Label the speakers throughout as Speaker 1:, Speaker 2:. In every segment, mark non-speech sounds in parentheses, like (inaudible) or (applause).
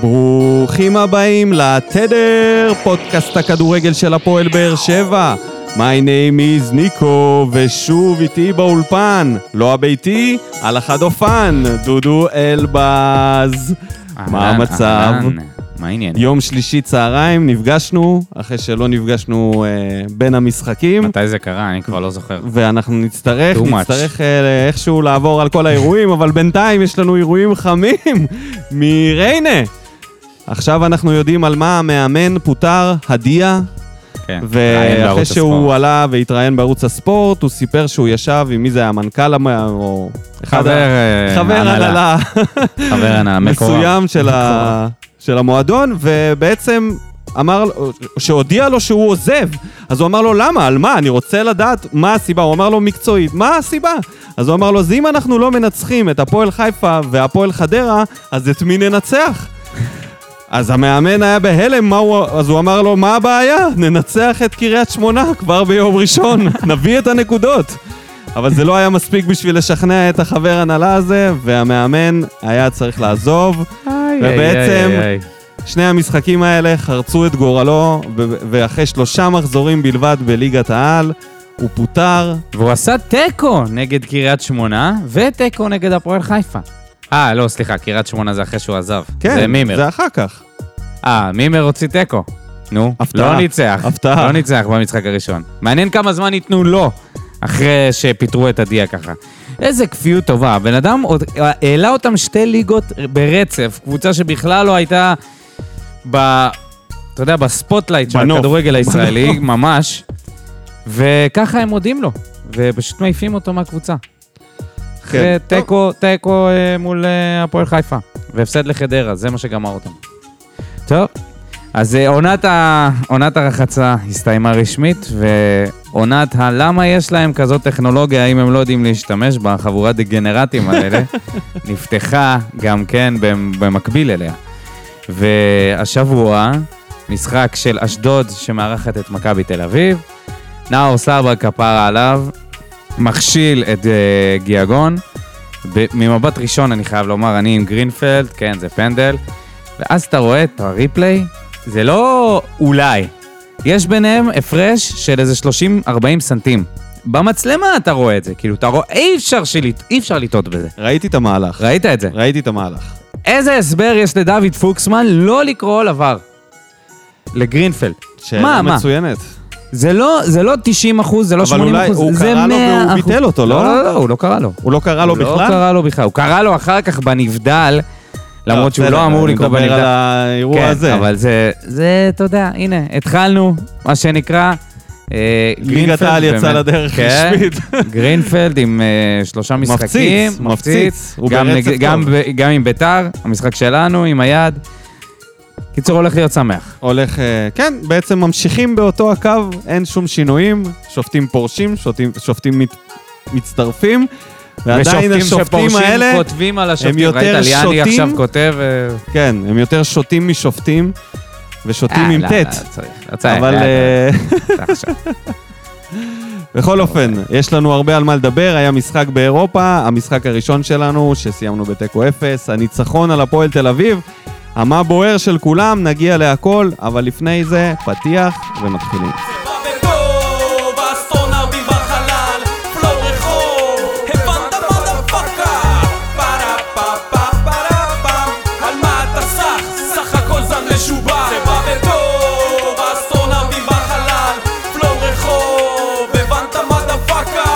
Speaker 1: ברוכים הבאים לתדר, פודקאסט הכדורגל של הפועל באר שבע. My name is ניקו, ושוב איתי באולפן, לא הביתי, על החדופן, דודו אלבז. מה
Speaker 2: אהלן,
Speaker 1: המצב?
Speaker 2: אהלן. מה העניין?
Speaker 1: יום שלישי צהריים, נפגשנו, אחרי שלא נפגשנו אה, בין המשחקים.
Speaker 2: מתי זה קרה? אני כבר לא זוכר.
Speaker 1: ואנחנו נצטרך,
Speaker 2: Too much.
Speaker 1: נצטרך אה, איכשהו לעבור על כל האירועים, אבל בינתיים יש לנו אירועים חמים (laughs) מריינה. עכשיו אנחנו יודעים על מה המאמן פוטר, הדיה,
Speaker 2: כן. ראיין
Speaker 1: ואחרי
Speaker 2: בערוץ
Speaker 1: שהוא
Speaker 2: הספורט.
Speaker 1: עלה והתראיין בערוץ הספורט, הוא סיפר שהוא ישב עם מי זה היה, המנכ"ל המ- או... אחד
Speaker 2: חבר,
Speaker 1: ה-
Speaker 2: אה,
Speaker 1: חבר
Speaker 2: הנהלה.
Speaker 1: הנהלה
Speaker 2: חבר הנהלה. מקורב.
Speaker 1: מסוים של ה- של המועדון, ובעצם אמר, לו- שהודיע לו שהוא עוזב. אז הוא אמר לו, למה? על מה? אני רוצה לדעת מה הסיבה. הוא אמר לו, מקצועית, מה הסיבה? אז הוא אמר לו, אז אם אנחנו לא מנצחים את הפועל חיפה והפועל חדרה, אז את מי ננצח? (laughs) אז המאמן היה בהלם, מה הוא, אז הוא אמר לו, מה הבעיה? ננצח את קריית שמונה כבר ביום ראשון, (laughs) נביא את הנקודות. אבל זה לא היה מספיק בשביל לשכנע את החבר הנהלה הזה, והמאמן היה צריך לעזוב.
Speaker 2: איי,
Speaker 1: ובעצם-
Speaker 2: איי, איי,
Speaker 1: שני המשחקים האלה חרצו את גורלו, ו- ואחרי שלושה מחזורים בלבד בליגת העל, הוא פוטר.
Speaker 2: והוא עשה תיקו נגד קריית שמונה, ותיקו נגד הפועל חיפה. אה, לא, סליחה, קריית שמונה זה אחרי שהוא עזב.
Speaker 1: כן,
Speaker 2: זה מימר.
Speaker 1: זה אחר כך.
Speaker 2: אה, מימר הוציא תיקו. נו,
Speaker 1: הפתעה.
Speaker 2: לא ניצח.
Speaker 1: הפתעה.
Speaker 2: לא ניצח במשחק הראשון. מעניין כמה זמן ייתנו לו, אחרי שפיטרו את הדיה ככה. איזה כפיות טובה. הבן אדם עוד העלה אותם שתי ליגות ברצף, קבוצה שבכלל לא הייתה ב... אתה יודע, בספוטלייט של
Speaker 1: בנוף.
Speaker 2: הכדורגל הישראלי, ממש. וככה הם מודים לו, ופשוט מעיפים אותו מהקבוצה. אחרי
Speaker 1: כן.
Speaker 2: תיקו, תיקו אה, מול אה, הפועל חיפה, והפסד לחדרה, זה מה שגמר אותם. טוב, אז אה, עונת, ה... עונת הרחצה הסתיימה רשמית, ועונת הלמה יש להם כזאת טכנולוגיה, אם הם לא יודעים להשתמש בה, חבורת דגנרטים האלה, נפתחה גם כן במ- במקביל אליה. והשבוע, משחק של אשדוד שמארחת את מכבי תל אביב, נאור סבא כפרה עליו, מכשיל את אה, גיאגון. ב- ממבט ראשון אני חייב לומר, אני עם גרינפלד, כן, זה פנדל. ואז אתה רואה את הריפליי, זה לא אולי. יש ביניהם הפרש של איזה 30-40 סנטים. במצלמה אתה רואה את זה, כאילו, אתה רואה, אי אפשר, שלט, אי אפשר לטעות בזה.
Speaker 1: ראיתי את המהלך.
Speaker 2: ראית את זה.
Speaker 1: ראיתי את המהלך.
Speaker 2: איזה הסבר יש לדוד פוקסמן לא לקרוא לבר? לגרינפלד.
Speaker 1: שאלה
Speaker 2: מה?
Speaker 1: מצוינת.
Speaker 2: זה לא, זה לא 90 אחוז, זה לא
Speaker 1: אבל
Speaker 2: 80
Speaker 1: אולי
Speaker 2: אחוז,
Speaker 1: הוא
Speaker 2: זה 100
Speaker 1: קרא לו
Speaker 2: אחוז.
Speaker 1: והוא ביטל אותו, לא?
Speaker 2: לא, לא, לא, הוא לא קרא לו.
Speaker 1: הוא לא קרא לו
Speaker 2: הוא
Speaker 1: בכלל?
Speaker 2: לא קרא לו בכלל, הוא קרא לו אחר כך בנבדל, למרות שהוא
Speaker 1: בסדר,
Speaker 2: לא אמור
Speaker 1: אני
Speaker 2: לקרוא
Speaker 1: מדבר על
Speaker 2: בנבדל.
Speaker 1: האירוע
Speaker 2: כן,
Speaker 1: הזה.
Speaker 2: אבל זה, זה, אתה יודע, הנה, התחלנו, מה שנקרא. אה,
Speaker 1: ליגת
Speaker 2: גרינפלד
Speaker 1: העל יצאה
Speaker 2: באמת-
Speaker 1: לדרך
Speaker 2: כן,
Speaker 1: רשמית.
Speaker 2: גרינפלד עם אה, שלושה משחקים.
Speaker 1: מפציץ, מפציץ. הוא
Speaker 2: גם
Speaker 1: ברצף
Speaker 2: נגד- גם
Speaker 1: טוב.
Speaker 2: ב- גם עם ביתר, המשחק שלנו, עם היד. קיצור, הולך להיות שמח.
Speaker 1: הולך, אה, כן, בעצם ממשיכים באותו הקו, אין שום שינויים, שופטים פורשים, שופטים, שופטים מת, מצטרפים, ועדיין השופטים
Speaker 2: שפורשים
Speaker 1: האלה,
Speaker 2: כותבים על השופטים.
Speaker 1: יותר
Speaker 2: ראית, ליאני
Speaker 1: שותים?
Speaker 2: עכשיו כותב... אה,
Speaker 1: כן, הם יותר שותים משופטים, ושותים
Speaker 2: אה,
Speaker 1: עם
Speaker 2: לא, לא,
Speaker 1: ט',
Speaker 2: צריך, לא צריך,
Speaker 1: אבל
Speaker 2: לא, לא,
Speaker 1: אה, (laughs)
Speaker 2: לא, עכשיו.
Speaker 1: בכל אופן, יש לנו הרבה על מה לדבר, היה משחק באירופה, המשחק הראשון שלנו, שסיימנו בתיקו אפס, הניצחון על הפועל תל אביב, המה בוער של כולם, נגיע להכל, אבל לפני זה, פתיח ומתחילים.
Speaker 3: בטוב, אסון אבי בחלל, פלור רחוב, הבנת מודפאקה. פרה פה פה פרה פם, על מה אתה סח? סך הכל זן משובח. זה בא בטוב, אסון אבי בחלל, פלור רחוב, הבנת מודפאקה.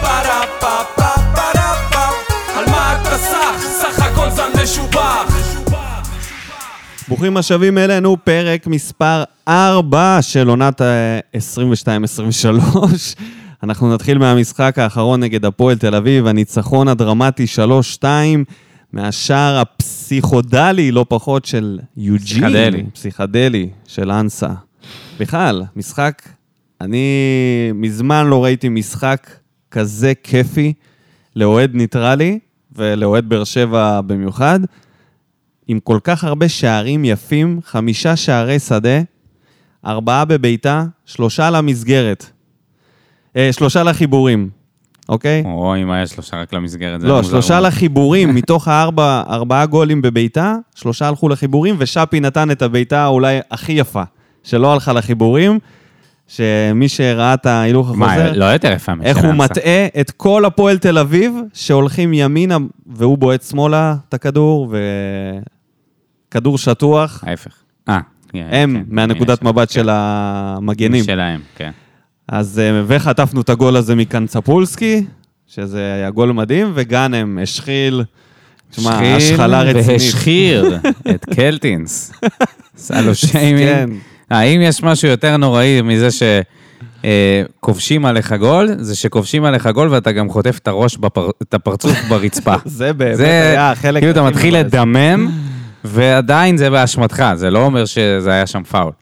Speaker 3: פרה פה פה פרה פם, על מה אתה סח? סך הכל זן משובח.
Speaker 1: ברוכים השבים אלינו, פרק מספר 4 של עונת ה- 22-23. (laughs) אנחנו נתחיל מהמשחק האחרון נגד הפועל תל אביב, הניצחון הדרמטי 3-2, מהשער הפסיכודלי, לא פחות, של יוג'ין.
Speaker 2: פסיכדלי.
Speaker 1: פסיכדלי, של אנסה. בכלל, משחק, אני מזמן לא ראיתי משחק כזה כיפי לאוהד ניטרלי, ולאוהד באר שבע במיוחד. עם כל כך הרבה שערים יפים, חמישה שערי שדה, ארבעה בביתה, שלושה למסגרת. אה, שלושה לחיבורים. אוקיי?
Speaker 2: או אם היה שלושה רק למסגרת, זה היה
Speaker 1: לא,
Speaker 2: מוזר
Speaker 1: שלושה
Speaker 2: מאוד. (laughs)
Speaker 1: לחיבורים, מתוך הארבע, ארבעה גולים בביתה, שלושה הלכו לחיבורים, ושאפי נתן את הביתה אולי הכי יפה, שלא הלכה לחיבורים, שמי שראה את ההילוך
Speaker 2: מה,
Speaker 1: החוזר,
Speaker 2: לא יותר יפה משל
Speaker 1: איך הוא
Speaker 2: אנסה.
Speaker 1: מטעה את כל הפועל תל אביב, שהולכים ימינה, והוא בועט שמאלה את הכדור, וכדור שטוח,
Speaker 2: ההפך. אה. כן,
Speaker 1: הם,
Speaker 2: כן,
Speaker 1: מהנקודת
Speaker 2: כן,
Speaker 1: מבט
Speaker 2: כן.
Speaker 1: של המגנים.
Speaker 2: שלהם, כן.
Speaker 1: אז אה, וחטפנו את הגול הזה מקנצפולסקי, שזה היה גול מדהים, וגאנם השחיל. תשמע,
Speaker 2: השחיל
Speaker 1: השחלה רצינית.
Speaker 2: והשחיר את
Speaker 1: (laughs)
Speaker 2: קלטינס. עשה לו
Speaker 1: כן.
Speaker 2: שיימינג. האם יש משהו יותר נוראי מזה שכובשים עליך גול? זה שכובשים עליך גול ואתה גם חוטף את הראש, בפר- את הפרצוף ברצפה.
Speaker 1: (laughs) זה באמת
Speaker 2: זה,
Speaker 1: אה, היה החלק...
Speaker 2: כאילו אתה
Speaker 1: הכי
Speaker 2: מתחיל
Speaker 1: מבאס. (laughs)
Speaker 2: לדמם, ועדיין זה באשמתך, זה לא אומר שזה היה שם פאול.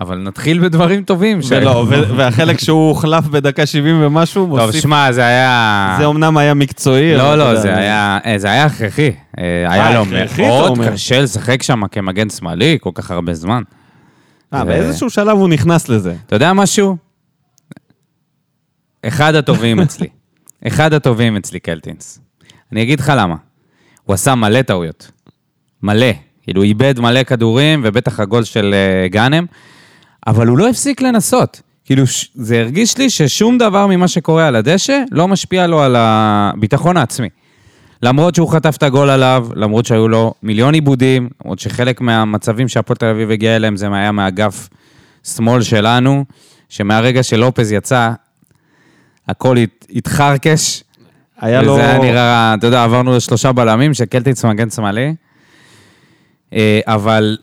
Speaker 2: אבל נתחיל בדברים טובים. שהיו.
Speaker 1: ולא, ו- והחלק שהוא הוחלף בדקה 70 ומשהו,
Speaker 2: טוב,
Speaker 1: מוסיף...
Speaker 2: שמע, זה היה...
Speaker 1: זה אומנם היה מקצועי.
Speaker 2: לא,
Speaker 1: אבל
Speaker 2: לא,
Speaker 1: אתה
Speaker 2: זה
Speaker 1: יודע,
Speaker 2: היה, אה, זה היה הכרחי. אה, היה לו
Speaker 1: הכרחי, אתה
Speaker 2: מאוד
Speaker 1: אומר.
Speaker 2: קשה לשחק שם כמגן שמאלי כל כך הרבה זמן.
Speaker 1: אה,
Speaker 2: זה-
Speaker 1: באיזשהו שלב הוא נכנס לזה.
Speaker 2: אתה יודע משהו? אחד הטובים אצלי. אחד הטובים אצלי, קלטינס. אני אגיד לך למה. הוא עשה מלא טעויות. מלא. כאילו, הוא איבד מלא כדורים, ובטח הגול של אה, גאנם, אבל הוא לא הפסיק לנסות. כאילו, ש- זה הרגיש לי ששום דבר ממה שקורה על הדשא לא משפיע לו על הביטחון העצמי. למרות שהוא חטף את הגול עליו, למרות שהיו לו מיליון עיבודים, למרות שחלק מהמצבים שהפועל תל אביב הגיע אליהם זה היה מאגף שמאל שלנו, שמהרגע שלופז יצא, הכל הת- התחרקש,
Speaker 1: היה לו...
Speaker 2: וזה היה נראה, אתה יודע, עברנו לשלושה בלמים שקלטינס מגן שמאלי, אה, אבל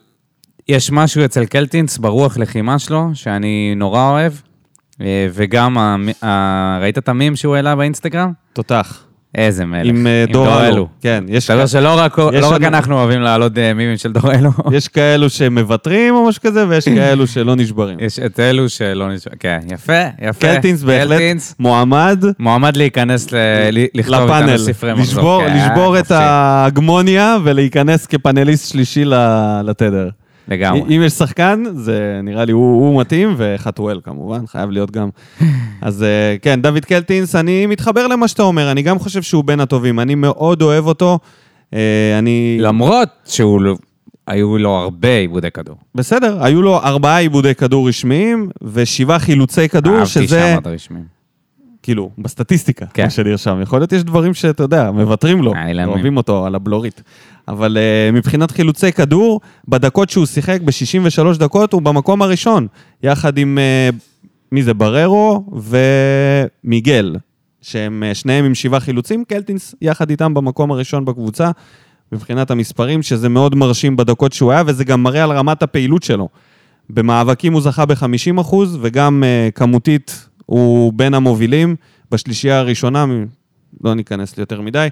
Speaker 2: יש משהו אצל קלטינס ברוח לחימה שלו, שאני נורא אוהב, אה, וגם, המ- ה- ראית את המים שהוא העלה באינסטגרם?
Speaker 1: תותח.
Speaker 2: איזה מלך. לא
Speaker 1: עם אה, דור אלו. כן, יש
Speaker 2: אתה יודע שלא רק, לא רק
Speaker 1: לנו-
Speaker 2: אנחנו אוהבים להעלות אה, מימים של דור אלו,
Speaker 1: יש כאלו שמוותרים או משהו כזה,
Speaker 2: (coughs)
Speaker 1: ויש כאלו שלא נשברים.
Speaker 2: יש את אלו שלא נשמע, כן, יפה, יפה.
Speaker 1: קלטינס בהחלט
Speaker 2: קלטינס,
Speaker 1: מועמד
Speaker 2: מועמד להיכנס, ל... ל- לכתוב
Speaker 1: לפאנל,
Speaker 2: איתנו ספרי מחזור.
Speaker 1: לשבור,
Speaker 2: כן,
Speaker 1: לשבור את
Speaker 2: חופשי.
Speaker 1: ההגמוניה ולהיכנס כפאנליסט שלישי ל- לתדר.
Speaker 2: לגמרי.
Speaker 1: אם יש שחקן, זה נראה לי הוא, הוא מתאים, וחתואל כמובן, חייב להיות
Speaker 2: (laughs)
Speaker 1: גם. אז אה, כן, דוד קלטינס, אני מתחבר למה שאתה אומר, אני גם חושב שהוא בין הטובים, אני מאוד אוהב אותו. אה, אני...
Speaker 2: למרות שהוא, לא- היו לו הרבה עיבודי כדור.
Speaker 1: בסדר, היו לו ארבעה עיבודי כדור רשמיים ושבעה חילוצי כדור,
Speaker 2: אהבתי
Speaker 1: שזה,
Speaker 2: שאמרת רשמיים.
Speaker 1: כאילו, בסטטיסטיקה,
Speaker 2: כן.
Speaker 1: כן. שנרשם. יכול להיות יש דברים שאתה יודע, מוותרים לו,
Speaker 2: אה, אין להם
Speaker 1: אוהבים אותו על הבלורית. אבל uh, מבחינת חילוצי כדור, בדקות שהוא שיחק, ב-63 דקות, הוא במקום הראשון, יחד עם, uh, מי זה, בררו ומיגל, שהם uh, שניהם עם שבעה חילוצים, קלטינס יחד איתם במקום הראשון בקבוצה, מבחינת המספרים, שזה מאוד מרשים בדקות שהוא היה, וזה גם מראה על רמת הפעילות שלו. במאבקים הוא זכה ב-50 אחוז, וגם אה, כמותית הוא בין המובילים בשלישייה הראשונה, מ- לא ניכנס ליותר מדי.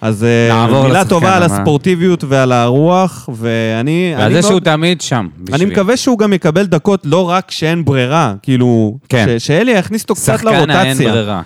Speaker 1: אז אה,
Speaker 2: נעבור
Speaker 1: מילה
Speaker 2: לשחקן
Speaker 1: טובה על
Speaker 2: הבא.
Speaker 1: הספורטיביות ועל הרוח, ואני...
Speaker 2: ועל
Speaker 1: אני
Speaker 2: זה
Speaker 1: מאוד-
Speaker 2: שהוא תמיד שם,
Speaker 1: אני
Speaker 2: בשבילי.
Speaker 1: מקווה שהוא גם יקבל דקות לא רק שאין ברירה, כאילו,
Speaker 2: כן.
Speaker 1: ש- שאלי יכניס אותו קצת
Speaker 2: שחקן האין
Speaker 1: לרוטציה.
Speaker 2: ברירה.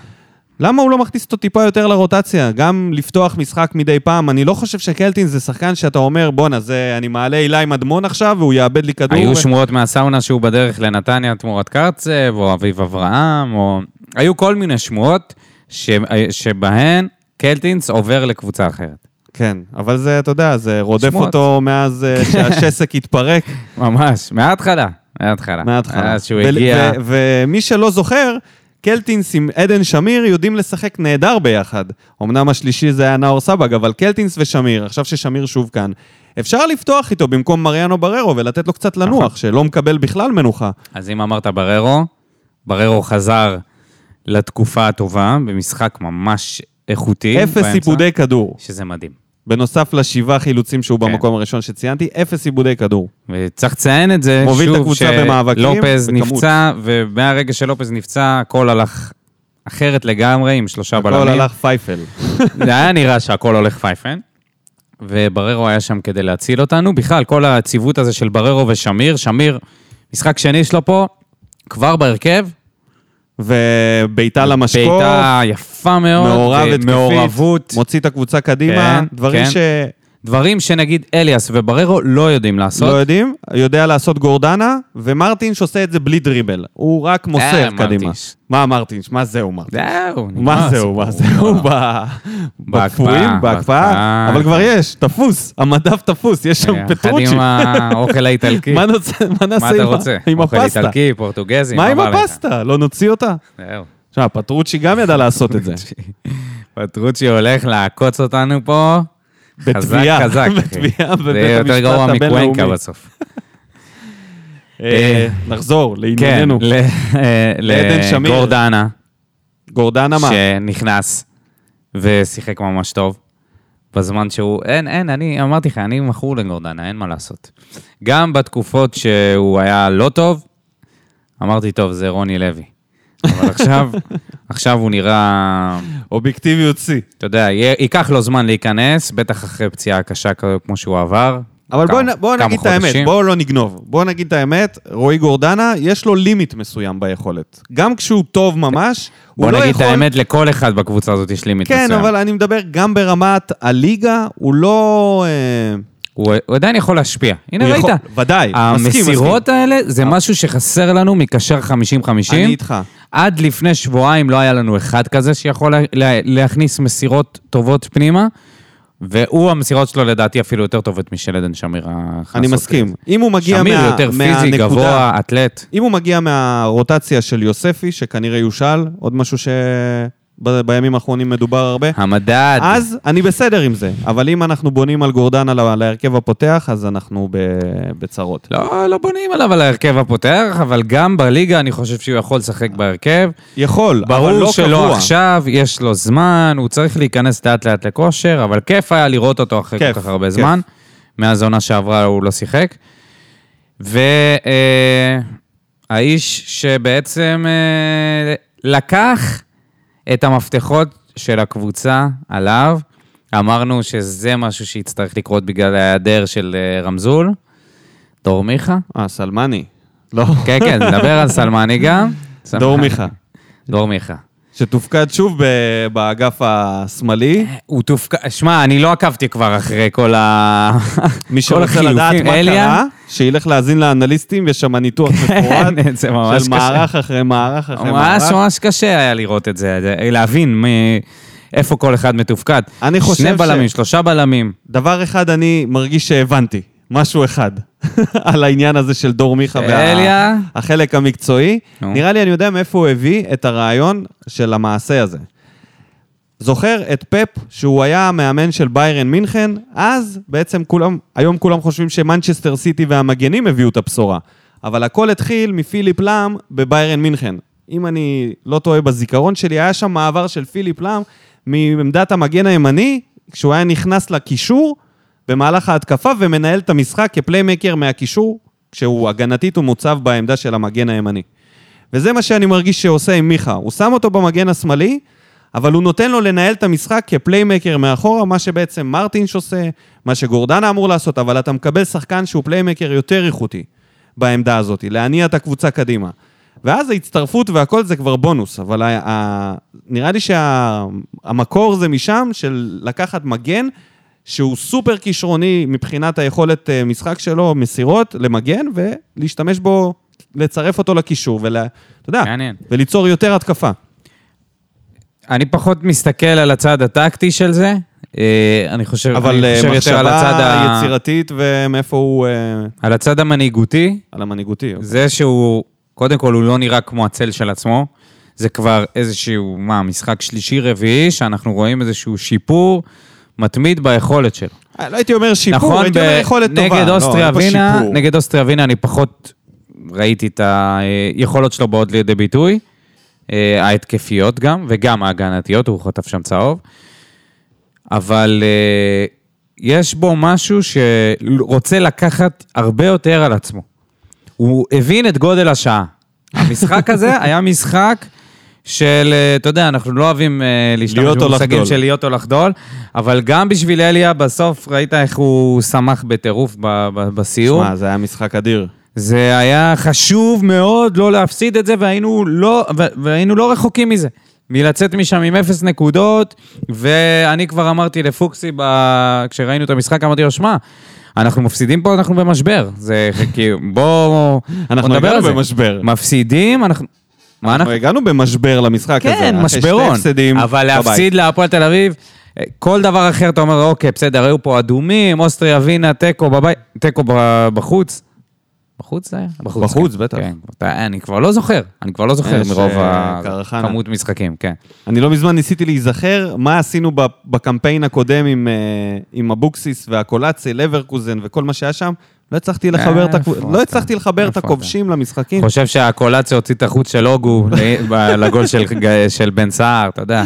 Speaker 1: למה הוא לא מכניס אותו טיפה יותר לרוטציה? גם לפתוח משחק מדי פעם, אני לא חושב שקלטין זה שחקן שאתה אומר, בואנה, זה- אני מעלה עילי מדמון עכשיו והוא יאבד לי כדור.
Speaker 2: היו
Speaker 1: ו-
Speaker 2: שמועות מהסאונה שהוא בדרך לנתניה תמורת קרצב, או אביב אברהם, או... היו כל מיני שמועות ש... שבהן קלטינס עובר לקבוצה אחרת.
Speaker 1: כן, אבל זה, אתה יודע, זה רודף
Speaker 2: שמועות.
Speaker 1: אותו מאז
Speaker 2: (laughs)
Speaker 1: אה, שהשסק התפרק,
Speaker 2: ממש, מההתחלה. מההתחלה.
Speaker 1: מההתחלה.
Speaker 2: אז שהוא
Speaker 1: ו-
Speaker 2: הגיע...
Speaker 1: ו- ומי שלא זוכר, קלטינס עם עדן שמיר יודעים לשחק נהדר ביחד. אמנם השלישי זה היה נאור סבג, אבל קלטינס ושמיר, עכשיו ששמיר שוב כאן, אפשר לפתוח איתו במקום מריאנו בררו ולתת לו
Speaker 2: נכון.
Speaker 1: קצת לנוח, שלא מקבל בכלל מנוחה.
Speaker 2: אז אם אמרת בררו, בררו חזר לתקופה הטובה, במשחק ממש איכותי.
Speaker 1: אפס
Speaker 2: באמצע,
Speaker 1: עיבודי כדור.
Speaker 2: שזה מדהים.
Speaker 1: בנוסף לשבעה חילוצים שהוא
Speaker 2: כן.
Speaker 1: במקום הראשון שציינתי, אפס עיבודי כדור.
Speaker 2: וצריך לציין את זה,
Speaker 1: מוביל את
Speaker 2: שוב,
Speaker 1: הקבוצה במאבקים,
Speaker 2: שלופז
Speaker 1: בכמות.
Speaker 2: נפצע, ומהרגע שלופז נפצע, הכל הלך אחרת לגמרי, עם שלושה בלמים.
Speaker 1: הכל הלך פייפל.
Speaker 2: (laughs) זה היה נראה שהכל הולך פייפן, ובררו היה שם כדי להציל אותנו. בכלל, כל הציוות הזה של בררו ושמיר, שמיר, משחק שני שלו פה, כבר בהרכב,
Speaker 1: ובעיטה למשקוף.
Speaker 2: בעיטה יפה מאוד,
Speaker 1: מעורב
Speaker 2: אה,
Speaker 1: התקפית,
Speaker 2: מעורבות.
Speaker 1: מוציא את הקבוצה קדימה,
Speaker 2: כן,
Speaker 1: דברים
Speaker 2: כן. דברים שנגיד אליאס ובררו לא יודעים לעשות.
Speaker 1: לא יודעים, יודע לעשות גורדנה, ומרטינש עושה את זה בלי דריבל. הוא רק מוסר
Speaker 2: אה,
Speaker 1: קדימה.
Speaker 2: מרטינש.
Speaker 1: מה מרטינש? מה זהו מרטינש?
Speaker 2: זהו, נגמר
Speaker 1: מה זהו, מה
Speaker 2: הסיפור.
Speaker 1: זהו,
Speaker 2: לא.
Speaker 1: (laughs) ב-
Speaker 2: בהקפאה,
Speaker 1: בקפואים, בהקפאה,
Speaker 2: בהקפאה.
Speaker 1: אבל כבר יש, תפוס, המדף תפוס, יש שם
Speaker 2: יחד
Speaker 1: פטרוצ'י.
Speaker 2: אה, עם האוכל האיטלקי.
Speaker 1: מה נוצ- מה
Speaker 2: מה
Speaker 1: נעשה
Speaker 2: אתה
Speaker 1: עם ה-
Speaker 2: רוצה?
Speaker 1: עם
Speaker 2: אוכל
Speaker 1: הפסטה?
Speaker 2: איטלקי, פורטוגזי,
Speaker 1: מה עם
Speaker 2: בא לך?
Speaker 1: הפסטה? לא נוציא אותה?
Speaker 2: זהו.
Speaker 1: עכשיו, פטרוצ'י גם ידע לעשות את זה.
Speaker 2: פטרוצ'י הולך לעקוץ אותנו פה.
Speaker 1: (laughs) בתביעה. (laughs)
Speaker 2: חזק, חזק. אחי.
Speaker 1: בתביעה
Speaker 2: זה
Speaker 1: בבית
Speaker 2: יהיה יותר
Speaker 1: המשפט
Speaker 2: גרוע מקוונקה
Speaker 1: הבינלאומי.
Speaker 2: בסוף.
Speaker 1: אה, נחזור
Speaker 2: כן,
Speaker 1: לענייננו.
Speaker 2: ל- אה,
Speaker 1: לעדן שמיר.
Speaker 2: לגורדנה,
Speaker 1: גורדנה מה?
Speaker 2: שנכנס ושיחק ממש טוב. בזמן שהוא, אין, אין, אני אמרתי לך, אני מכור לגורדנה, אין מה לעשות. גם בתקופות שהוא היה לא טוב, אמרתי, טוב, זה רוני לוי. אבל
Speaker 1: (laughs)
Speaker 2: עכשיו, עכשיו הוא נראה...
Speaker 1: אובייקטיביות שיא.
Speaker 2: אתה יודע, יהיה- ייקח לו זמן להיכנס, בטח אחרי פציעה קשה כ- כמו שהוא עבר.
Speaker 1: אבל בואו
Speaker 2: כמה-
Speaker 1: בוא
Speaker 2: כמה
Speaker 1: נגיד את האמת,
Speaker 2: חודשים.
Speaker 1: בואו לא נגנוב. בואו נגיד את האמת, רועי גורדנה, יש לו לימיט מסוים ביכולת. גם כשהוא טוב ממש, הוא
Speaker 2: בוא
Speaker 1: לא יכול...
Speaker 2: נגיד את האמת, לכל אחד בקבוצה הזאת יש לימיט
Speaker 1: כן,
Speaker 2: מסוים.
Speaker 1: אבל אני מדבר גם ברמת הליגה, הוא לא... אה,
Speaker 2: הוא הוא עדיין יכול להשפיע. הנה,
Speaker 1: הוא
Speaker 2: ראית.
Speaker 1: יכול- ודאי, מסכים, מסכים. אה.
Speaker 2: המסירות האלה זה משהו שחסר לנו מקשר 50-50.
Speaker 1: אני איתך.
Speaker 2: עד לפני שבועיים לא היה לנו אחד כזה שיכול לה- לה- להכניס מסירות טובות פנימה, והוא, המסירות שלו לדעתי אפילו יותר טובות משל עדן שמיר. ההכנסות
Speaker 1: אני מסכים.
Speaker 2: האלה.
Speaker 1: אם הוא מגיע
Speaker 2: שמיר
Speaker 1: מה-
Speaker 2: יותר פיזי,
Speaker 1: מהנקודה-
Speaker 2: גבוה, אתלט.
Speaker 1: אם הוא מגיע מהרוטציה של יוספי, שכנראה יושל, עוד משהו שבימים האחרונים מדובר הרבה,
Speaker 2: המדד.
Speaker 1: אז אני בסדר עם זה. אבל אם אנחנו בונים על גורדן על ה- על ההרכב הפותח, אז אנחנו ב- בצרות.
Speaker 2: לא, לא בונים עליו על ההרכב הפותח, אבל גם בליגה אני חושב שהוא יכול לשחק בהרכב.
Speaker 1: יכול, אבל
Speaker 2: ברור
Speaker 1: לא
Speaker 2: שלא
Speaker 1: קבוע.
Speaker 2: עכשיו, יש לו זמן, הוא צריך להיכנס לאט לאט לכושר, אבל כיף היה לראות אותו אחרי
Speaker 1: כיף,
Speaker 2: כל כך הרבה
Speaker 1: כיף.
Speaker 2: זמן. מאז העונה שעברה הוא לא שיחק. והאיש שבעצם אה, לקח את המפתחות של הקבוצה עליו, אמרנו שזה משהו שיצטרך לקרות בגלל ההיעדר של אה, רמזול, דור מיכה.
Speaker 1: אה, סלמני. לא.
Speaker 2: כן, כן, נדבר על סלמני גם.
Speaker 1: דור מיכה.
Speaker 2: דור מיכה.
Speaker 1: שתופקד שוב ב- באגף השמאלי.
Speaker 2: הוא תופק... שמע, אני לא עקבתי כבר אחרי כל ה... (laughs)
Speaker 1: מי שרוצה לדעת מה קרה, שילך להאזין לאנליסטים, יש שם ניתוח מפורט
Speaker 2: כן, זה
Speaker 1: של
Speaker 2: ממש קשה.
Speaker 1: מערך אחרי מערך אחרי
Speaker 2: ממש
Speaker 1: מערך.
Speaker 2: ממש קשה היה לראות את זה, זה- להבין מ... איפה כל אחד מתופקד.
Speaker 1: אני חושב
Speaker 2: שני
Speaker 1: ש-
Speaker 2: בלמים, שלושה בלמים.
Speaker 1: דבר אחד אני מרגיש שהבנתי, משהו אחד, (laughs) על העניין הזה של דור מיכה
Speaker 2: אליה.
Speaker 1: והחלק המקצועי.
Speaker 2: נו.
Speaker 1: נראה לי, אני יודע מאיפה הוא הביא את הרעיון של המעשה הזה. זוכר את פפ, שהוא היה המאמן של ביירן מינכן, אז בעצם כולם, היום כולם חושבים שמנצ'סטר סיטי והמגנים הביאו את הבשורה. אבל הכל התחיל מפיליפ לאם בביירן מינכן. אם אני לא טועה בזיכרון שלי, היה שם מעבר של פיליפ לאם מעמדת המגן הימני, כשהוא היה נכנס לקישור במהלך ההתקפה ומנהל את המשחק כפליימקר מהקישור, כשהוא הגנתית הוא מוצב בעמדה של המגן הימני. וזה מה שאני מרגיש שעושה עם מיכה. הוא שם אותו במגן השמאלי, אבל הוא נותן לו לנהל את המשחק כפליימקר מאחורה, מה שבעצם מרטינש עושה, מה שגורדנה אמור לעשות, אבל אתה מקבל שחקן שהוא פליימקר יותר איכותי בעמדה הזאת, להניע את הקבוצה קדימה. ואז ההצטרפות והכל זה כבר בונוס, אבל ה- ה- נראה לי שהמקור זה משם, של לקחת מגן שהוא סופר כישרוני מבחינת היכולת אה, משחק שלו, מסירות, למגן, ולהשתמש בו, לצרף אותו לקישור, ולה... אתה יודע,
Speaker 2: מעניין.
Speaker 1: וליצור יותר התקפה.
Speaker 2: אני פחות מסתכל על הצד הטקטי של זה. אה, אני חושב,
Speaker 1: אבל
Speaker 2: אני
Speaker 1: אה,
Speaker 2: חושב יותר על הצד,
Speaker 1: מחשבה
Speaker 2: ה...
Speaker 1: יצירתית ומאיפה הוא... אה,
Speaker 2: על הצד המנהיגותי.
Speaker 1: על המנהיגותי.
Speaker 2: זה שהוא, קודם כל, הוא לא נראה כמו הצל של עצמו. זה כבר איזשהו, מה, משחק שלישי-רביעי, שאנחנו רואים איזשהו שיפור מתמיד ביכולת שלו.
Speaker 1: אה, לא הייתי אומר שיפור, הייתי
Speaker 2: נכון, ב-
Speaker 1: אומר יכולת טובה.
Speaker 2: נגד
Speaker 1: לא,
Speaker 2: אוסטריה
Speaker 1: אין פה
Speaker 2: ווינה,
Speaker 1: שיפור.
Speaker 2: נגד אוסטריה ווינה אני פחות ראיתי את היכולות שלו באות לידי ביטוי. אה, ההתקפיות גם, וגם ההגנתיות, הוא חטף שם צהוב. אבל אה, יש בו משהו שרוצה לקחת הרבה יותר על עצמו. הוא הבין את גודל השעה.
Speaker 1: (laughs)
Speaker 2: המשחק הזה היה משחק של, אה, אתה יודע, אנחנו לא אוהבים אה,
Speaker 1: להיות
Speaker 2: להשתמש
Speaker 1: או
Speaker 2: במושגים
Speaker 1: לחדול.
Speaker 2: של להיות או לחדול, אבל גם בשביל אליה, בסוף ראית איך הוא שמח בטירוף ב- ב- בסיום.
Speaker 1: שמע, זה היה משחק אדיר.
Speaker 2: זה היה חשוב מאוד לא להפסיד את זה, והיינו לא, ו- והיינו לא רחוקים מזה. מלצאת משם עם אפס נקודות, ואני כבר אמרתי לפוקסי, ב... כשראינו את המשחק, אמרתי לו, שמע, אנחנו מפסידים פה, אנחנו במשבר. זה כאילו, בואו
Speaker 1: אנחנו
Speaker 2: בוא נדבר
Speaker 1: הגענו
Speaker 2: על זה.
Speaker 1: במשבר.
Speaker 2: מפסידים, אנחנו... מה אנחנו...
Speaker 1: אנחנו הגענו במשבר למשחק הזה.
Speaker 2: כן,
Speaker 1: אחרי שתי
Speaker 2: משברון.
Speaker 1: הפסדים
Speaker 2: אבל
Speaker 1: בבית.
Speaker 2: להפסיד להפועל תל אביב, אה, כל דבר אחר אתה אומר, אוקיי, בסדר, היו פה אדומים, אוסטריה ווינה, תיקו בבית, תיקו ב- בחוץ. בחוץ זה היה?
Speaker 1: בחוץ,
Speaker 2: כן.
Speaker 1: בטח.
Speaker 2: כן. אתה- אני כבר לא זוכר, אני כבר לא זוכר
Speaker 1: יש,
Speaker 2: מרוב
Speaker 1: אה, קרחנה.
Speaker 2: הכמות משחקים, כן.
Speaker 1: אני לא מזמן ניסיתי להיזכר מה עשינו ב- בקמפיין הקודם עם, אה, עם אבוקסיס והקולאצי, לברקוזן וכל מה שהיה שם. לא הצלחתי לחבר, את,
Speaker 2: אה, איפה
Speaker 1: הכב... לא
Speaker 2: אתה?
Speaker 1: הצלחתי לחבר את
Speaker 2: איפה אתה?
Speaker 1: הכובשים למשחקים.
Speaker 2: חושב שהקולציה הוציא את החוץ של הוגו ל- (laughs) ב- לגול של ג- של בן סער, אתה יודע.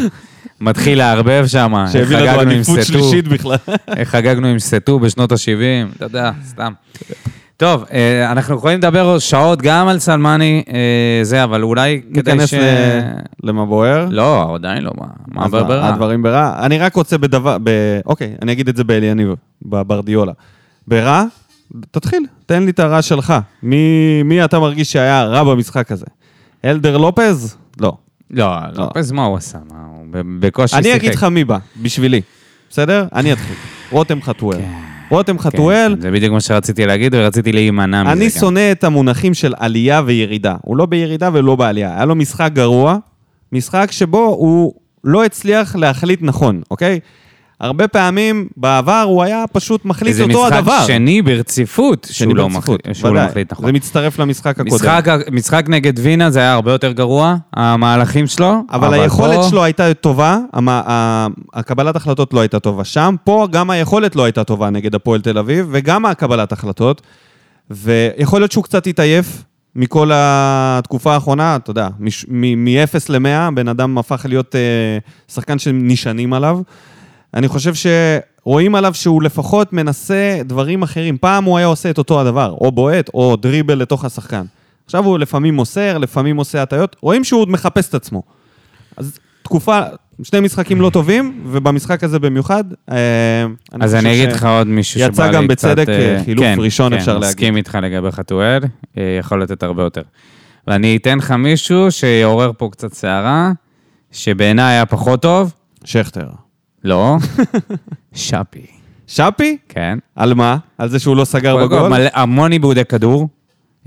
Speaker 2: מתחיל לערבב שם, איך
Speaker 1: שהביא לנו
Speaker 2: חגגנו עם
Speaker 1: עדיפות
Speaker 2: סטו.
Speaker 1: שלישית בכלל.
Speaker 2: איך חגגנו עם סטו בשנות ה-70, אתה יודע, סתם. טוב, אה, אנחנו יכולים לדבר שעות גם על סלמני, אה, זה, אבל אולי
Speaker 1: (laughs)
Speaker 2: כדי
Speaker 1: ניכנס
Speaker 2: ש...
Speaker 1: ל- למה בוער.
Speaker 2: לא, עדיין לא, מה- מה
Speaker 1: אז מה,
Speaker 2: ברברה?
Speaker 1: הדברים ברע. אני רק רוצה בדבר, ב... אוקיי, אני אגיד את זה באליניב, בברדיולה. ברע, תתחיל, תן לי את הרע שלך. מי, מי אתה מרגיש שהיה רע במשחק הזה? אלדר לופז? לא.
Speaker 2: לא,
Speaker 1: לא.
Speaker 2: לא, אז מה הוא עשה? מה, הוא ב- בקושי שיחק.
Speaker 1: אני אגיד לך מי בא, בשבילי. בסדר? אני
Speaker 2: (laughs)
Speaker 1: אתחיל. רותם חתואל. רותם
Speaker 2: כן,
Speaker 1: חתואל,
Speaker 2: זה בדיוק מה שרציתי להגיד, ורציתי להימנע מזה.
Speaker 1: אני
Speaker 2: גם.
Speaker 1: שונא את המונחים של עלייה וירידה. הוא לא בירידה ולא בעלייה. היה לו משחק גרוע, משחק שבו הוא לא הצליח להחליט נכון, אוקיי? הרבה פעמים בעבר הוא היה פשוט מחליט אותו
Speaker 2: זה
Speaker 1: הדבר.
Speaker 2: משחק שני ברציפות,
Speaker 1: שני
Speaker 2: שהוא לא
Speaker 1: ברציפות,
Speaker 2: מחליט- שהוא לא
Speaker 1: ודאי.
Speaker 2: מחליט נכון.
Speaker 1: זה מצטרף למשחק הקודם.
Speaker 2: משחק, משחק נגד וינה זה היה הרבה יותר גרוע, המהלכים שלו.
Speaker 1: אבל היכולת
Speaker 2: פה-
Speaker 1: שלו הייתה טובה, המ- ה- הקבלת החלטות לא הייתה טובה שם. פה גם היכולת לא הייתה טובה נגד הפועל תל אביב, וגם הקבלת החלטות. ויכול להיות שהוא קצת התעייף מכל התקופה האחרונה, אתה יודע, מש- מ- מ-0 ל-100, בן אדם הפך להיות אה, שחקן שנשענים עליו. אני חושב שרואים עליו שהוא לפחות מנסה דברים אחרים. פעם הוא היה עושה את אותו הדבר, או בועט, או דריבל לתוך השחקן. עכשיו הוא לפעמים מוסר, לפעמים עושה הטיות, רואים שהוא עוד מחפש את עצמו. אז תקופה, שני משחקים לא טובים, ובמשחק הזה במיוחד, אה,
Speaker 2: אז
Speaker 1: חושב
Speaker 2: אני אגיד
Speaker 1: ש-
Speaker 2: לך עוד מישהו
Speaker 1: יצא
Speaker 2: שבא
Speaker 1: גם
Speaker 2: לי
Speaker 1: בצדק,
Speaker 2: קצת, אה,
Speaker 1: אה, חילוף ראשון, אפשר
Speaker 2: כן,
Speaker 1: להגיד.
Speaker 2: מסכים איתך לגבי חתואל, אה, יכול לתת הרבה יותר. ואני אתן לך מישהו שיעורר פה קצת סערה, שבעיניי היה פחות טוב,
Speaker 1: שכטר.
Speaker 2: לא,
Speaker 1: (laughs)
Speaker 2: שפי,
Speaker 1: שפי?
Speaker 2: כן.
Speaker 1: על מה? על זה שהוא לא סגר
Speaker 2: קודם כל,
Speaker 1: בגול?
Speaker 2: מלא- המון איבודי כדור.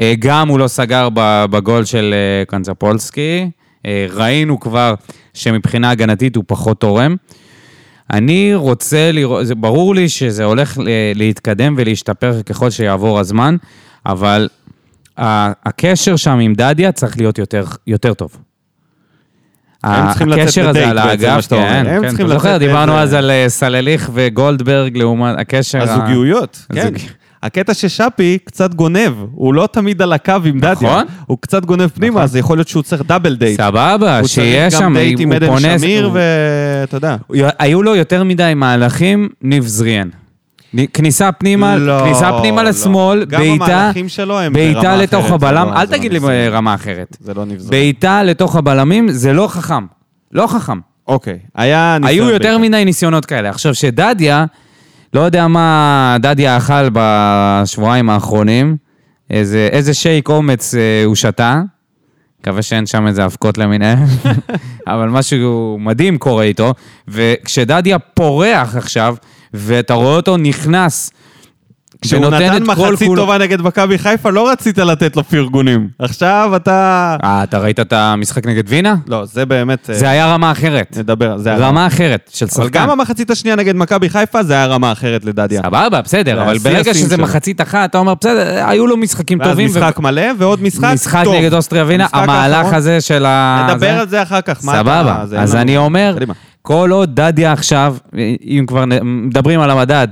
Speaker 2: אה, גם הוא לא סגר ב- בגול של אה, קנצפולסקי. אה, ראינו כבר שמבחינה הגנתית הוא פחות תורם. אני רוצה לראות, זה ברור לי שזה הולך ל- להתקדם ולהשתפר ככל שיעבור הזמן, אבל ה- הקשר שם עם דדיה צריך להיות יותר, יותר טוב.
Speaker 1: הם צריכים לצאת
Speaker 2: הקשר הזה
Speaker 1: לדייט
Speaker 2: על
Speaker 1: בעצם, מה
Speaker 2: האגף,
Speaker 1: שאתה אומר. הם
Speaker 2: כן,
Speaker 1: צריכים
Speaker 2: כן, אתה זוכר,
Speaker 1: לצאת
Speaker 2: דיברנו
Speaker 1: לאיזה-
Speaker 2: אז על אה, סלליך וגולדברג לעומת הקשר... ה-
Speaker 1: הזוגיות, כן.
Speaker 2: הזוג-
Speaker 1: הקטע ששאפי קצת גונב, הוא לא תמיד על הקו עם דדיה.
Speaker 2: נכון.
Speaker 1: הוא קצת גונב פנימה, אז יכול להיות שהוא צריך דאבל דייט.
Speaker 2: סבבה,
Speaker 1: הוא
Speaker 2: שיהיה
Speaker 1: צריך גם
Speaker 2: שם,
Speaker 1: דייט עם
Speaker 2: הוא
Speaker 1: עדן
Speaker 2: פונה...
Speaker 1: שמיר,
Speaker 2: הוא-
Speaker 1: ואתה יודע.
Speaker 2: הוא- היו לו יותר מדי מהלכים, ניב זריאן. נ- כניסה פנימה,
Speaker 1: לא,
Speaker 2: כניסה פנימה
Speaker 1: לא.
Speaker 2: לשמאל,
Speaker 1: גם
Speaker 2: בעיטה,
Speaker 1: המהלכים שלו הם ברמה
Speaker 2: בעיטה לתוך
Speaker 1: אחרת, זה
Speaker 2: הבלם,
Speaker 1: לא-
Speaker 2: אל
Speaker 1: זה לא
Speaker 2: תגיד לי
Speaker 1: נבזרים.
Speaker 2: רמה אחרת.
Speaker 1: זה לא נבזר.
Speaker 2: בעיטה לתוך הבלמים זה לא חכם. לא חכם.
Speaker 1: אוקיי. היה ניסיון
Speaker 2: היו
Speaker 1: בעיקר.
Speaker 2: יותר מדי ניסיונות כאלה. עכשיו, שדדיה, לא יודע מה דדיה אכל בשבועיים האחרונים, איזה, איזה שייק אומץ אה, הוא שתה, מקווה שאין שם איזה אבקות למיניהם, (laughs) אבל משהו מדהים קורה איתו, וכשדדיה פורח עכשיו, ואתה רואה אותו נכנס,
Speaker 1: כשהוא
Speaker 2: ונותן
Speaker 1: נתן
Speaker 2: את כל
Speaker 1: מחצית
Speaker 2: כולו-
Speaker 1: טובה נגד מכבי חיפה, לא רצית לתת לו פרגונים. עכשיו אתה...
Speaker 2: אה, אתה ראית את המשחק נגד וינה?
Speaker 1: לא, זה באמת... אה,
Speaker 2: זה היה רמה אחרת.
Speaker 1: נדבר על זה.
Speaker 2: רמה אחרת של שחקן.
Speaker 1: אבל גם המחצית השנייה נגד מכבי חיפה, זה היה רמה אחרת לדדיה.
Speaker 2: סבבה, בסדר, אבל
Speaker 1: והשיא
Speaker 2: ברגע
Speaker 1: השיאים
Speaker 2: שזה
Speaker 1: שלו.
Speaker 2: מחצית אחת, אתה אומר, בסדר, היו לו משחקים
Speaker 1: ואז
Speaker 2: טובים. ו-
Speaker 1: משחק מלא, ועוד משחק טוב.
Speaker 2: משחק נגד אוסטריה ווינה,
Speaker 1: המשחק
Speaker 2: המהלך
Speaker 1: האחרון-
Speaker 2: הזה של ה...
Speaker 1: נדבר על זה אחר כך. מה אתה-
Speaker 2: סבבה,
Speaker 1: זה, אין
Speaker 2: אז
Speaker 1: לנו-
Speaker 2: אני אומר,
Speaker 1: קדימה.
Speaker 2: כל עוד דדיה עכשיו, אם כבר נ- מדברים על המדד,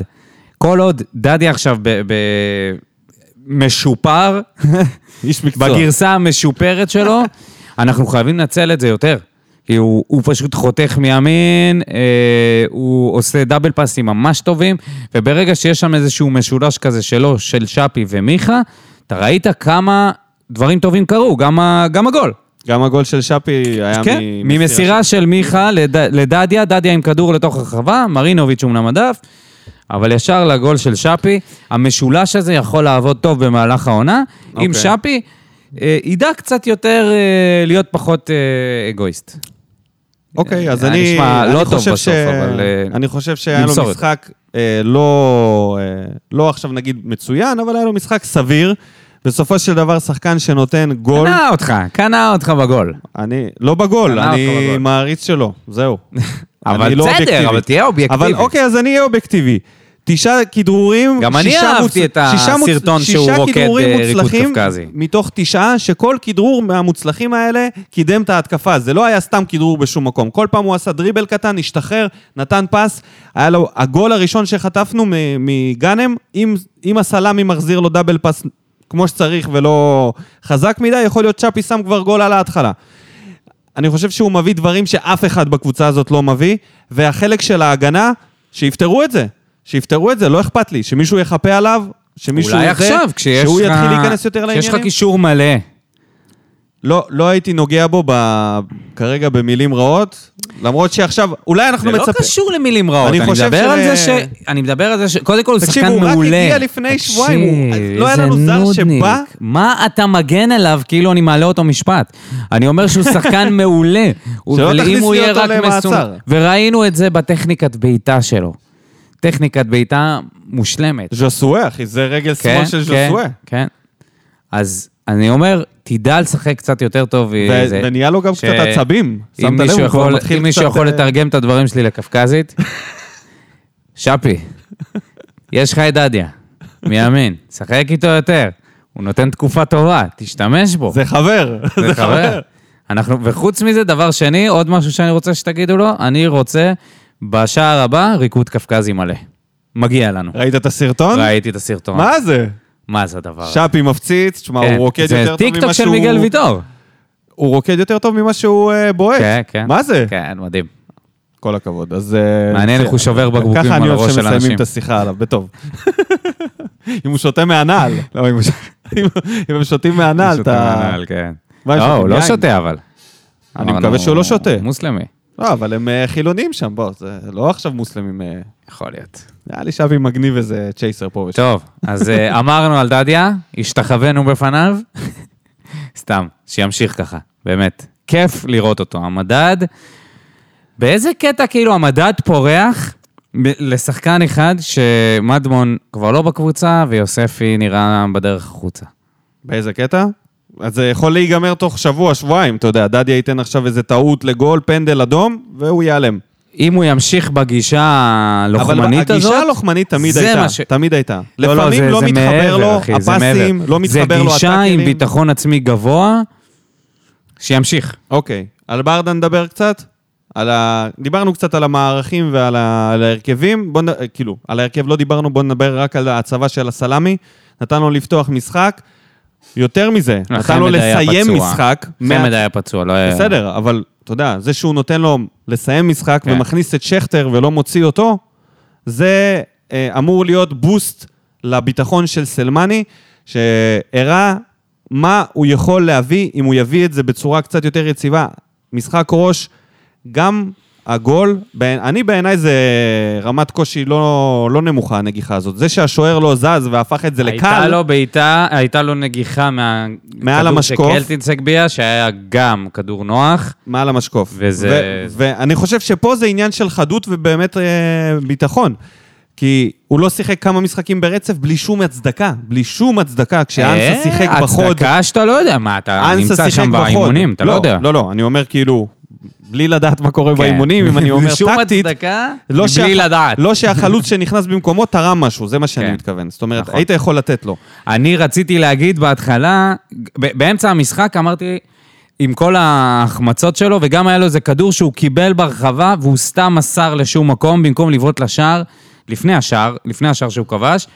Speaker 2: כל עוד דדיה עכשיו ב... ב- משופר,
Speaker 1: איש מקצוע.
Speaker 2: בגרסה המשופרת שלו, אנחנו חייבים לנצל את זה יותר. כי הוא, הוא פשוט חותך מימין, אה, הוא עושה דאבל פאסים ממש טובים, וברגע שיש שם איזשהו משולש כזה שלו, של שפי ומיכה, אתה ראית כמה דברים טובים קרו, גם, ה, גם הגול.
Speaker 1: גם הגול של שפי היה
Speaker 2: כן, ממסירה של מיכה לד, לדדיה, דדיה עם כדור לתוך הרחבה, מרינוביץ' אומנם הדף, אבל ישר לגול של שפי. המשולש הזה יכול לעבוד טוב במהלך העונה, okay. אם
Speaker 1: אוקיי.
Speaker 2: שפי אה, ידע קצת יותר אה, להיות פחות אה, אגואיסט.
Speaker 1: אוקיי, אז
Speaker 2: היה
Speaker 1: אני...
Speaker 2: נשמע
Speaker 1: אני
Speaker 2: לא טוב
Speaker 1: חושב
Speaker 2: בסוף,
Speaker 1: ש-
Speaker 2: אבל, אה,
Speaker 1: אני חושב שהיה לו
Speaker 2: נמסור את
Speaker 1: משחק אה, לא... אה, לא עכשיו נגיד מצוין, אבל היה לו משחק סביר. בסופו של דבר, שחקן שנותן גול...
Speaker 2: קנה אותך, קנה אותך בגול.
Speaker 1: אני... לא בגול,
Speaker 2: קנה אותו
Speaker 1: אני
Speaker 2: בגול.
Speaker 1: מעריץ שלו, זהו.
Speaker 2: (laughs) אבל
Speaker 1: אני לא אובייקטיבי.
Speaker 2: בסדר, אבל תהיה אובייקטיבי.
Speaker 1: אבל אוקיי, אז אני אהיה אובייקטיבי. תשעה כדרורים,
Speaker 2: גם אני
Speaker 1: שישה
Speaker 2: אהבתי
Speaker 1: מוצ-
Speaker 2: את
Speaker 1: שישה מוצ-
Speaker 2: הסרטון שהוא
Speaker 1: שישה
Speaker 2: רוקד,
Speaker 1: כדרורים
Speaker 2: אה, ריקוד
Speaker 1: מוצלחים
Speaker 2: קפקזי.
Speaker 1: מתוך תשעה, שכל כדרור מהמוצלחים האלה קידם את ההתקפה. זה לא היה סתם כדרור בשום מקום. כל פעם הוא עשה דריבל קטן, השתחרר, נתן פס. היה לו, הגול הראשון שחטפנו מ- מגאנם, אם, אם הסלאמי מחזיר לו דאבל פס כמו שצריך ולא חזק מדי, יכול להיות צ'אפי שם כבר גול על ההתחלה. אני חושב שהוא מביא דברים שאף אחד בקבוצה הזאת לא מביא, והחלק של ההגנה, שיפתרו את זה. שיפתרו את זה, לא אכפת לי. שמישהו יחפה עליו, שמישהו...
Speaker 2: אולי
Speaker 1: זה,
Speaker 2: עכשיו, כשיש לך...
Speaker 1: שהוא יתחיל להיכנס יותר
Speaker 2: כשיש לך
Speaker 1: לעניינים.
Speaker 2: קישור מלא.
Speaker 1: לא, לא הייתי נוגע בו ב... כרגע במילים רעות, למרות שעכשיו, אולי אנחנו
Speaker 2: זה לא
Speaker 1: מצפים...
Speaker 2: קשור למילים רעות,
Speaker 1: אני
Speaker 2: אני
Speaker 1: חושב
Speaker 2: מדבר על זה
Speaker 1: ש-
Speaker 2: ש... אני מדבר על זה ש... קודם כל הוא
Speaker 1: תקשיב,
Speaker 2: שחקן
Speaker 1: הוא רק
Speaker 2: מעולה.
Speaker 1: הגיע לפני
Speaker 2: תקשיב,
Speaker 1: שבועיים, הוא- לא היה
Speaker 2: איזה
Speaker 1: לנו זר
Speaker 2: נודניק.
Speaker 1: שבא-
Speaker 2: מה אתה מגן עליו כאילו אני מעלה אותו משפט? אני אומר שהוא
Speaker 1: (laughs)
Speaker 2: שחקן מעולה.
Speaker 1: שלא
Speaker 2: אבל אם
Speaker 1: תכניס
Speaker 2: הוא
Speaker 1: לי
Speaker 2: יהיה
Speaker 1: אותו
Speaker 2: רק
Speaker 1: למעצר.
Speaker 2: מסונ- וראינו את זה בטכניקת בעיטה שלו. טכניקת בעיטה מושלמת.
Speaker 1: ז'סואה, אחי, זה רגל שמאל של ז'סואה.
Speaker 2: כן. אז אני אומר, תדע לשחק קצת יותר טוב. אה, זה-
Speaker 1: ו- ונהיה לו גם
Speaker 2: ש-
Speaker 1: קצת עצבים.
Speaker 2: אם
Speaker 1: שמת לב,
Speaker 2: מישהו
Speaker 1: הוא כבר
Speaker 2: יכול-
Speaker 1: מתחיל
Speaker 2: אם מישהו
Speaker 1: קצת,
Speaker 2: יכול
Speaker 1: אה,
Speaker 2: לתרגם את הדברים שלי לקפקזית, שפי, יש לך את דדיה, מימין, שחק איתו יותר, הוא נותן תקופה טובה, תשתמש בו.
Speaker 1: זה חבר, זה חבר.
Speaker 2: אנחנו, וחוץ מזה, דבר שני, עוד משהו שאני רוצה שתגידו לו, אני רוצה בשער הבא ריקוד קפקזי מלא. מגיע לנו.
Speaker 1: (laughs) ראית את הסרטון?
Speaker 2: ראיתי את הסרטון.
Speaker 1: אה, מה זה?
Speaker 2: מה זה הדבר הזה?
Speaker 1: שפי מפציץ, תשמע,
Speaker 2: כן.
Speaker 1: הוא רוקד יותר
Speaker 2: זה
Speaker 1: טוב ממה שהוא... אה,
Speaker 2: טיקטוק של מיגל ויטור.
Speaker 1: הוא רוקד יותר טוב ממה שהוא אה, בועט.
Speaker 2: כן, כן.
Speaker 1: מה זה?
Speaker 2: כן, מדהים.
Speaker 1: כל הכבוד. אז... אה,
Speaker 2: מעניין איך הוא שובר בקבוקים
Speaker 1: ככה אני
Speaker 2: על
Speaker 1: אוהב
Speaker 2: הראש של
Speaker 1: שמסיימים
Speaker 2: אנשים.
Speaker 1: את השיחה עליו, בטוב. (laughs) אם הוא שותה
Speaker 2: (laughs)
Speaker 1: מהנעל. לא, אם הוא ש- אם הם שותים מהנעל, אתה...
Speaker 2: מהנעל, כן.
Speaker 1: לא, מה, הם
Speaker 2: לא,
Speaker 1: שותים
Speaker 2: הוא לא
Speaker 1: יין?
Speaker 2: שותה אבל.
Speaker 1: אני
Speaker 2: אבל
Speaker 1: מקווה
Speaker 2: הוא-
Speaker 1: שהוא לא שותה.
Speaker 2: הוא מוסלמי.
Speaker 1: לא, אבל הם אה, חילונים שם, בוא, זה לא עכשיו מוסלמים. אה,
Speaker 2: יכול להיות.
Speaker 1: נראה לי שאבי מגניב איזה צ'ייסר פה ושם.
Speaker 2: טוב, אז אה, (laughs) אמרנו על דדיה, השתחווינו בפניו. (laughs) סתם, שימשיך ככה, באמת. כיף לראות אותו. המדד, באיזה קטע כאילו המדד פורח ב- לשחקן אחד שמדמון כבר לא בקבוצה ויוספי נראה בדרך החוצה.
Speaker 1: באיזה קטע? אז זה יכול להיגמר תוך שבוע, שבועיים, אתה יודע, דדיה ייתן עכשיו איזה טעות לגול, פנדל אדום, והוא ייעלם.
Speaker 2: אם הוא ימשיך בגישה הלוחמנית הזאת...
Speaker 1: אבל הגישה הלוחמנית תמיד
Speaker 2: זה
Speaker 1: הייתה,
Speaker 2: מה ש-
Speaker 1: תמיד הייתה. לפעמים
Speaker 2: זה-
Speaker 1: לא
Speaker 2: זה
Speaker 1: מתחבר
Speaker 2: מעבר,
Speaker 1: לו
Speaker 2: אחי, זה
Speaker 1: הפסים,
Speaker 2: מעבר.
Speaker 1: לא מתחבר לו
Speaker 2: זה גישה עם
Speaker 1: הטאקלים.
Speaker 2: ביטחון עצמי גבוה, שימשיך.
Speaker 1: אוקיי, על ברדה נדבר קצת? על ה... דיברנו קצת על המערכים ועל ה... על ההרכבים, בוא נ... כאילו, על ההרכב לא דיברנו, בוא נדבר רק על ההצבה של הסלאמי. נתן לו לפתוח משחק. יותר מזה, נתן לו
Speaker 2: חמד היה
Speaker 1: לסיים
Speaker 2: פצוע.
Speaker 1: משחק.
Speaker 2: חמד היה פצוע, לא היה...
Speaker 1: בסדר, אבל אתה יודע, זה שהוא נותן לו לסיים משחק
Speaker 2: כן.
Speaker 1: ומכניס את שכטר ולא מוציא אותו, זה אה, אמור להיות בוסט לביטחון של סלמני, שהראה מה הוא יכול להביא, אם הוא יביא את זה בצורה קצת יותר יציבה. משחק ראש, גם הגול, בעי- אני בעיניי זה רמת קושי לא, לא נמוכה, הנגיחה הזאת. זה שהשוער לא זז והפך את זה
Speaker 2: הייתה
Speaker 1: לקל,
Speaker 2: לו בעיטה, הייתה לו נגיחה מה...
Speaker 1: מעל
Speaker 2: כדור
Speaker 1: המשקוף.
Speaker 2: שקלטינס הגביה, שהיה גם כדור נוח.
Speaker 1: מעל המשקוף.
Speaker 2: וזה-
Speaker 1: ו- ואני חושב שפה זה עניין של חדות ובאמת אה, ביטחון. כי הוא לא שיחק כמה משחקים ברצף בלי שום הצדקה. בלי שום הצדקה. כשאנסה
Speaker 2: אה,
Speaker 1: שיחק בחוד,
Speaker 2: הצדקה שאתה לא יודע מה, אתה
Speaker 1: אנסה
Speaker 2: נמצא
Speaker 1: שיחק
Speaker 2: שם
Speaker 1: בחוד.
Speaker 2: באימונים, אתה לא יודע.
Speaker 1: לא, לא, אני אומר כאילו, בלי לדעת מה קורה
Speaker 2: כן.
Speaker 1: באימונים, אם
Speaker 2: (laughs)
Speaker 1: אני אומר
Speaker 2: שום
Speaker 1: טקטית,
Speaker 2: הצדקה,
Speaker 1: לא
Speaker 2: בלי
Speaker 1: שה-
Speaker 2: לדעת.
Speaker 1: לא שהחלוץ שנכנס במקומו תרם משהו, זה מה שאני
Speaker 2: כן.
Speaker 1: מתכוון. זאת אומרת,
Speaker 2: נכון.
Speaker 1: היית יכול לתת לו.
Speaker 2: אני רציתי להגיד בהתחלה, ב- באמצע המשחק אמרתי, עם כל ההחמצות שלו, וגם היה לו איזה כדור שהוא קיבל ברחבה, והוא סתם מסר לשום מקום, במקום לבעוט לשער, לפני השער, לפני השער שהוא כבש.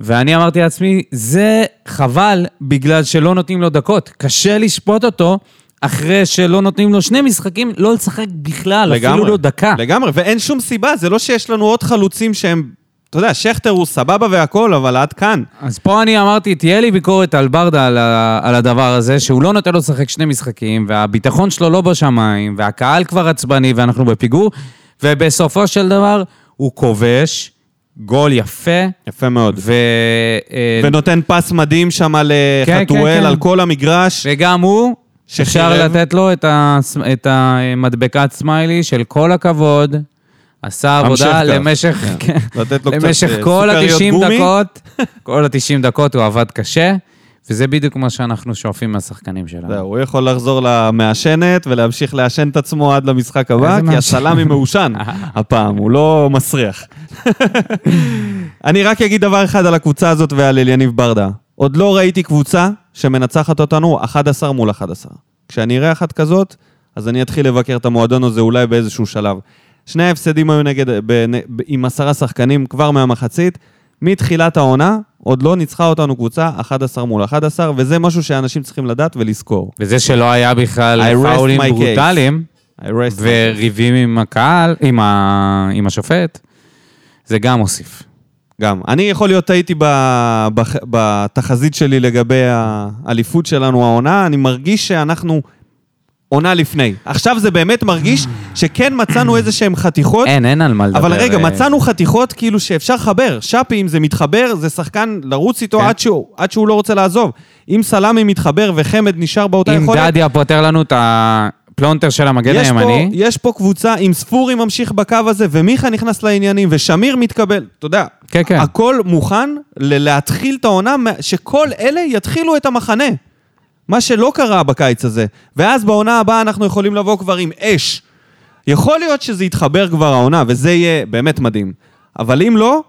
Speaker 2: ואני אמרתי לעצמי, זה חבל, בגלל שלא נותנים לו דקות. קשה לשפוט אותו אחרי שלא נותנים לו שני משחקים, לא לשחק בכלל, אפילו לא דקה.
Speaker 1: לגמרי, ואין שום סיבה, זה לא שיש לנו עוד חלוצים שהם... אתה יודע, שכטר הוא סבבה והכול, אבל עד כאן.
Speaker 2: אז פה אני אמרתי, תהיה לי ביקורת על ברדה על, ה- על הדבר הזה, שהוא לא נותן לו לשחק שני משחקים, והביטחון שלו לא בשמיים, והקהל כבר עצבני, ואנחנו בפיגור, ובסופו של דבר הוא כובש גול יפה,
Speaker 1: יפה מאוד.
Speaker 2: ו... אה,
Speaker 1: ונותן פס מדהים שם אה,
Speaker 2: כן,
Speaker 1: לחתואל
Speaker 2: כן, כן.
Speaker 1: על כל המגרש.
Speaker 2: וגם הוא אפשר
Speaker 1: שחירב-
Speaker 2: לתת לו את הס- את המדבקת סמיילי של כל הכבוד, עשה
Speaker 1: המשך
Speaker 2: עבודה
Speaker 1: כך.
Speaker 2: למשך... כן.
Speaker 1: לתת לו קצת
Speaker 2: למשך
Speaker 1: אה,
Speaker 2: כל
Speaker 1: סוכריות
Speaker 2: ה-90
Speaker 1: גומי. (laughs)
Speaker 2: דקות, כל ה-90 דקות הוא עבד קשה, וזה בדיוק מה שאנחנו שואפים מהשחקנים
Speaker 1: זהו,
Speaker 2: שלנו.
Speaker 1: הוא יכול לחזור למעשנת ולהמשיך לעשן את עצמו עד למשחק הבא,
Speaker 2: איזה
Speaker 1: כי
Speaker 2: מעשן?
Speaker 1: הסלאמי מעושן הפעם, הוא לא מסריח. אני רק אגיד דבר אחד על הקבוצה הזאת ועל אליניב ברדה. עוד לא ראיתי קבוצה שמנצחת אותנו 11 מול 11. כשאני אראה אחת כזאת, אז אני אתחיל לבקר את המועדון הזה אולי באיזשהו שלב. שני ההפסדים היו נגד, ב, ב, עם עשרה שחקנים כבר מהמחצית. מתחילת העונה, עוד לא ניצחה אותנו קבוצה 11 מול 11, וזה משהו שאנשים צריכים לדעת ולזכור.
Speaker 2: וזה שלא היה בכלל
Speaker 1: I rest
Speaker 2: פאולים
Speaker 1: my case.
Speaker 2: ברוטליים,
Speaker 1: I rest.
Speaker 2: וריבים עם הקהל, עם ה- עם השופט, זה גם הוסיף.
Speaker 1: גם. אני יכול להיות טעיתי ב- בח- בתחזית שלי לגבי האליפות שלנו העונה, אני מרגיש שאנחנו עונה לפני. עכשיו זה באמת מרגיש שכן מצאנו איזה שהם חתיכות.
Speaker 2: אין, אין על מה לדבר.
Speaker 1: אבל רגע,
Speaker 2: אה,
Speaker 1: מצאנו חתיכות כאילו שאפשר לחבר. שפי, אם זה מתחבר, זה שחקן לרוץ איתו
Speaker 2: כן.
Speaker 1: עד שהוא- עד שהוא לא רוצה לעזוב. אם סלאמי מתחבר וחמד נשאר באותה
Speaker 2: אם
Speaker 1: יכולת,
Speaker 2: דדיה פותר לנו את הפלונטר של המגן
Speaker 1: יש פה,
Speaker 2: הימני,
Speaker 1: יש פה קבוצה, אם ספורי ממשיך בקו הזה, ומיכה נכנס לעניינים, ושמיר מתקבל, אתה יודע,
Speaker 2: כן, כן.
Speaker 1: הכל מוכן ל- להתחיל את העונה, מה- שכל אלה יתחילו את המחנה. מה שלא קרה בקיץ הזה. ואז בעונה הבאה אנחנו יכולים לבוא כבר עם אש. יכול להיות שזה יתחבר כבר העונה, וזה יהיה באמת מדהים. אבל אם לא,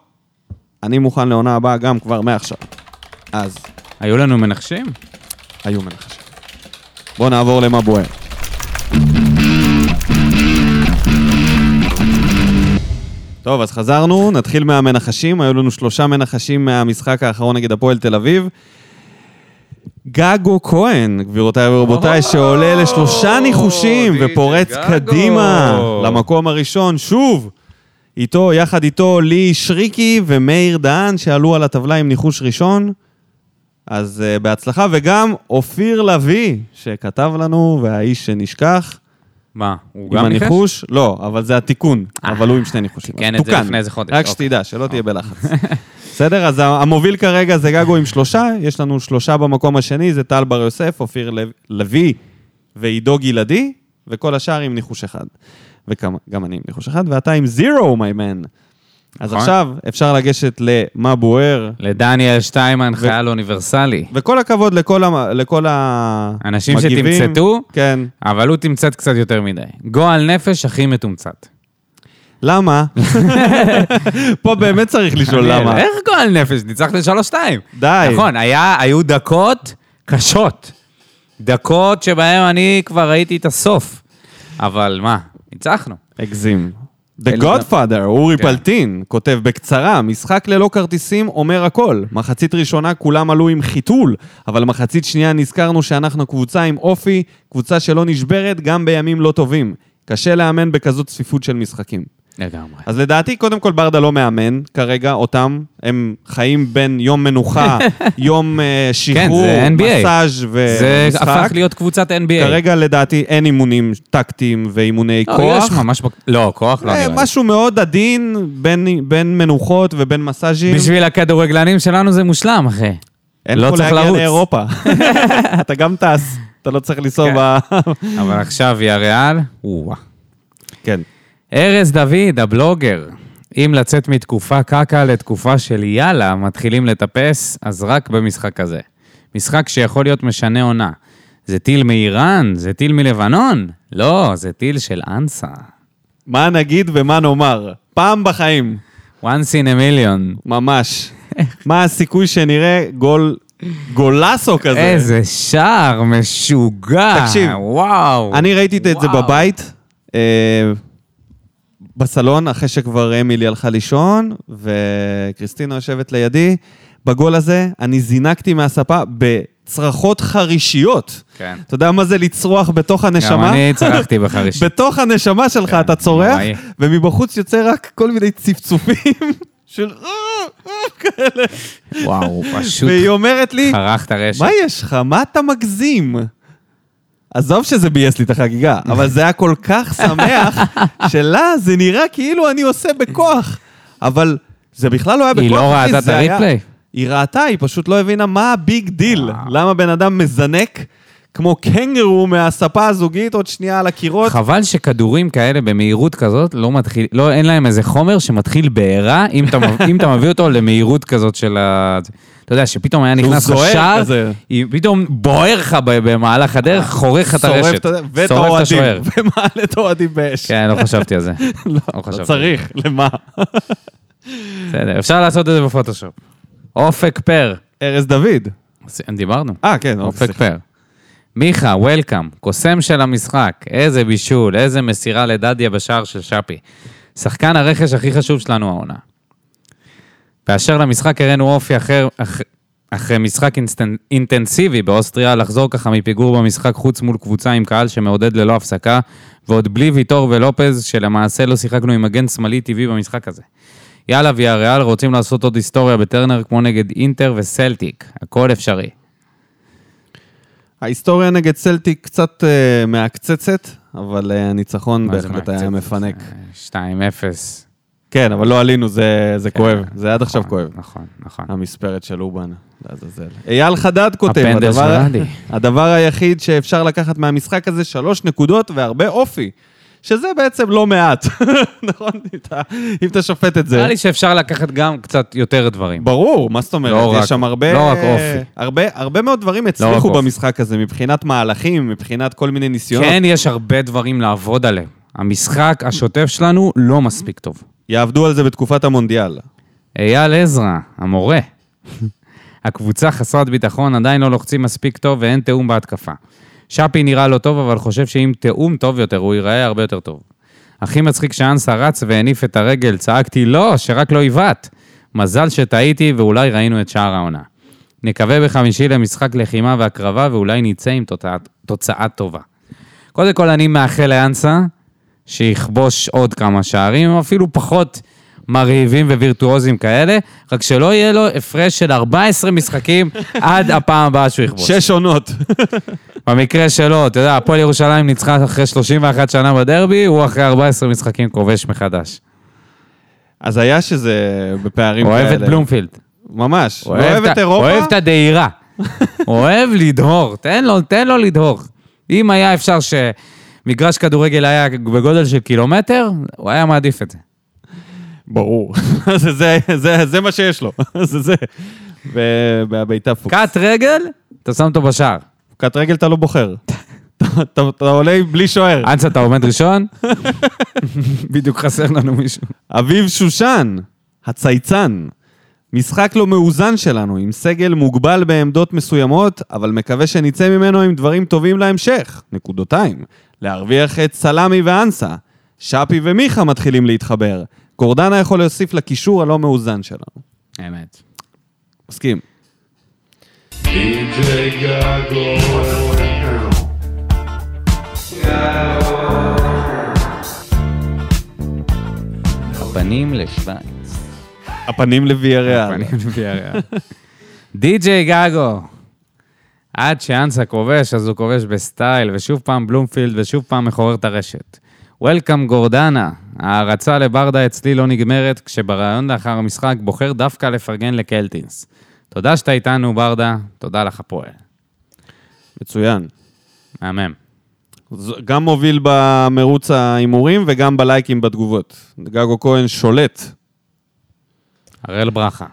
Speaker 1: אני מוכן לעונה הבאה גם כבר מעכשיו. אז,
Speaker 2: היו לנו מנחשים?
Speaker 1: היו מנחשים. בואו נעבור למה בוער. טוב, אז חזרנו, נתחיל מהמנחשים. היו לנו שלושה מנחשים מהמשחק האחרון נגד הפועל תל אביב. גגו כהן, גבירותיי ורבותיי, שעולה לשלושה ניחושים
Speaker 2: די.ג'יי
Speaker 1: ופורץ
Speaker 2: גגו.
Speaker 1: קדימה למקום הראשון, שוב. איתו, יחד איתו, לי שריקי ומאיר דהן, שעלו על הטבלה עם ניחוש ראשון. אז uh, בהצלחה, וגם אופיר לביא, שכתב לנו, והאיש שנשכח.
Speaker 2: מה, הוא
Speaker 1: עם
Speaker 2: גם ניחש? אה,
Speaker 1: הניחוש? לא, אבל זה התיקון. אבל הוא עם שני ניחושים.
Speaker 2: תיקן
Speaker 1: אז
Speaker 2: את זה
Speaker 1: תוקן.
Speaker 2: לפני איזה חודש,
Speaker 1: רק
Speaker 2: אוקיי.
Speaker 1: שתדע, שלא תהיה
Speaker 2: (laughs)
Speaker 1: בלחץ. בסדר? אז המוביל כרגע זה גגו עם שלושה, יש לנו שלושה במקום השני, זה טל בר יוסף, אופיר לב- לביא ועידו גלעדי, וכל השאר עם ניחוש אחד. וגם גם אני עם ניחוש אחד, ואתה עם זירו, my man. אז
Speaker 2: נכון.
Speaker 1: עכשיו אפשר לגשת למה בוער,
Speaker 2: לדניאל שטיימן חייל אוניברסלי.
Speaker 1: וכל הכבוד לכל, המ... לכל ה...
Speaker 2: אנשים
Speaker 1: מגיבים.
Speaker 2: שתמצתו.
Speaker 1: כן.
Speaker 2: אבל הוא תמצת קצת יותר מדי. גועל נפש הכי מתומצת. (laughs)
Speaker 1: למה? פה באמת צריך לשאול לא, למה.
Speaker 2: איך גועל נפש? ניצחת שלוש שתיים.
Speaker 1: די.
Speaker 2: נכון, היה, היו דקות קשות. דקות שבהן אני כבר ראיתי את הסוף. אבל מה, ניצחנו.
Speaker 1: הגזים. The
Speaker 2: אלה-
Speaker 1: Godfather, אורי
Speaker 2: כן.
Speaker 1: פלטין, כותב בקצרה, משחק ללא כרטיסים אומר הכל. מחצית ראשונה כולם עלו עם חיתול, אבל מחצית שנייה נזכרנו שאנחנו קבוצה עם אופי, קבוצה שלא נשברת גם בימים לא טובים. קשה לאמן בכזאת צפיפות של משחקים.
Speaker 2: לגמרי.
Speaker 1: אז לדעתי, קודם כל, ברדה לא מאמן כרגע אותם. הם חיים בין יום מנוחה,
Speaker 2: (laughs)
Speaker 1: יום אה, שחרור,
Speaker 2: כן, זה NBA.
Speaker 1: מסאז' ומשחק.
Speaker 2: אה, זה הפך להיות קבוצת NBA.
Speaker 1: כרגע, לדעתי, אין אימונים טקטיים ואימוני
Speaker 2: לא,
Speaker 1: כוח.
Speaker 2: יש ממש... בק- לא, כוח לא
Speaker 1: אה,
Speaker 2: נראה לי.
Speaker 1: משהו מאוד עדין בין, בין מנוחות ובין מסאז'ים.
Speaker 2: בשביל הכדורגלנים שלנו זה מושלם, אחי.
Speaker 1: אין
Speaker 2: לא
Speaker 1: פה
Speaker 2: צריך
Speaker 1: להגיע
Speaker 2: לרוץ. (laughs)
Speaker 1: לאירופה. (laughs) אתה גם טס, אתה לא צריך לנסוע
Speaker 2: כן.
Speaker 1: ב...
Speaker 2: (laughs) אבל עכשיו היא הריאל. וואו.
Speaker 1: כן.
Speaker 2: ארז דוד, הבלוגר. אם לצאת מתקופה קקה לתקופה של יאללה, מתחילים לטפס, אז רק במשחק הזה. משחק שיכול להיות משנה עונה. זה טיל מאיראן? זה טיל מלבנון? לא, זה טיל של אנסה.
Speaker 1: מה נגיד ומה נאמר? פעם בחיים.
Speaker 2: once in a million. (laughs)
Speaker 1: ממש. מה הסיכוי שנראה גול, גולסו כזה?
Speaker 2: איזה שער משוגע.
Speaker 1: תקשיב,
Speaker 2: וואו.
Speaker 1: אני ראיתי את זה
Speaker 2: וואו.
Speaker 1: בבית, אה, בסלון, אחרי שכבר אמילי הלכה לישון, וקריסטינה יושבת לידי. בגול הזה, אני זינקתי מהספה בצרחות חרישיות.
Speaker 2: כן.
Speaker 1: אתה יודע מה זה לצרוח בתוך
Speaker 2: גם
Speaker 1: הנשמה?
Speaker 2: אני כן,
Speaker 1: (laughs)
Speaker 2: צרחתי בחריש.
Speaker 1: בתוך הנשמה שלך אתה צורח,
Speaker 2: נוראי.
Speaker 1: ומבחוץ יוצא רק כל מיני צפצופים של "אה, אה", כאלה.
Speaker 2: וואו, פשוט
Speaker 1: והיא אומרת לי,
Speaker 2: חרך את הרשת.
Speaker 1: מה יש לך? מה אתה מגזים? עזוב שזה ביאס לי את החגיגה, אבל זה היה כל כך שמח,
Speaker 2: (laughs)
Speaker 1: שלה זה נראה כאילו אני עושה בכוח. אבל זה בכלל לא היה בכוח.
Speaker 2: היא לא
Speaker 1: אחי,
Speaker 2: ראתה את
Speaker 1: זה היה-
Speaker 2: הריפליי. אה.
Speaker 1: היא ראתה, היא פשוט לא הבינה מה הביג דיל.
Speaker 2: וואו.
Speaker 1: למה בן אדם מזנק כמו קנגרו מהספה הזוגית, עוד שנייה על הקירות.
Speaker 2: חבל שכדורים כאלה במהירות כזאת לא מתחיל, לא, אין להם איזה חומר שמתחיל בעירה, אם אתה, מב- אם אתה מביא אותו למהירות כזאת של ה... אתה יודע, שפתאום היה נכנס לך
Speaker 1: זוהר
Speaker 2: שער,
Speaker 1: כזה.
Speaker 2: היא פתאום בוער לך ב- במהלך הדרך, חורך לך את
Speaker 1: שורף
Speaker 2: הרשת.
Speaker 1: ה- ואת
Speaker 2: שורף את
Speaker 1: האוהדים,
Speaker 2: השוער.
Speaker 1: ומעלה את האוהדים באש.
Speaker 2: כן, לא חשבתי על זה.
Speaker 1: לא,
Speaker 2: לא
Speaker 1: לא
Speaker 2: חשבתי.
Speaker 1: צריך, למה?
Speaker 2: בסדר, אפשר לעשות את זה בפוטושופ. אופק פר.
Speaker 1: ארז דוד.
Speaker 2: אז דיברנו.
Speaker 1: אה, כן, אופק.
Speaker 2: אופק פר. מיכה, וולקאם, קוסם של המשחק. איזה בישול, איזה מסירה לדדיה בשער של שפי. שחקן הרכש הכי חשוב שלנו העונה. באשר למשחק, הראינו אופי אחר, אח, אחרי משחק אינסטנ... אינטנסיבי באוסטריה, לחזור ככה מפיגור במשחק חוץ מול קבוצה עם קהל שמעודד ללא הפסקה, ועוד בלי ויטור ולופז, שלמעשה לא שיחקנו עם מגן שמאלי טבעי במשחק הזה. יאללה, ויה ריאל, רוצים לעשות עוד היסטוריה בטרנר כמו נגד אינטר וסלטיק. הכל אפשרי.
Speaker 1: ההיסטוריה נגד סלטיק קצת אה, מעקצצת, אבל אה, הניצחון
Speaker 2: מה זה אה.
Speaker 1: בהחלט היה
Speaker 2: מעקצצת?
Speaker 1: מפנק.
Speaker 2: 2-0.
Speaker 1: כן, אבל לא עלינו, זה זה כואב. זה עד עכשיו
Speaker 2: נכון,
Speaker 1: כואב.
Speaker 2: נכון, נכון.
Speaker 1: המספרת של אובן, לעזאזל. אייל חדד כותב,
Speaker 2: הפנדל
Speaker 1: הדבר,
Speaker 2: של רדי.
Speaker 1: הדבר היחיד שאפשר לקחת מהמשחק הזה, שלוש נקודות והרבה אופי, שזה בעצם לא מעט, (laughs) נכון? אם אתה- אם אתה שופט את זה.
Speaker 2: נראה לי שאפשר לקחת גם קצת יותר דברים.
Speaker 1: ברור, מה זאת אומרת?
Speaker 2: לא רק-
Speaker 1: יש שם הרבה...
Speaker 2: לא רק אופי.
Speaker 1: הרבה, הרבה מאוד דברים
Speaker 2: לא רק
Speaker 1: הצליחו
Speaker 2: אופי.
Speaker 1: במשחק הזה, מבחינת מהלכים, מבחינת כל מיני ניסיונות.
Speaker 2: כן, יש הרבה דברים לעבוד עליהם. המשחק השוטף שלנו לא מספיק טוב.
Speaker 1: יעבדו על זה בתקופת המונדיאל.
Speaker 2: אייל עזרא, המורה. (laughs) הקבוצה חסרת ביטחון, עדיין לא לוחצים מספיק טוב ואין תיאום בהתקפה. שפי נראה לא טוב, אבל חושב שעם תיאום טוב יותר, הוא ייראה הרבה יותר טוב. הכי מצחיק שאנסה רץ והניף את הרגל, צעקתי לא, שרק לא עיוות. מזל שטעיתי ואולי ראינו את שער העונה. נקווה בחמישי למשחק לחימה והקרבה ואולי נצא עם תוצאה, תוצאה טובה. קודם כל, אני מאחל לאנסה שיכבוש עוד כמה שערים, אפילו פחות מרהיבים ווירטואוזים כאלה, רק שלא יהיה לו הפרש של 14 משחקים (laughs) עד הפעם הבאה שהוא יכבוש.
Speaker 1: שש עונות.
Speaker 2: במקרה שלו, אתה יודע, הפועל ירושלים ניצחה אחרי 31 שנה בדרבי, הוא אחרי 14 משחקים כובש מחדש.
Speaker 1: אז היה שזה בפערים
Speaker 2: אוהב
Speaker 1: כאלה.
Speaker 2: את בלומפילד.
Speaker 1: ממש. לא אוהב את אירופה?
Speaker 2: אוהב
Speaker 1: (laughs)
Speaker 2: את הדהירה. אוהב לדהור, תן לו, תן לו לדהור. אם היה אפשר שמגרש כדורגל היה בגודל של קילומטר, הוא היה מעדיף את זה.
Speaker 1: ברור. (laughs) זה, זה, זה, זה מה שיש לו. (laughs) זה זה. והבעיטה פוקס.
Speaker 2: קט רגל, אתה שם אותו בשער.
Speaker 1: פוקת רגל אתה לא בוחר. (laughs) אתה- אתה אתה עולה בלי שוער.
Speaker 2: אנסה, אתה
Speaker 1: (laughs)
Speaker 2: עומד ראשון? בדיוק חסר לנו מישהו.
Speaker 1: אביב שושן, הצייצן. משחק לא מאוזן שלנו, עם סגל מוגבל בעמדות מסוימות, אבל מקווה שנצא ממנו עם דברים טובים להמשך. נקודותיים. להרוויח את סלמי ואנסה. שפי ומיכה מתחילים להתחבר. קורדנה יכול להוסיף לקישור הלא מאוזן שלנו.
Speaker 2: אמת.
Speaker 1: מסכים.
Speaker 2: הפנים לשוויץ.
Speaker 1: הפנים (laughs) לוויאריאל.
Speaker 2: הפנים לוויאריאל. די.ג'יי גגו. עד שאנסה כובש, אז הוא כובש בסטייל, ושוב פעם בלומפילד, ושוב פעם מחורר את הרשת. וולקאם גורדנה, ההערצה לברדה אצלי לא נגמרת, כשבריאיון לאחר המשחק בוחר דווקא לפרגן לקלטינס. תודה שאתה איתנו, ברדה, תודה לך, הפועל.
Speaker 1: מצוין.
Speaker 2: מהמם.
Speaker 1: ז- גם מוביל במרוץ ההימורים וגם בלייקים בתגובות. גגו כהן שולט.
Speaker 2: הראל ברכה.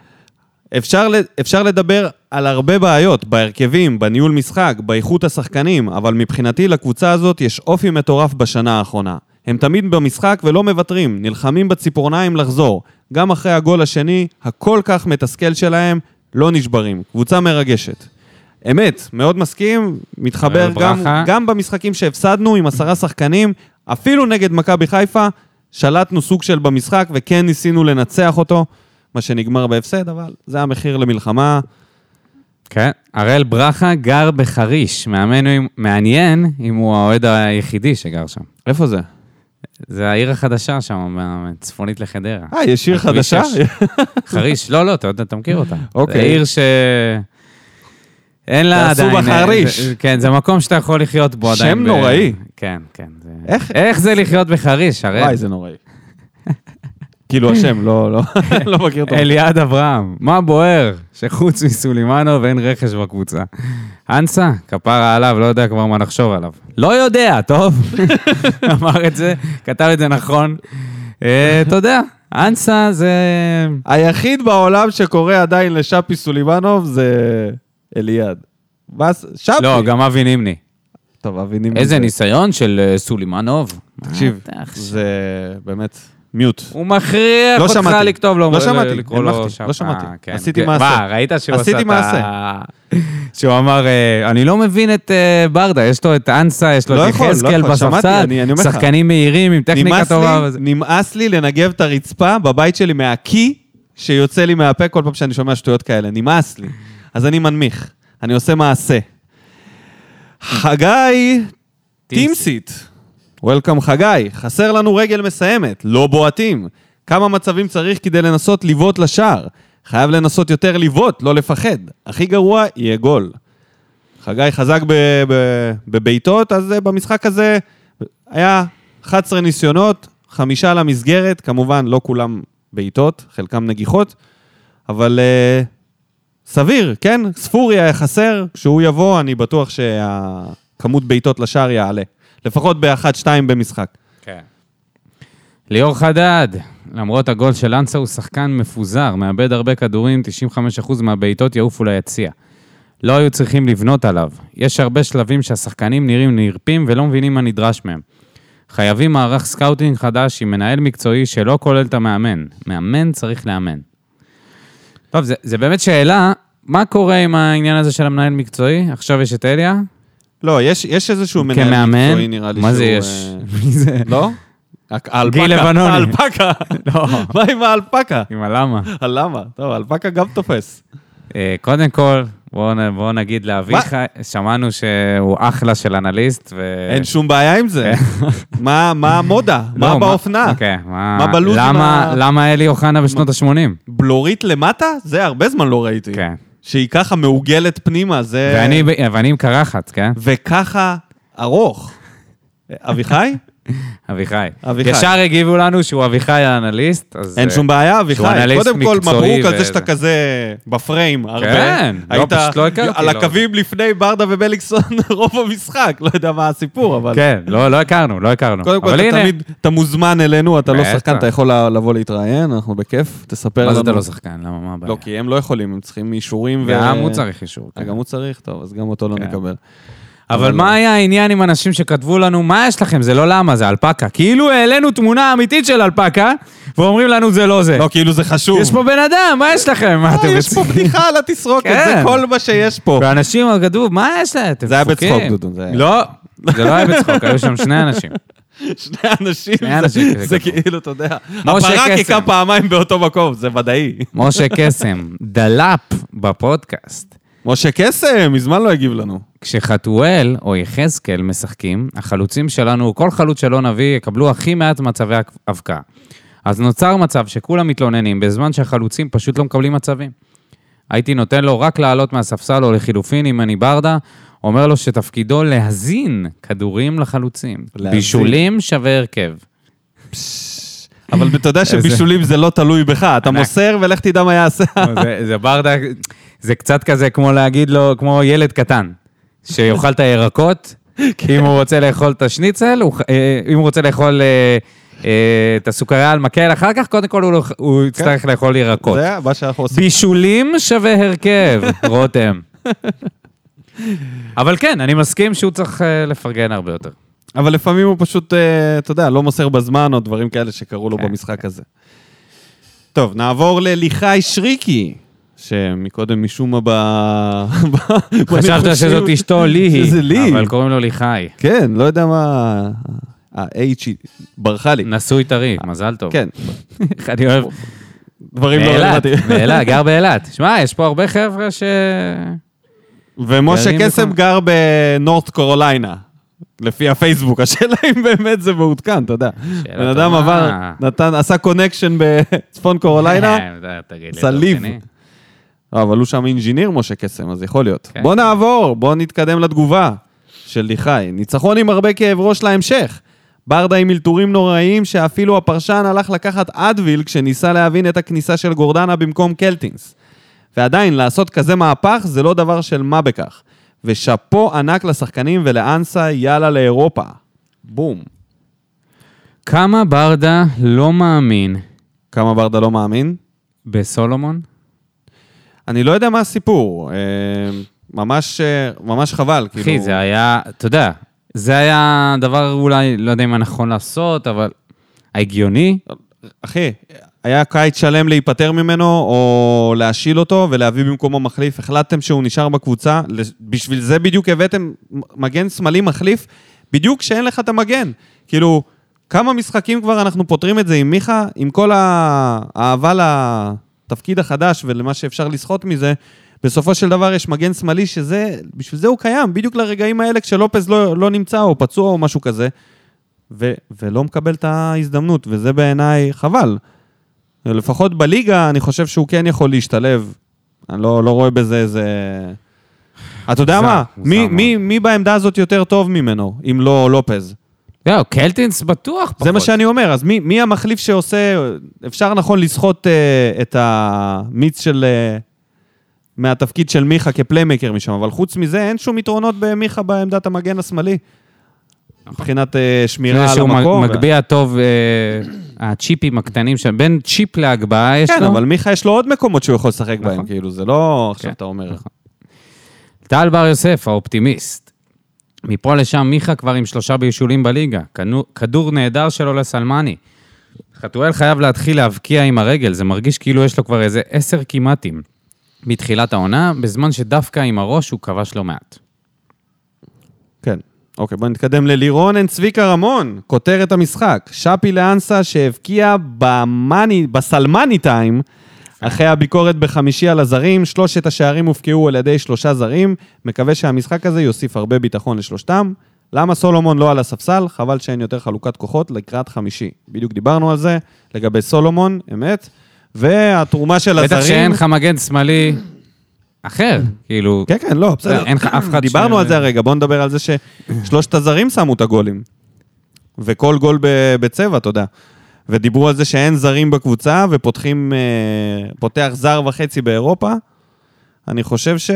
Speaker 1: אפשר, ל- אפשר לדבר על הרבה בעיות, בהרכבים, בניהול משחק, באיכות השחקנים, אבל מבחינתי לקבוצה הזאת יש אופי מטורף בשנה האחרונה. הם תמיד במשחק ולא מוותרים, נלחמים בציפורניים לחזור. גם אחרי הגול השני, הכל כך מתסכל שלהם, לא נשברים. קבוצה מרגשת. אמת, מאוד מסכים, מתחבר
Speaker 2: אוהב
Speaker 1: גם,
Speaker 2: ברכה.
Speaker 1: גם במשחקים שהפסדנו עם עשרה שחקנים, אפילו נגד מכבי חיפה, שלטנו סוג של במשחק וכן ניסינו לנצח אותו, מה שנגמר בהפסד, אבל זה המחיר למלחמה.
Speaker 2: כן. הראל ברכה גר בחריש, מאמן, אם- מעניין אם הוא האוהד היחידי שגר שם.
Speaker 1: איפה זה?
Speaker 2: זה העיר החדשה שם, צפונית לחדרה.
Speaker 1: אה, יש שיר
Speaker 2: הכביש
Speaker 1: חדשה?
Speaker 2: יש. חריש, לא, לא, אתה יודע, אתה מכיר אותה.
Speaker 1: אוקיי.
Speaker 2: זה עיר ש... אין לה
Speaker 1: תעשו
Speaker 2: עדיין...
Speaker 1: בה חריש.
Speaker 2: זה- כן, זה מקום שאתה יכול לחיות בו
Speaker 1: שם
Speaker 2: עדיין. ב-
Speaker 1: נוראי.
Speaker 2: כן, כן. זה-
Speaker 1: איך-
Speaker 2: איך זה לחיות בחריש, הרי?
Speaker 1: וואי, זה נוראי. כאילו השם, לא, (laughs) לא, לא מכיר אותו.
Speaker 2: אליעד אברהם, מה בוער שחוץ מסולימנוב אין רכש בקבוצה? אנסה, כפרה עליו, לא יודע כבר מה לחשוב עליו. לא יודע, טוב. (laughs) אמר את זה, כתב את זה נכון. אה, אתה יודע, אנסה זה...
Speaker 1: היחיד בעולם שקורא עדיין לשאפי סולימנוב זה אליעד. מה, ס- שפי.
Speaker 2: לא, גם אבי נימני.
Speaker 1: טוב, אבינים.
Speaker 2: איזה ניסיון של אה, סולימנוב.
Speaker 1: תקשיב,
Speaker 2: מה אה, אתה עכשיו?
Speaker 1: זה באמת מיוט.
Speaker 2: הוא מכריח
Speaker 1: לא
Speaker 2: אותך
Speaker 1: שמעתי.
Speaker 2: לכתוב לו,
Speaker 1: לא שמעתי,
Speaker 2: לקרוא לו
Speaker 1: הנמכתי,
Speaker 2: שם.
Speaker 1: לא שמעתי.
Speaker 2: אה, כן,
Speaker 1: עשיתי
Speaker 2: כן.
Speaker 1: מעשה.
Speaker 2: מה, ראית שהוא עשה
Speaker 1: עשיתי
Speaker 2: את ה... (laughs) שהוא אמר, אה, אני לא מבין את אה, ברדה, יש לו את אנסה, יש לו
Speaker 1: לא
Speaker 2: את
Speaker 1: יכול, לא
Speaker 2: יחזקאל
Speaker 1: יכול, שמעתי,
Speaker 2: בספסל,
Speaker 1: אני- אני אומר לך.
Speaker 2: שחקנים מהירים עם טכניקה
Speaker 1: נמאס
Speaker 2: טובה.
Speaker 1: לי-
Speaker 2: וזה."
Speaker 1: נמאס לי לנגב את הרצפה בבית שלי מהקיא שיוצא לי מהפה כל פעם שאני שומע שטויות כאלה. נמאס לי. אז אני מנמיך. אני עושה מעשה. חגי טימסיט. וולקאם חגי. חסר לנו רגל מסיימת. לא בועטים. כמה מצבים צריך כדי לנסות לבעוט לשער? חייב לנסות יותר לבעוט, לא לפחד. הכי גרוע יהיה גול. חגי חזק ב- ב- בבעיטות, אז אה, במשחק הזה היה 11 ניסיונות, חמישה למסגרת, כמובן לא כולם בעיטות, חלקם נגיחות, אבל אה, סביר, כן? ספורי היה חסר, כשהוא יבוא אני בטוח שהכמות בעיטות לשער יעלה. לפחות באחת-שתיים במשחק.
Speaker 2: כן. ליאור חדד, למרות הגול של אנסה, הוא שחקן מפוזר, מאבד הרבה כדורים, 95% מהבעיטות יעופו ליציע. לא היו צריכים לבנות עליו. יש הרבה שלבים שהשחקנים נראים נרפים ולא מבינים מה נדרש מהם. חייבים מערך סקאוטינג חדש עם מנהל מקצועי שלא כולל את המאמן. מאמן צריך לאמן. טוב, זה, זה באמת שאלה, מה קורה עם העניין הזה של המנהל מקצועי? עכשיו יש את אליה?
Speaker 1: לא, יש, יש איזשהו מנהל
Speaker 2: כמאמן?
Speaker 1: מקצועי, נראה לי
Speaker 2: מה זה
Speaker 1: שהוא,
Speaker 2: יש? (laughs)
Speaker 1: אה,
Speaker 2: מי זה?
Speaker 1: לא? האלפקה.
Speaker 2: גיל לבנוני.
Speaker 1: האלפקה.
Speaker 2: (laughs) לא.
Speaker 1: מה עם האלפקה?
Speaker 2: עם הלמה.
Speaker 1: למה? טוב, האלפקה גם תופס.
Speaker 2: אה, קודם כל, בואו בוא נגיד לאביחי, שמענו שהוא אחלה של אנליסט, ו...
Speaker 1: אין שום בעיה עם זה. (laughs) מה מה המודה?
Speaker 2: כן. לא,
Speaker 1: מה באופנה?
Speaker 2: אוקיי, מה...
Speaker 1: מה בלוז עם
Speaker 2: למה,
Speaker 1: ה-
Speaker 2: למה אלי אוחנה בשנות ה-80?
Speaker 1: בלורית למטה? זה הרבה זמן לא ראיתי.
Speaker 2: כן.
Speaker 1: שהיא ככה מעוגלת פנימה, זה...
Speaker 2: ואני, ב- ואני עם קרחת, כן?
Speaker 1: וככה ארוך. אביחי?
Speaker 2: אביחי.
Speaker 1: אביחי.
Speaker 2: ישר הגיבו לנו שהוא אביחי האנליסט, אז...
Speaker 1: אין
Speaker 2: אה,
Speaker 1: שום בעיה, אביחי.
Speaker 2: שהוא אנליסט
Speaker 1: קודם כל,
Speaker 2: מקצועי
Speaker 1: מברוק על זה
Speaker 2: וזה.
Speaker 1: שאתה כזה בפריים הרבה.
Speaker 2: כן, לא,
Speaker 1: היית
Speaker 2: פשוט לא הכרתי,
Speaker 1: על
Speaker 2: לא.
Speaker 1: הקווים לפני ברדה ובליקסון (laughs) רוב המשחק, לא יודע מה הסיפור, אבל...
Speaker 2: כן, לא, לא הכרנו, לא הכרנו.
Speaker 1: קודם כל,
Speaker 2: אבל
Speaker 1: אתה
Speaker 2: הנה,
Speaker 1: תמיד, אתה מוזמן אלינו, אתה לא
Speaker 2: בטח.
Speaker 1: שחקן, אתה יכול לבוא להתראיין, אנחנו בכיף, תספר לנו.
Speaker 2: מה זה אתה לא שחקן? למה, מה הבעיה?
Speaker 1: לא, כי הם לא יכולים, הם צריכים אישורים ו...
Speaker 2: גם הוא צריך אישור. כן.
Speaker 1: אה, גם לא, הוא צריך? טוב, אז גם אותו לא
Speaker 2: כן.
Speaker 1: נקבל.
Speaker 2: אבל מה היה העניין עם אנשים שכתבו לנו, מה יש לכם, זה לא למה, זה אלפקה. כאילו העלינו תמונה אמיתית של אלפקה, ואומרים לנו זה לא זה.
Speaker 1: לא, כאילו זה חשוב.
Speaker 2: יש פה בן אדם, מה יש לכם? מה אתם
Speaker 1: אה, יש פה
Speaker 2: רוצים?
Speaker 1: בדיחה על התסרוקת,
Speaker 2: כן.
Speaker 1: זה כל מה שיש פה.
Speaker 2: ואנשים כתבו, מה יש להם? אתם
Speaker 1: זה היה
Speaker 2: צוחקים?"
Speaker 1: בצחוק, דודו, זה היה-
Speaker 2: לא, זה לא היה
Speaker 1: (laughs)
Speaker 2: בצחוק, היו שם שני אנשים.
Speaker 1: שני אנשים,
Speaker 2: שני
Speaker 1: זה-
Speaker 2: אנשים כזה
Speaker 1: זה
Speaker 2: גמור.
Speaker 1: כאילו, אתה יודע,
Speaker 2: משה
Speaker 1: הפרה
Speaker 2: קסם.
Speaker 1: קיקה פעמיים באותו מקום, זה ודאי.
Speaker 2: משה קסם, דלאפ בפודקאסט.
Speaker 1: משה קסם, מזמן לא הגיב לנו.
Speaker 2: כשחתואל או יחזקאל משחקים, החלוצים שלנו, כל חלוץ שלא נביא, יקבלו הכי מעט מצבי אבקה. אז נוצר מצב שכולם מתלוננים, בזמן שהחלוצים פשוט לא מקבלים מצבים. הייתי נותן לו רק לעלות מהספסל או לחילופין אם אני ברדה, אומר לו שתפקידו להזין כדורים לחלוצים.
Speaker 1: להזין.
Speaker 2: בישולים שווה הרכב.
Speaker 1: אבל אתה (laughs) יודע שבישולים זה לא תלוי בך, אתה
Speaker 2: ענק.
Speaker 1: מוסר ולך תדע מה (laughs) יעשה.
Speaker 2: (laughs) זה, זה ברדה, זה קצת כזה כמו להגיד לו, כמו ילד קטן, שיאכל את הירקות,
Speaker 1: כן.
Speaker 2: אם הוא רוצה לאכול את השניצל, הוא, ח- אה, אם הוא רוצה לאכול אה, אה, את הסוכריה על מקל, אחר כך קודם כל הוא, לא- הוא יצטרך לאכול ירקות.
Speaker 1: כן. זה מה שאנחנו עושים.
Speaker 2: (laughs) בישולים שווה הרכב, רותם. אבל כן, אני מסכים שהוא צריך אה, לפרגן הרבה יותר.
Speaker 1: אבל לפעמים הוא פשוט, אה, אתה יודע, לא מוסר בזמן, או דברים כאלה שקרו לו
Speaker 2: כן,
Speaker 1: במשחק הזה. טוב, נעבור לליחי שריקי, שמקודם משום מה ב... (laughs) ב-
Speaker 2: חשבת
Speaker 1: בניחושים-
Speaker 2: שזאת אשתו לי
Speaker 1: שזה
Speaker 2: היא,
Speaker 1: לי.
Speaker 2: אבל קוראים לו ליחי.
Speaker 1: כן, לא יודע מה... ה-H ברחה לי.
Speaker 2: נשוי טרי, מזל טוב.
Speaker 1: כן,
Speaker 2: (laughs) אני אוהב,
Speaker 1: דברים לא
Speaker 2: באילת,
Speaker 1: רלוונטיים.
Speaker 2: באילת, גר באילת. שמע, יש פה הרבה חבר'ה ש...
Speaker 1: (laughs) ומשה
Speaker 2: גרים
Speaker 1: קסם
Speaker 2: בכל-
Speaker 1: גר בנורת קורוליינה, לפי הפייסבוק. (laughs) השאלה אם באמת זה מעודכן, אתה יודע.
Speaker 2: שאלה
Speaker 1: בן אדם
Speaker 2: טובה.
Speaker 1: עבר, נתן, עשה קונקשן בצפון קורוליינה.
Speaker 2: אה, תגיד לי,
Speaker 1: סליב.
Speaker 2: אתה רציני?
Speaker 1: אה, אבל הוא שם אינג'יניר משה קסם, אז יכול להיות.
Speaker 2: כן.
Speaker 1: בוא נעבור, בוא נתקדם לתגובה של ליחי. ניצחון עם הרבה כאב ראש להמשך. ברדה עם אלתורים נוראיים, שאפילו הפרשן הלך לקחת אדוויל כשניסה להבין את הכניסה של גורדנה במקום קלטינס. ועדיין, לעשות כזה מהפך זה לא דבר של מה בכך. ושאפו ענק לשחקנים ולאנסה, יאללה לאירופה. בום.
Speaker 2: כמה ברדה לא מאמין
Speaker 1: כמה ברדה לא מאמין?
Speaker 2: בסולומון?
Speaker 1: אני לא יודע מה הסיפור. אה, ממש, אה, ממש חבל, כאילו...
Speaker 2: אחי, זה היה, אתה יודע, זה היה הדבר אולי, לא יודע אם הנכון לעשות, אבל ההגיוני.
Speaker 1: אחי, היה קיץ שלם להיפטר ממנו, או להשיל אותו ולהביא במקומו מחליף. החלטתם שהוא נשאר בקבוצה, לש- בשביל זה בדיוק הבאתם מגן שמאלי מחליף, בדיוק כשאין לך את המגן. כאילו, כמה משחקים כבר אנחנו פותרים את זה עם מיכה, עם כל האהבה לתפקיד החדש ולמה שאפשר לסחוט מזה, בסופו של דבר יש מגן שמאלי שזה, בשביל זה הוא קיים, בדיוק לרגעים האלה כשלופז לא, לא נמצא או פצוע או משהו כזה. ו- ולא מקבל את ההזדמנות, וזה בעיניי חבל. לפחות בליגה, אני חושב שהוא כן יכול להשתלב. אני לא, לא רואה בזה איזה... אתה יודע
Speaker 2: מוזר,
Speaker 1: מה?
Speaker 2: מוזר
Speaker 1: מי,
Speaker 2: מאוד.
Speaker 1: מי, מי בעמדה הזאת יותר טוב ממנו, אם לא לופז?
Speaker 2: לא, קלטינס בטוח פחות.
Speaker 1: זה מה שאני אומר, אז מי, מי המחליף שעושה... אפשר נכון לסחוט אה, את המיץ של... אה, מהתפקיד של מיכה כפליימקר משם, אבל חוץ מזה אין שום יתרונות במיכה בעמדת המגן השמאלי. מבחינת אה, שמירה על
Speaker 2: נכון. שהוא
Speaker 1: המקום.
Speaker 2: מג-
Speaker 1: וה-
Speaker 2: מגביה טוב, אה, הצ'יפים הקטנים שם, בין צ'יפ להגבהה יש
Speaker 1: כן,
Speaker 2: לו.
Speaker 1: אבל מיכה יש לו עוד מקומות שהוא יכול לשחק בהם,
Speaker 2: נכון.
Speaker 1: כאילו, זה לא עכשיו
Speaker 2: כן,
Speaker 1: אתה אומר.
Speaker 2: נכון. טל בר יוסף, האופטימיסט. מפה לשם מיכה כבר עם שלושה בישולים בליגה. כנו- כדור נהדר שלו לסלמני. חתואל חייב להתחיל להבקיע עם הרגל, זה מרגיש כאילו יש לו כבר איזה עשר כמעטים מתחילת העונה, בזמן שדווקא עם הראש הוא כבש לא מעט.
Speaker 1: כן. אוקיי, בוא נתקדם ללירון אין צביקה רמון, כותרת המשחק. שפי לאנסה שהבקיע במאני, בסלמני טיים, אחרי הביקורת בחמישי על הזרים, שלושת השערים הובקעו על ידי שלושה זרים. מקווה שהמשחק הזה יוסיף הרבה ביטחון לשלושתם. למה סולומון לא על הספסל? חבל שאין יותר חלוקת כוחות לקראת חמישי. בדיוק דיברנו על זה, לגבי סולומון, אמת. והתרומה של הזרים...
Speaker 2: בטח שאין לך מגן שמאלי אחר, כאילו...
Speaker 1: כן, כן, לא, בסדר.
Speaker 2: אין לך אף אחד
Speaker 1: דיברנו
Speaker 2: ש-
Speaker 1: על זה הרגע, בואו נדבר על זה ששלושת הזרים שמו את הגולים. וכל גול ב- בצבע, אתה יודע. ודיברו על זה שאין זרים בקבוצה ופותחים, אה, פותח זר וחצי באירופה. אני חושב ש...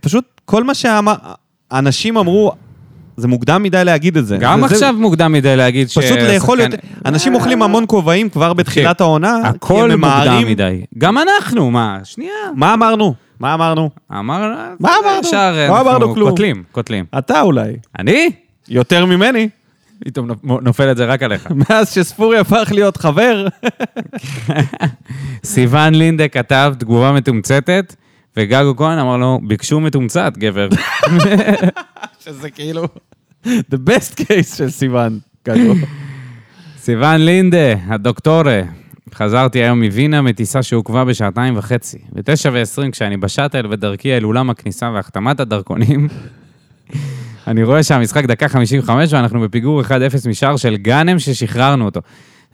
Speaker 1: פשוט כל מה שהאנשים אמרו, זה מוקדם מדי להגיד את זה.
Speaker 2: גם
Speaker 1: זה- זה-
Speaker 2: עכשיו מוקדם מדי להגיד ש...
Speaker 1: פשוט לאכול יותר... אנשים אוכלים המון כובעים כבר בתחילת העונה, כי הם
Speaker 2: הכל מוקדם
Speaker 1: ממהרים.
Speaker 2: מדי. גם אנחנו, מה? שנייה.
Speaker 1: מה אמרנו? מה אמרנו?
Speaker 2: אמרנו...
Speaker 1: מה אמרנו?
Speaker 2: ישר
Speaker 1: לא
Speaker 2: אנחנו
Speaker 1: אמרנו כלום.
Speaker 2: קוטלים, קוטלים.
Speaker 1: אתה אולי.
Speaker 2: אני?
Speaker 1: יותר ממני.
Speaker 2: פתאום נופל את זה רק עליך.
Speaker 1: מאז שספורי הפך להיות חבר. (laughs)
Speaker 2: סיון לינדה כתב תגובה מתומצתת, וגגו כהן אמר לו, ביקשו מתומצת, גבר.
Speaker 1: שזה כאילו... The best case של סיוון.
Speaker 2: (laughs)
Speaker 1: כאילו.
Speaker 2: סיון לינדה, הדוקטורה. חזרתי היום מווינה מטיסה שעוכבה בשעתיים וחצי. בתשע ועשרים, כשאני בשאטל בדרכי אל אולם הכניסה והחתמת הדרכונים, (laughs) אני רואה שהמשחק דקה 55 ואנחנו בפיגור 1-0 משער של גאנם ששחררנו אותו.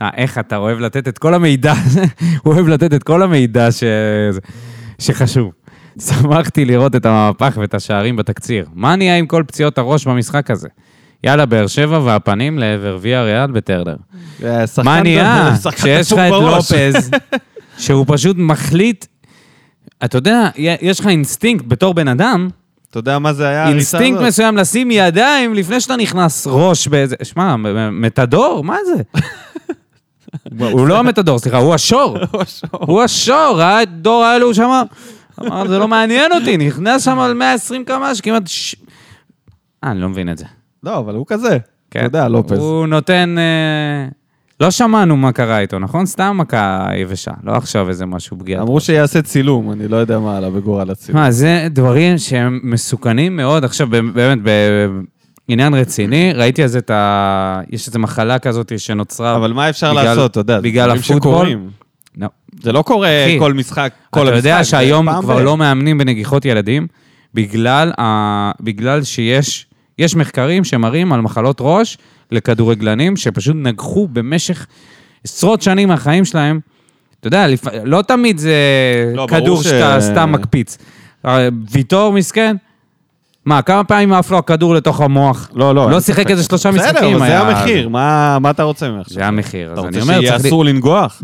Speaker 2: אה, איך אתה אוהב לתת את כל המידע, (laughs) הוא אוהב לתת את כל המידע ש... שחשוב. שמחתי לראות את המהפך ואת השערים בתקציר. מה נהיה עם כל פציעות הראש במשחק הזה? יאללה, באר שבע והפנים לעבר ויה ריאל בטרנר.
Speaker 1: אה, שחקן
Speaker 2: מה
Speaker 1: גם-
Speaker 2: נהיה?
Speaker 1: שחקן
Speaker 2: שיש לך
Speaker 1: דפוק
Speaker 2: את
Speaker 1: בראש.
Speaker 2: לופז, שהוא פשוט מחליט... אתה יודע, יש לך אינסטינקט בתור בן אדם,
Speaker 1: אתה יודע מה זה היה? הריצה
Speaker 2: אינסטינקט
Speaker 1: הזאת?
Speaker 2: מסוים לשים ידיים לפני שאתה נכנס ראש באיזה... שמע, מ- מ- מתדור, מה זה? הוא לא המתדור, סליחה, הוא השור. הוא השור, ראה את דור האלו שם, אמר, זה לא מעניין אותי, נכנס שם על 120 קמ"ש, כמעט... ש- אה, אני לא מבין את זה.
Speaker 1: לא, אבל הוא כזה.
Speaker 2: כן.
Speaker 1: אתה יודע, לופז.
Speaker 2: הוא נותן... אה, לא שמענו מה קרה איתו, נכון? סתם מכה יבשה, לא עכשיו איזה משהו פגיעה.
Speaker 1: אמרו שיעשה צילום, אני לא יודע מה עלה בגורל הצילום.
Speaker 2: מה, זה דברים שהם מסוכנים מאוד. עכשיו, באמת, בעניין רציני, ראיתי אז את ה... יש איזו מחלה כזאת שנוצרה.
Speaker 1: אבל מה אפשר
Speaker 2: אה, בגלל-
Speaker 1: לעשות, אתה יודע? זה
Speaker 2: בגלל
Speaker 1: דברים
Speaker 2: הפוטבול?
Speaker 1: שקורים.
Speaker 2: לא.
Speaker 1: זה לא קורה
Speaker 2: אחי,
Speaker 1: כל משחק, כל
Speaker 2: אתה
Speaker 1: המשחק.
Speaker 2: יודע
Speaker 1: זה
Speaker 2: שהיום
Speaker 1: פעם
Speaker 2: כבר
Speaker 1: ב-
Speaker 2: לא מאמנים בנגיחות ילדים, בגלל, ה... בגלל שיש יש מחקרים שמראים על מחלות ראש לכדורגלנים, שפשוט נגחו במשך עשרות שנים מהחיים שלהם. אתה יודע, לפ... לא תמיד זה
Speaker 1: לא,
Speaker 2: לא, כדור
Speaker 1: ברור ש-
Speaker 2: שאתה סתם מקפיץ. אה, ויטור מסכן, מה, כמה פעמים עף לו הכדור לתוך המוח?
Speaker 1: לא, לא.
Speaker 2: לא שיחק איזה שלושה משחקים.
Speaker 1: בסדר, אבל זה
Speaker 2: היה-
Speaker 1: המחיר, מה מה אתה רוצה ממך?
Speaker 2: זה המחיר, אז
Speaker 1: אתה
Speaker 2: אני
Speaker 1: רוצה
Speaker 2: אומר,
Speaker 1: שיהיה
Speaker 2: צריך... לי-
Speaker 1: אסור לנגוח?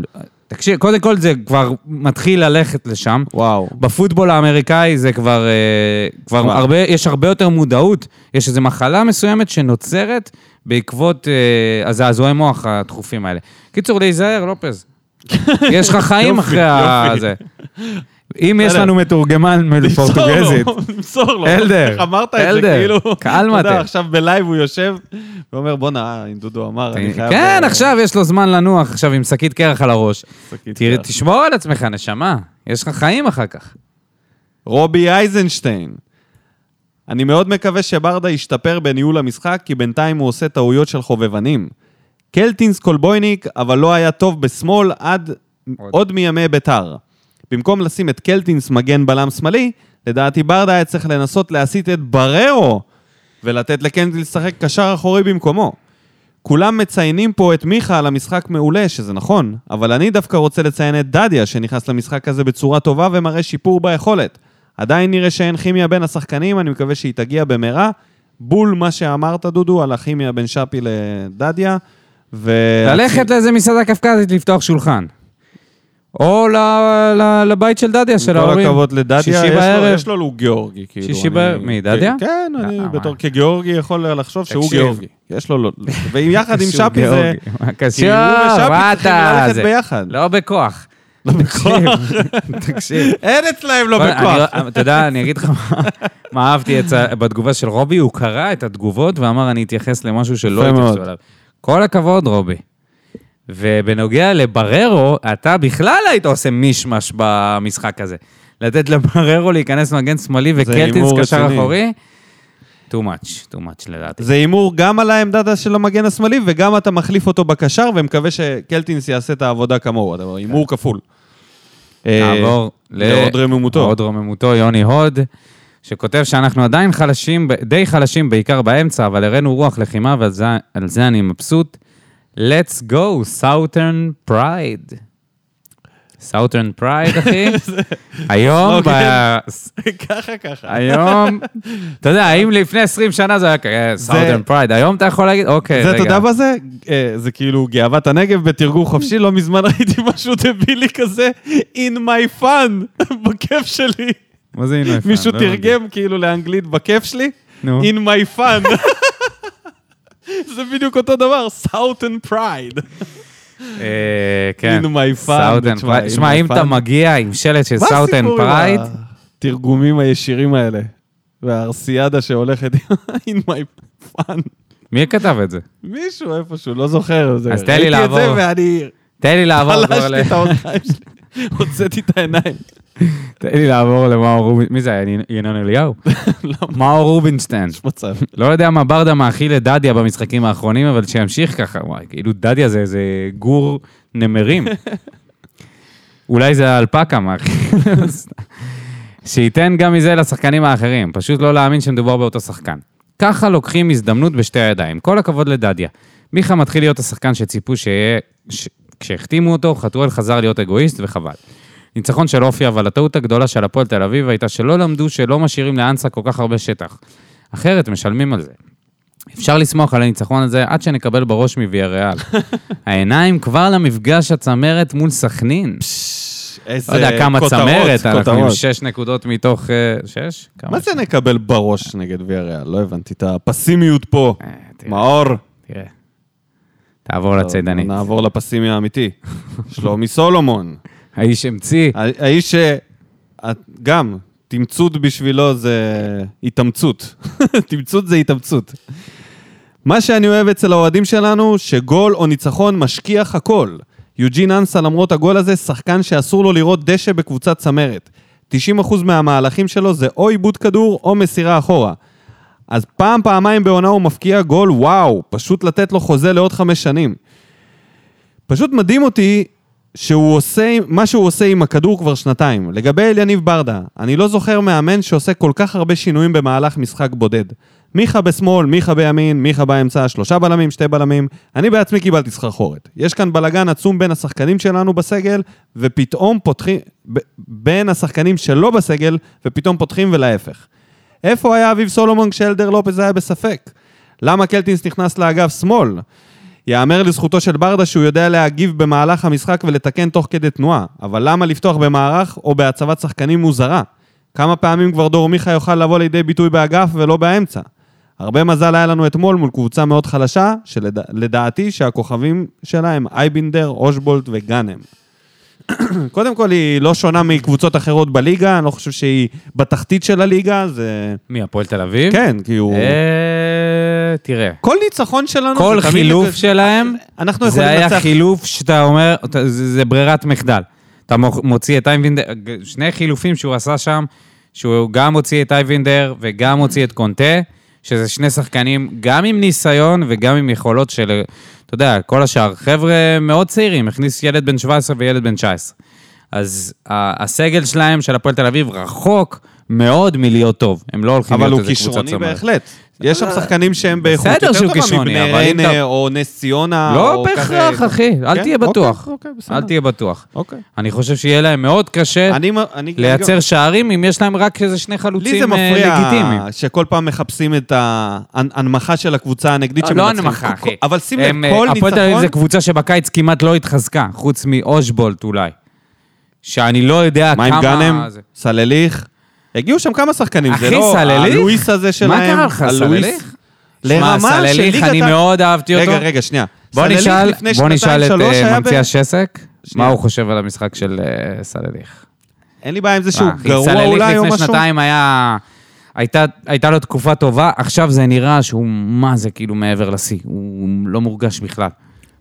Speaker 2: תקשיב, קודם כל זה כבר מתחיל ללכת לשם.
Speaker 1: וואו.
Speaker 2: בפוטבול האמריקאי זה כבר, אה, כבר
Speaker 1: וואו.
Speaker 2: הרבה, יש הרבה יותר מודעות. יש איזו מחלה מסוימת שנוצרת בעקבות אה, הזעזועי מוח התכופים האלה. קיצור, להיזהר,
Speaker 1: (laughs)
Speaker 2: לופז. יש לך חיים
Speaker 1: יופי,
Speaker 2: אחרי ה-
Speaker 1: יופי.
Speaker 2: זה. אם יש
Speaker 1: בסדר.
Speaker 2: לנו מתורגמן מפורטוגזית,
Speaker 1: למסור לו, למסור לו.
Speaker 2: אלדר,
Speaker 1: איך אמרת את זה,
Speaker 2: אלדר,
Speaker 1: כאילו...
Speaker 2: קהל
Speaker 1: אתה יודע,
Speaker 2: מטר.
Speaker 1: עכשיו בלייב הוא יושב ואומר, בואנה, אם דודו אמר, (laughs) אני חייב...
Speaker 2: כן,
Speaker 1: אה,
Speaker 2: עכשיו יש לו זמן לנוח, עכשיו עם שקית קרח על הראש.
Speaker 1: שקית
Speaker 2: תראה,
Speaker 1: קרח."
Speaker 2: תשמור על עצמך, נשמה. יש לך חיים אחר כך.
Speaker 1: רובי אייזנשטיין. אני מאוד מקווה שברדה ישתפר בניהול המשחק, כי בינתיים הוא עושה טעויות של חובבנים. קלטינס קולבויניק, אבל לא היה טוב בשמאל עד עוד, עוד מימי בית"ר. במקום לשים את קלטינס מגן בלם שמאלי, לדעתי ברדה היה צריך לנסות להסיט את בררו ולתת לקנדל לשחק קשר אחורי במקומו. כולם מציינים פה את מיכה על המשחק מעולה, שזה נכון, אבל אני דווקא רוצה לציין את דדיה, שנכנס למשחק הזה בצורה טובה ומראה שיפור ביכולת. עדיין נראה שאין כימיה בין השחקנים, אני מקווה שהיא תגיע במהרה. בול מה שאמרת, דודו, על הכימיה בין שפי לדדיה. ו...
Speaker 2: ללכת לאיזה מסעדה קפקזית לפתוח שולחן. או ל- ל- לבית של דדיה, של
Speaker 1: עם
Speaker 2: ההורים.
Speaker 1: כל הכבוד לדדיה,
Speaker 2: שישי
Speaker 1: יש לו-
Speaker 2: בערב.
Speaker 1: יש לו, הוא גיאורגי, כאילו.
Speaker 2: שישי
Speaker 1: אני-
Speaker 2: בערב, מי, דדיה? אה,
Speaker 1: כן, אני
Speaker 2: למה?
Speaker 1: בתור כגיאורגי יכול לחשוב שהוא
Speaker 2: תקשיב.
Speaker 1: גיאורגי. יש לו, לא- ויחד עם
Speaker 2: שהוא
Speaker 1: שפי זה...
Speaker 2: גיאורגי. מה קשור?
Speaker 1: כאילו, הוא ושפי
Speaker 2: מה
Speaker 1: צריכים
Speaker 2: אתה-
Speaker 1: ללכת
Speaker 2: זה-
Speaker 1: ביחד.
Speaker 2: לא בכוח. לא תקשיב. (laughs)
Speaker 1: אין אצלהם לא
Speaker 2: בוא,
Speaker 1: בכוח.
Speaker 2: אני- אה, אתה יודע, אני אגיד לך מה- מה אהבתי אצל- בתגובה של רובי, הוא קרא את התגובות ואמר, אני אתייחס למשהו שלא
Speaker 1: יפה
Speaker 2: התייחסו
Speaker 1: מאוד.
Speaker 2: אליו. כל הכבוד, רובי. ובנוגע לבררו, אתה בכלל היית עושה מישמש במשחק הזה. לתת לבררו להיכנס מגן שמאלי וקלטינס
Speaker 1: הימור
Speaker 2: קשר
Speaker 1: רציני.
Speaker 2: אחורי? too much, too much לדעתי.
Speaker 1: זה הימור גם על העמדה של המגן השמאלי, וגם אתה מחליף אותו בקשר, ומקווה שקלטינס יעשה את העבודה כמוהו. אתה אומר, הימור כפול. אה,
Speaker 2: כן. נעבור ל-
Speaker 1: לעוד רממותו.
Speaker 2: לעוד רממותו, יוני הוד, שכותב שאנחנו עדיין חלשים, ב- די חלשים בעיקר באמצע, אבל הראינו רוח לחימה ועל זה, על זה אני מבסוט. Let's go, Southern Pride. Southern Pride, אחי.
Speaker 1: (laughs)
Speaker 2: היום, ב...
Speaker 1: סלוגן. (laughs) ככה, ככה.
Speaker 2: היום, אתה יודע, אם לפני 20 שנה זה היה כזה, Southern Pride, היום אתה יכול להגיד, אוקיי, רגע.
Speaker 1: זה, אתה יודע מה זה? אה, זה כאילו גאוות הנגב (laughs) בתרגום חופשי, לא מזמן ראיתי משהו דבילי כזה, in my fun, (laughs) בכיף שלי.
Speaker 2: מה זה עינוי
Speaker 1: (laughs)
Speaker 2: פן?
Speaker 1: מישהו
Speaker 2: לא הבנתי.
Speaker 1: תרגם כאילו לאנגלית בכיף שלי,
Speaker 2: נו.
Speaker 1: in my fun. (laughs) זה בדיוק אותו דבר, Southern Pride.
Speaker 2: אה, כן.
Speaker 1: In my fun,
Speaker 2: Southern
Speaker 1: תשמע,
Speaker 2: Pride.
Speaker 1: in
Speaker 2: שמע,
Speaker 1: my
Speaker 2: אם אתה
Speaker 1: fun.
Speaker 2: מגיע עם שלט של
Speaker 1: מה
Speaker 2: סאוטן
Speaker 1: הסיפור עם
Speaker 2: פרייד,
Speaker 1: התרגומים הישירים האלה, והארסיאדה שהולכת (laughs) in my fun.
Speaker 2: מי כתב את זה?
Speaker 1: מישהו איפשהו, לא זוכר. זה-
Speaker 2: אז תן לי לעבור.
Speaker 1: ראיתי את זה ואני
Speaker 2: תן לי לעבור כבר ל...
Speaker 1: חלשתי את האוזניים
Speaker 2: (laughs)
Speaker 1: שלי, הוצאתי את העיניים.
Speaker 2: תן לי לעבור למאור רובין... מי זה היה? ינ- ינון
Speaker 1: (laughs)
Speaker 2: אליהו? מאור רובינשטיין.
Speaker 1: לא, יש מצב.
Speaker 2: (laughs) לא יודע מה ברדה מאכיל לדדיה במשחקים האחרונים, אבל שימשיך ככה. וואי, כאילו דדיה זה איזה גור נמרים. אולי זה האלפקה מאכיל. (laughs) שייתן גם מזה לשחקנים האחרים, פשוט לא להאמין שמדובר באותו שחקן. ככה לוקחים הזדמנות בשתי הידיים. כל הכבוד לדדיה. מיכה מתחיל להיות השחקן שציפו שיהיה... ש... כשהחתימו אותו, חתואל חזר להיות אגואיסט וחבל. ניצחון של אופי, אבל הטעות הגדולה של הפועל תל אביב הייתה שלא למדו שלא משאירים לאנסה כל כך הרבה שטח. אחרת משלמים על זה. אפשר לשמוח על הניצחון הזה עד שנקבל בראש מוויה
Speaker 1: (laughs)
Speaker 2: ריאל. העיניים כבר למפגש הצמרת מול סכנין.
Speaker 1: איזה
Speaker 2: לא יודע כמה
Speaker 1: כותרות,
Speaker 2: צמרת, אנחנו עם
Speaker 1: כותרות.
Speaker 2: שש נקודות מתוך... אה, שש? כמה?
Speaker 1: מה זה נקבל בראש נגד ויאריאל? לא הבנתי את הפסימיות פה.
Speaker 2: אה, תראה,
Speaker 1: מאור.
Speaker 2: תראה. תעבור לצידנית.
Speaker 1: לא, נעבור לפסימי האמיתי. שלומי סולומון.
Speaker 2: האיש המציא.
Speaker 1: ה- האיש ש... את- גם, תמצות בשבילו זה התאמצות. (laughs) תמצות זה התאמצות. מה שאני אוהב אצל האוהדים שלנו, שגול או ניצחון משכיח הכל. יוג'ין אנסה, למרות הגול הזה, שחקן שאסור לו לראות דשא בקבוצת צמרת. 90% מהמהלכים שלו זה או עיבוד כדור או מסירה אחורה. אז פעם, פעמיים בעונה הוא מפקיע גול, וואו, פשוט לתת לו חוזה לעוד חמש שנים. פשוט מדהים אותי שהוא עושה, מה שהוא עושה עם הכדור כבר שנתיים. לגבי אליניב ברדה, אני לא זוכר מאמן שעושה כל כך הרבה שינויים במהלך משחק בודד. מיכה בשמאל, מיכה בימין, מיכה באמצע, שלושה בלמים, שתי בלמים. אני בעצמי קיבלתי סחרחורת. יש כאן בלגן עצום בין השחקנים שלנו בסגל, ופתאום פותחים... ב- בין השחקנים שלא בסגל, ופתאום פותחים ולהפך. איפה היה אביב סולומון כשאלדר לופז היה בספק? למה קלטינס נכנס לאגף שמאל? יאמר לזכותו של ברדה שהוא יודע להגיב במהלך המשחק ולתקן תוך כדי תנועה, אבל למה לפתוח במערך או בהצבת שחקנים מוזרה? כמה פעמים כבר דור מיכה יוכל לבוא לידי ביטוי באגף ולא באמצע? הרבה מזל היה לנו אתמול מול קבוצה מאוד חלשה, שלדעתי שהכוכבים שלה הם אייבינדר, אושבולט וגאנם. (clears throat) קודם כל, היא לא שונה מקבוצות אחרות בליגה, אני לא חושב שהיא בתחתית של הליגה, זה...
Speaker 2: מי, הפועל תל אביב?
Speaker 1: כן, כי הוא...
Speaker 2: אה, תראה.
Speaker 1: כל ניצחון שלנו...
Speaker 2: כל
Speaker 1: זה תמיד
Speaker 2: חילוף
Speaker 1: כזה-
Speaker 2: שלהם,
Speaker 1: אנחנו
Speaker 2: זה
Speaker 1: יכולים
Speaker 2: היה
Speaker 1: לנצח.
Speaker 2: חילוף שאתה אומר, אתה- זה זה ברירת מחדל. אתה מוכ- מוציא את אייבינדר, שני חילופים שהוא עשה שם, שהוא גם הוציא את אייבינדר וגם הוציא את קונטה, שזה שני שחקנים גם עם ניסיון וגם עם יכולות של, אתה יודע, כל השאר. חבר'ה מאוד צעירים, הכניס ילד בן 17 וילד בן 19. אז ה- הסגל שלהם, של הפועל תל אביב, רחוק מאוד מלהיות טוב. הם לא הולכים
Speaker 1: אבל
Speaker 2: להיות
Speaker 1: הוא
Speaker 2: איזה קבוצת צמרת.
Speaker 1: כישרוני בהחלט. יש שם שחקנים שהם באיכות
Speaker 2: אה, בסדר
Speaker 1: יותר
Speaker 2: שהוא
Speaker 1: טובה
Speaker 2: כישרוני,
Speaker 1: מבני
Speaker 2: אבל אם
Speaker 1: ריינה
Speaker 2: אתה-
Speaker 1: או נס ציונה.
Speaker 2: לא
Speaker 1: או
Speaker 2: בהכרח,
Speaker 1: ככה-
Speaker 2: אחי, אל
Speaker 1: כן?
Speaker 2: תהיה בטוח.
Speaker 1: אוקיי, אוקיי, בסדר.
Speaker 2: אל תהיה בטוח.
Speaker 1: אוקיי.
Speaker 2: אני חושב שיהיה להם מאוד קשה
Speaker 1: אני מ- אני...
Speaker 2: לייצר שערים אם יש להם רק איזה שני
Speaker 1: לי זה
Speaker 2: חלוצים אה,
Speaker 1: מפריע
Speaker 2: לגיטימיים.
Speaker 1: שכל פעם מחפשים את ההנמכה של הקבוצה הנגדית
Speaker 2: לא
Speaker 1: שמנצחים.
Speaker 2: הנמכה,
Speaker 1: כל-
Speaker 2: אחי.
Speaker 1: אבל שים לב,
Speaker 2: הם, אה,
Speaker 1: כל
Speaker 2: הפועל תל אביב
Speaker 1: ניצחון...
Speaker 2: זו קבוצה שבקיץ כמעט לא התחזקה, חוץ מאושבולט אולי. שאני לא יודע
Speaker 1: מה
Speaker 2: כמה...
Speaker 1: עם גאנם?
Speaker 2: זה-
Speaker 1: סלליך? הגיעו שם כמה שחקנים, זה
Speaker 2: אחי,
Speaker 1: לא...
Speaker 2: סלליך?
Speaker 1: הלואיס הזה שלהם.
Speaker 2: קרה לך,
Speaker 1: הלואיס-
Speaker 2: סלליך? שמע,
Speaker 1: לרמה של
Speaker 2: סלליך,
Speaker 1: ליגת
Speaker 2: אני
Speaker 1: ה-
Speaker 2: מאוד אהבתי אותו.
Speaker 1: רגע, רגע, שנייה.
Speaker 2: בוא
Speaker 1: סלליך
Speaker 2: נשאל,
Speaker 1: לפני
Speaker 2: בוא נשאל את
Speaker 1: שנתיים,
Speaker 2: אה,
Speaker 1: שלוש היה
Speaker 2: ממציא
Speaker 1: ב-
Speaker 2: השסק,
Speaker 1: שנייה.
Speaker 2: מה הוא חושב על המשחק של אה, סלליך?
Speaker 1: אין לי בעיה עם זה שהוא
Speaker 2: אה, אחי,
Speaker 1: גרוע
Speaker 2: סלליך
Speaker 1: אולי או
Speaker 2: לפני
Speaker 1: משהו.
Speaker 2: שנתיים היה... הייתה, הייתה לו תקופה טובה, עכשיו זה נראה שהוא, מה זה כאילו מעבר לשיא, הוא לא מורגש בכלל.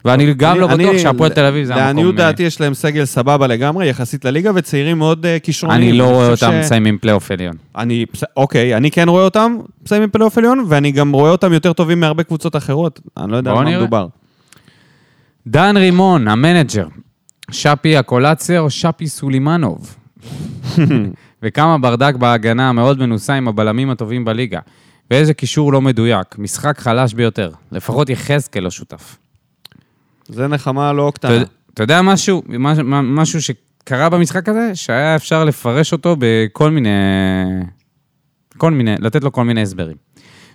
Speaker 2: ואני גם לא
Speaker 1: אוקיי. אני-
Speaker 2: בטוח
Speaker 1: אני-
Speaker 2: שהפועל תל אביב זה המקום...
Speaker 1: לעניות
Speaker 2: אה,
Speaker 1: דעתי יש להם סגל סבבה לגמרי, יחסית לליגה, וצעירים מאוד אה, כישרוניים.
Speaker 2: אני לא רואה
Speaker 1: חושב
Speaker 2: אותם
Speaker 1: ש-
Speaker 2: מסיימים פלייאוף עליון.
Speaker 1: אני, בס- אוקיי, אני כן רואה אותם מסיימים פלייאוף עליון, ואני גם רואה אותם יותר טובים מהרבה קבוצות אחרות. אני לא יודע על
Speaker 2: בוא
Speaker 1: מה
Speaker 2: נראה.
Speaker 1: מדובר.
Speaker 2: דן רימון, המנג'ר, שפי הקולציה או שפי
Speaker 1: (laughs)
Speaker 2: סולימנוב? וכמה ברדק בהגנה המאוד מנוסה עם הבלמים הטובים בליגה. ואיזה קישור לא מדויק, משחק חלש ביותר. לפחות יחזקאל לא שותף.
Speaker 1: זה נחמה לא
Speaker 2: אתה-
Speaker 1: קטנה.
Speaker 2: אתה יודע משהו, מש- מה- משהו שקרה במשחק הזה, שהיה אפשר לפרש אותו בכל מיני... כל מיני, לתת לו כל מיני הסברים.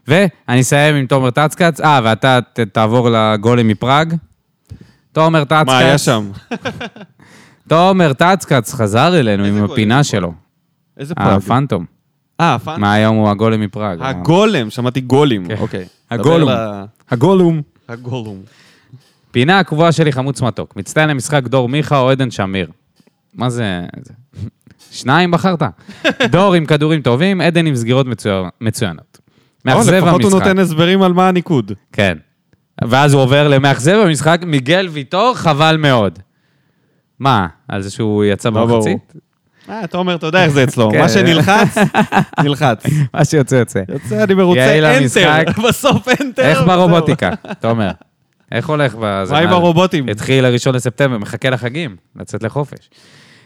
Speaker 2: ואני אסיים עם תומר טאצקץ. אה, ואתה ת- תעבור לגולם מפראג. תומר טאצקץ.
Speaker 1: מה היה שם?
Speaker 2: תומר טאצקץ חזר אלינו
Speaker 1: איזה
Speaker 2: עם
Speaker 1: גולם?
Speaker 2: הפינה שלו.
Speaker 1: איזה פרק.
Speaker 2: הפנטום.
Speaker 1: אה, פאנט.
Speaker 2: מהיום הוא הגולם מפראג.
Speaker 1: הגולם, שמעתי גולים.
Speaker 2: כן.
Speaker 1: אוקיי.
Speaker 2: הגולום.
Speaker 1: דבר ל-
Speaker 2: הגולום.
Speaker 1: הגולום.
Speaker 2: פינה הקבועה שלי חמוץ מתוק. מצטיין למשחק דור מיכה או עדן שמיר. מה זה... זה- (laughs)
Speaker 1: (laughs)
Speaker 2: שניים בחרת. דור עם כדורים טובים, עדן עם סגירות מצויר- מצוינות. מאכזב
Speaker 1: או, לפחות הוא
Speaker 2: המשחק.
Speaker 1: נותן הסברים על מה הניקוד.
Speaker 2: כן. ואז הוא עובר למאכזב המשחק, מיגל ויטור, חבל מאוד. מה, על זה שהוא יצא
Speaker 1: לא
Speaker 2: במחצית?
Speaker 1: אה, תומר, אתה יודע איך זה אצלו.
Speaker 2: כן.
Speaker 1: מה שנלחץ, נלחץ.
Speaker 2: (laughs) מה שיוצא יוצא.
Speaker 1: יוצא, אני מרוצה,
Speaker 2: יעיל
Speaker 1: אנטר.
Speaker 2: המשחק.
Speaker 1: (laughs) בסוף אנטר.
Speaker 2: איך
Speaker 1: וזהו.
Speaker 2: ברובוטיקה, תומר? איך הולך בזה?
Speaker 1: מה עם הרובוטים?
Speaker 2: התחיל הראשון לספטמבר, מחכה לחגים, לצאת לחופש.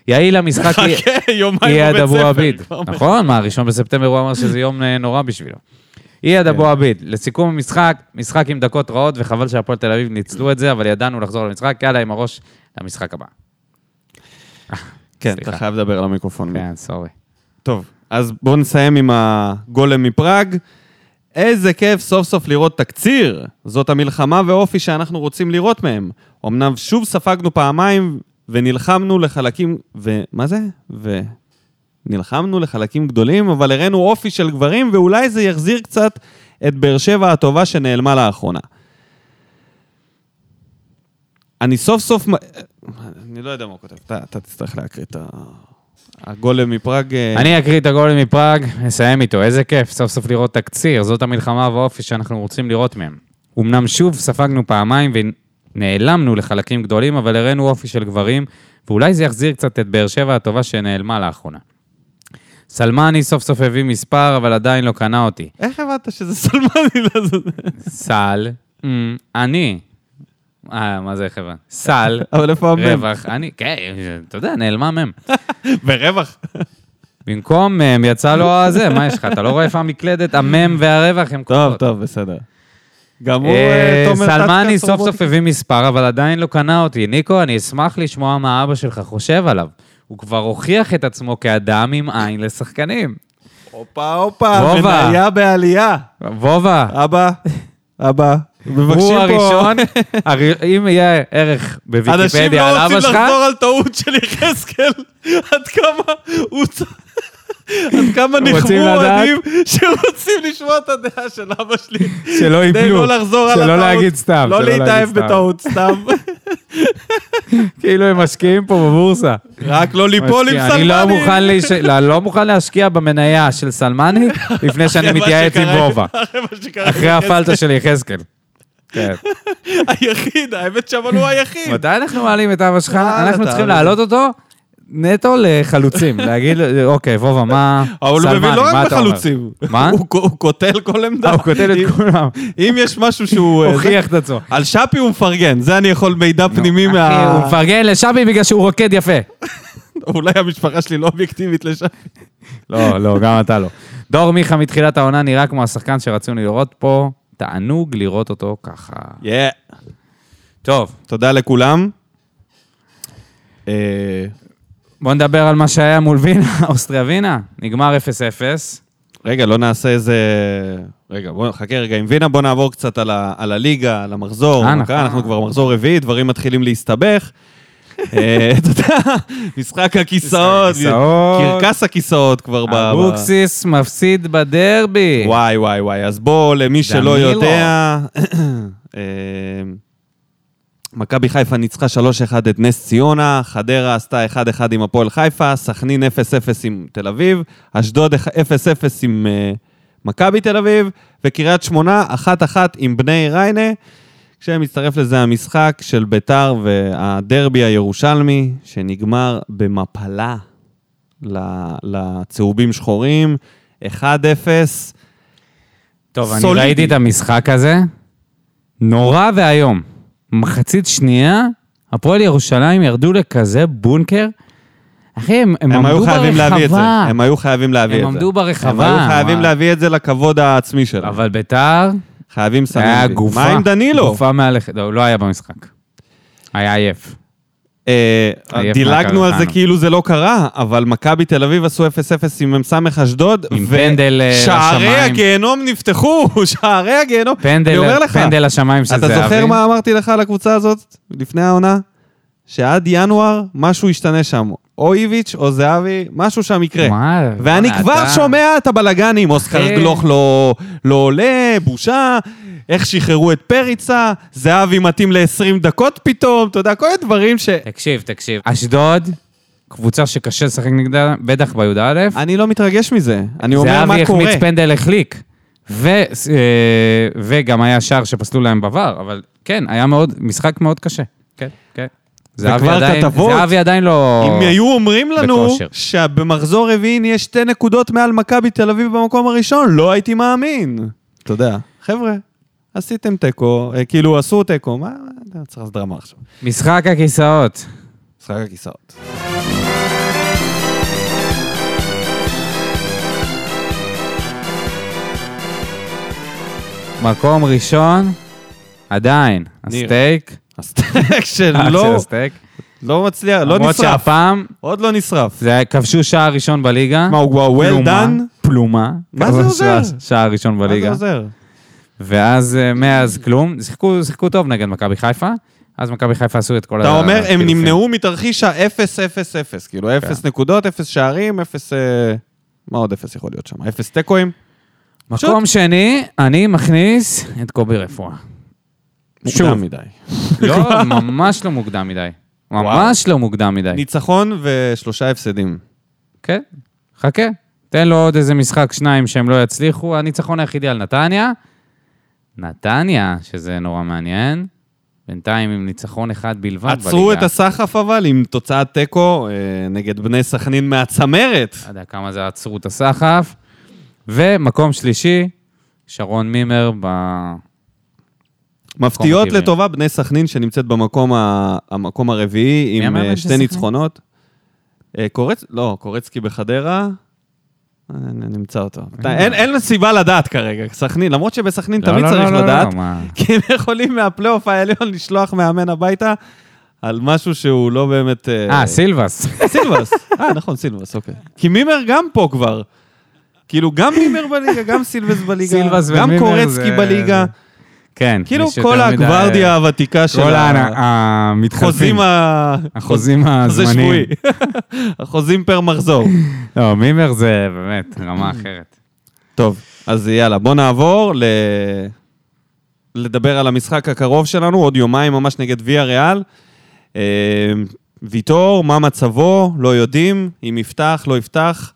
Speaker 2: יעיל המשחק...
Speaker 1: (laughs)
Speaker 2: יהיה-
Speaker 1: חכה, יומיים
Speaker 2: אייד
Speaker 1: בבית ספר.
Speaker 2: אבו עביד.
Speaker 1: כבר אומר.
Speaker 2: נכון, מה, הראשון בספטמבר הוא אמר שזה יום אה, נורא בשבילו. אייד
Speaker 1: כן.
Speaker 2: אבו עביד, לסיכום המשחק, משחק עם דקות רעות, וחבל שהפועל תל אביב ניצלו את זה, אבל ידענו לחזור למשחק, יאללה, עם הראש למשחק הבא.
Speaker 1: כן,
Speaker 2: סליחה.
Speaker 1: אתה חייב לדבר על המיקרופון.
Speaker 2: כן, סורי.
Speaker 1: טוב, אז בואו נסיים עם הגולם מפראג. איזה כיף סוף סוף לראות תקציר. זאת המלחמה ואופי שאנחנו רוצים לראות מהם. אמנם שוב ספגנו פעמיים ונלחמנו לחלקים... ו... מה זה? ו... נלחמנו לחלקים גדולים, אבל הראינו אופי של גברים, ואולי זה יחזיר קצת את באר שבע הטובה שנעלמה לאחרונה. אני סוף סוף... מ- אני לא יודע מה הוא כותב, אתה, אתה תצטרך להקריא את ה... הגולם מפראג... אה,
Speaker 2: אני אקריא את הגול מפראג, נסיים איתו. איזה כיף, סוף סוף לראות תקציר, זאת המלחמה והאופי שאנחנו רוצים לראות מהם. אמנם שוב ספגנו פעמיים ונעלמנו לחלקים גדולים, אבל הראינו אופי של גברים, ואולי זה יחזיר קצת את באר שבע הטובה שנעלמה לאחרונה. סלמני סוף סוף הביא מספר, אבל עדיין לא קנה אותי.
Speaker 1: איך הבנת שזה סלמני לזה?
Speaker 2: סל, אמ, אני. אה, מה זה חבר'ה? סל,
Speaker 1: אבל איפה המם?
Speaker 2: רווח, אני, כן, אתה יודע, נעלמה מם.
Speaker 1: ברווח.
Speaker 2: במקום מם יצא לו הזה, מה יש לך? אתה לא רואה איפה המקלדת? המם והרווח הם
Speaker 1: טוב,
Speaker 2: קרובות.
Speaker 1: טוב, בסדר. גם הוא,
Speaker 2: אה,
Speaker 1: אה, תומר טסקה,
Speaker 2: סלמני סוף
Speaker 1: סורבוטי.
Speaker 2: סוף הביא מספר, אבל עדיין לא קנה אותי. ניקו, אני אשמח לשמוע מה אבא שלך חושב עליו. הוא כבר הוכיח את עצמו כאדם עם עין לשחקנים.
Speaker 1: הופה, הופה,
Speaker 2: וובה.
Speaker 1: מניה בעלייה.
Speaker 2: וובה,
Speaker 1: אבא, אבא, מבקשים
Speaker 2: הוא
Speaker 1: פה... (laughs)
Speaker 2: הראשון, הר- אם יהיה ערך
Speaker 1: אנשים
Speaker 2: בוויקיפדיה על
Speaker 1: לא רוצים
Speaker 2: אבא שלך,
Speaker 1: לחזור על טעות של יחזקאל, (laughs) עד כמה הוא צ... (laughs) עד כמה
Speaker 2: רוצים
Speaker 1: נכוו
Speaker 2: לדעת?
Speaker 1: אוהדים שרוצים לשמוע את הדעה של אבא שלי.
Speaker 2: שלא
Speaker 1: כדי
Speaker 2: ייפלו,
Speaker 1: לא לחזור על הטעות.
Speaker 2: שלא להגיד סתם,
Speaker 1: לא
Speaker 2: שלא להגיד
Speaker 1: להתאהב
Speaker 2: סתם.
Speaker 1: בטעות,
Speaker 2: (laughs)
Speaker 1: סתם.
Speaker 2: כאילו הם משקיעים פה
Speaker 1: (laughs)
Speaker 2: בבורסה.
Speaker 1: רק לא ליפול עם
Speaker 2: משקיע. אני
Speaker 1: סלמני.
Speaker 2: לא מוכן, להיש... לא, לא מוכן להשקיע במניה של
Speaker 1: (laughs)
Speaker 2: סלמני לפני שאני
Speaker 1: אחרי מה
Speaker 2: מתייעץ עם
Speaker 1: שקרה-
Speaker 2: וובה.
Speaker 1: אחרי מה שקרה.
Speaker 2: אחרי הפלטה של יחזקאל. כן.
Speaker 1: היחיד, האמת שאמרנו הוא לא היחיד.
Speaker 2: מתי אנחנו מעלים את אבא שלך?
Speaker 1: וואלה,
Speaker 2: אנחנו
Speaker 1: אתה-
Speaker 2: צריכים להעלות אותו נטו
Speaker 1: (laughs)
Speaker 2: לחלוצים. להגיד, לו, אוקיי, וובה, מה...
Speaker 1: אבל הוא
Speaker 2: סלמני,
Speaker 1: מבין לא
Speaker 2: מה
Speaker 1: רק
Speaker 2: אתה אומר?"
Speaker 1: בחלוצים.
Speaker 2: מה?
Speaker 1: הוא ק- הוא קוטל כל עמדה.
Speaker 2: אה,
Speaker 1: (laughs)
Speaker 2: הוא כותב
Speaker 1: אם-
Speaker 2: את כולם.
Speaker 1: אם יש משהו שהוא... אה, זה-
Speaker 2: הוכיח את עצמו.
Speaker 1: על שפי הוא מפרגן, זה אני יכול מידע פנימי
Speaker 2: אחי,
Speaker 1: מה...
Speaker 2: הוא מפרגן לשבי בגלל שהוא רוקד יפה.
Speaker 1: אולי המשפחה שלי לא אובייקטיבית לשפי.
Speaker 2: לא, לא, גם אתה לא. דור מיכה מתחילת העונה נראה כמו השחקן שרצינו לראות פה. תענוג לראות אותו ככה.
Speaker 1: יא.
Speaker 2: טוב,
Speaker 1: תודה לכולם. אה,
Speaker 2: בוא נדבר על מה שהיה מול וינה, (laughs) אוסטריה וינה. נגמר 0-0.
Speaker 1: רגע, לא נעשה איזה... רגע, בוא חכה רגע עם וינה, בוא נעבור קצת על, ה... על הליגה, על המחזור.
Speaker 2: אה,
Speaker 1: מה
Speaker 2: נכון.
Speaker 1: קרה? אנחנו כבר מחזור רביעי, דברים מתחילים להסתבך. (laughs) אה, אתה יודע, משחק הכיסאות,
Speaker 2: הכיסאות.
Speaker 1: קרקס הכיסאות כבר ב... ב-
Speaker 2: אבוקסיס מפסיד בדרבי.
Speaker 1: וואי, וואי, וואי. אז בואו, למי שלא
Speaker 2: דנילו.
Speaker 1: יודע... (clears throat) אה, מכבי חיפה ניצחה 3-1 את נס ציונה, חדרה עשתה 1-1 עם הפועל חיפה, סכנין 0-0 עם תל אביב, אשדוד 0-0 עם אה, מכבי תל אביב, וקריית שמונה 1-1 עם בני ריינה, כשמצטרף לזה המשחק של ביתר והדרבי הירושלמי, שנגמר במפלה ל- לצהובים שחורים, 1-0.
Speaker 2: טוב, אני
Speaker 1: סולידי.
Speaker 2: ראיתי את המשחק הזה. נורא ואיום. מחצית שנייה, הפועל ירושלים ירדו לכזה בונקר. אחי, הם, הם,
Speaker 1: הם
Speaker 2: עמדו
Speaker 1: היו
Speaker 2: ברחבה.
Speaker 1: חייבים להביא את זה. הם היו חייבים להביא את
Speaker 2: הם
Speaker 1: זה.
Speaker 2: עמדו ברחבה,
Speaker 1: הם היו חייבים
Speaker 2: וואי.
Speaker 1: להביא את זה לכבוד העצמי שלהם.
Speaker 2: אבל ביתר,
Speaker 1: חייבים סמים.
Speaker 2: היה
Speaker 1: בי.
Speaker 2: גופה.
Speaker 1: מה עם דנילו?
Speaker 2: גופה מהלכת. לא, הוא לא היה במשחק. היה עייף.
Speaker 1: אה,
Speaker 2: עייף
Speaker 1: דילגנו על
Speaker 2: מהקרחנה.
Speaker 1: זה כאילו זה לא קרה, אבל מכבי תל אביב עשו 0-0 עם מ"ס אשדוד.
Speaker 2: עם
Speaker 1: ו-
Speaker 2: פנדל, אה,
Speaker 1: שערי
Speaker 2: לשמיים.
Speaker 1: הגיהנום נפתחו, (laughs) שערי הגיהנום. אני אומר
Speaker 2: פנדל,
Speaker 1: לך,
Speaker 2: פנדל השמיים של
Speaker 1: אתה
Speaker 2: זהבי.
Speaker 1: זוכר מה אמרתי לך על הקבוצה הזאת לפני העונה? שעד ינואר משהו ישתנה שם. או איביץ' או זהבי, משהו שם יקרה.
Speaker 2: מה?
Speaker 1: ואני
Speaker 2: בואנה,
Speaker 1: כבר
Speaker 2: אה, אתה- כן.
Speaker 1: שומע את הבלגנים, אוסקר
Speaker 2: אחי.
Speaker 1: גלוך לא, לא עולה, בושה, איך שחררו את פריצה, זהבי מתאים ל-20 דקות פתאום, אתה יודע, כל מיני דברים ש...
Speaker 2: תקשיב, תקשיב. אשדוד, קבוצה שקשה לשחק נגדה, בטח בי"א.
Speaker 1: אני לא מתרגש מזה, אני אומר מה
Speaker 2: זהבי
Speaker 1: קורה.
Speaker 2: החמיץ פנדל החליק. ו, אה, וגם היה שער שפסלו להם בVAR, אבל כן, היה מאוד, משחק מאוד קשה. כן, כן. זהבי
Speaker 1: וכבר
Speaker 2: עדיין,
Speaker 1: כתבות.
Speaker 2: זהבי עדיין לא...
Speaker 1: אם היו אומרים לנו
Speaker 2: בכושר.
Speaker 1: שבמחזור רביעי נהיה שתי נקודות מעל מכבי תל אביב במקום הראשון, לא הייתי מאמין. אתה יודע, חבר'ה, עשיתם תיקו, אה, כאילו עשו תיקו, מה, אתה צריך לעשות דרמה עכשיו.
Speaker 2: משחק הכיסאות.
Speaker 1: משחק הכיסאות.
Speaker 2: מקום ראשון, עדיין. הסטייק. אה,
Speaker 1: הסטייק
Speaker 2: של
Speaker 1: (laughs) שלא
Speaker 2: הסטייק.
Speaker 1: לא מצליח, לא
Speaker 2: למרות
Speaker 1: נשרף,
Speaker 2: שהפעם,
Speaker 1: עוד לא נשרף.
Speaker 2: זה היה- כבשו שער ראשון בליגה.
Speaker 1: מה, הוא כבר well
Speaker 2: פלומה,
Speaker 1: done?
Speaker 2: פלומה.
Speaker 1: מה זה
Speaker 2: כבשו
Speaker 1: עוזר?
Speaker 2: שער- שער ראשון
Speaker 1: מה זה
Speaker 2: בליגה.
Speaker 1: עוזר?
Speaker 2: ואז אה, מאז כלום, שיחקו, שיחקו טוב נגד מכבי חיפה, אז מכבי חיפה עשו את כל
Speaker 1: אתה אומר, הם
Speaker 2: החילופים.
Speaker 1: נמנעו מתרחיש ה-0-0-0,
Speaker 2: כן.
Speaker 1: כאילו 0 נקודות, 0 שערים, 0... מה עוד 0 יכול להיות שם? 0 תיקואים?
Speaker 2: מקום שני, אני מכניס את קובי
Speaker 1: (laughs)
Speaker 2: רפואה.
Speaker 1: מוקדם
Speaker 2: שוב.
Speaker 1: מדי.
Speaker 2: לא, ממש לא מוקדם מדי. ממש לא מוקדם מדי.
Speaker 1: ניצחון ושלושה הפסדים.
Speaker 2: כן, חכה. תן לו עוד איזה משחק, שניים שהם לא יצליחו. הניצחון היחידי על נתניה. נתניה, שזה נורא מעניין, בינתיים עם ניצחון אחד בלבד בליגה.
Speaker 1: עצרו את הסחף אבל עם תוצאת תיקו אה, נגד בני סכנין מהצמרת.
Speaker 2: לא יודע כמה זה עצרו את הסחף. ומקום שלישי, שרון מימר ב...
Speaker 1: מפתיעות
Speaker 2: טבעי.
Speaker 1: לטובה בני סכנין שנמצאת במקום ה- המקום הרביעי עם
Speaker 2: המאמן
Speaker 1: אה,
Speaker 2: של
Speaker 1: שתי
Speaker 2: סכנין?
Speaker 1: ניצחונות. אה, קורץ, לא, קורצקי בחדרה. אה, נ- נמצא אותו. אתה- אין- אין לו סיבה לדעת כרגע, סכנין, למרות שבסכנין
Speaker 2: לא,
Speaker 1: תמיד
Speaker 2: לא,
Speaker 1: צריך
Speaker 2: לא, לא,
Speaker 1: לדעת,
Speaker 2: לא, מה?
Speaker 1: כי הם יכולים מהפלייאוף העליון לשלוח מאמן הביתה על משהו שהוא לא באמת...
Speaker 2: אה, סילבס.
Speaker 1: סילבס. אה, נכון, סילבס, אוקיי. כי מימר גם פה כבר. כאילו, גם מימר בליגה, גם סילבס בליגה,
Speaker 2: (laughs) סילבס
Speaker 1: גם
Speaker 2: ומימר
Speaker 1: קורצקי
Speaker 2: זה-
Speaker 1: בליגה.
Speaker 2: כן.
Speaker 1: כאילו,
Speaker 2: יש יותר
Speaker 1: כל
Speaker 2: מדי-
Speaker 1: הגוורדיה הוותיקה של
Speaker 2: כל ה-
Speaker 1: החוזים
Speaker 2: המתחלפים.
Speaker 1: ה... (laughs)
Speaker 2: החוזים
Speaker 1: חוזה
Speaker 2: הזמניים.
Speaker 1: שבועי. (laughs) החוזים פר מחזור.
Speaker 2: לא, מימר זה באמת רמה אחרת.
Speaker 1: טוב, אז יאללה, בוא נעבור ל... לדבר על המשחק הקרוב שלנו, עוד יומיים ממש נגד ויה ריאל. אה, ויטור, מה מצבו, לא יודעים, אם יפתח, לא יפתח.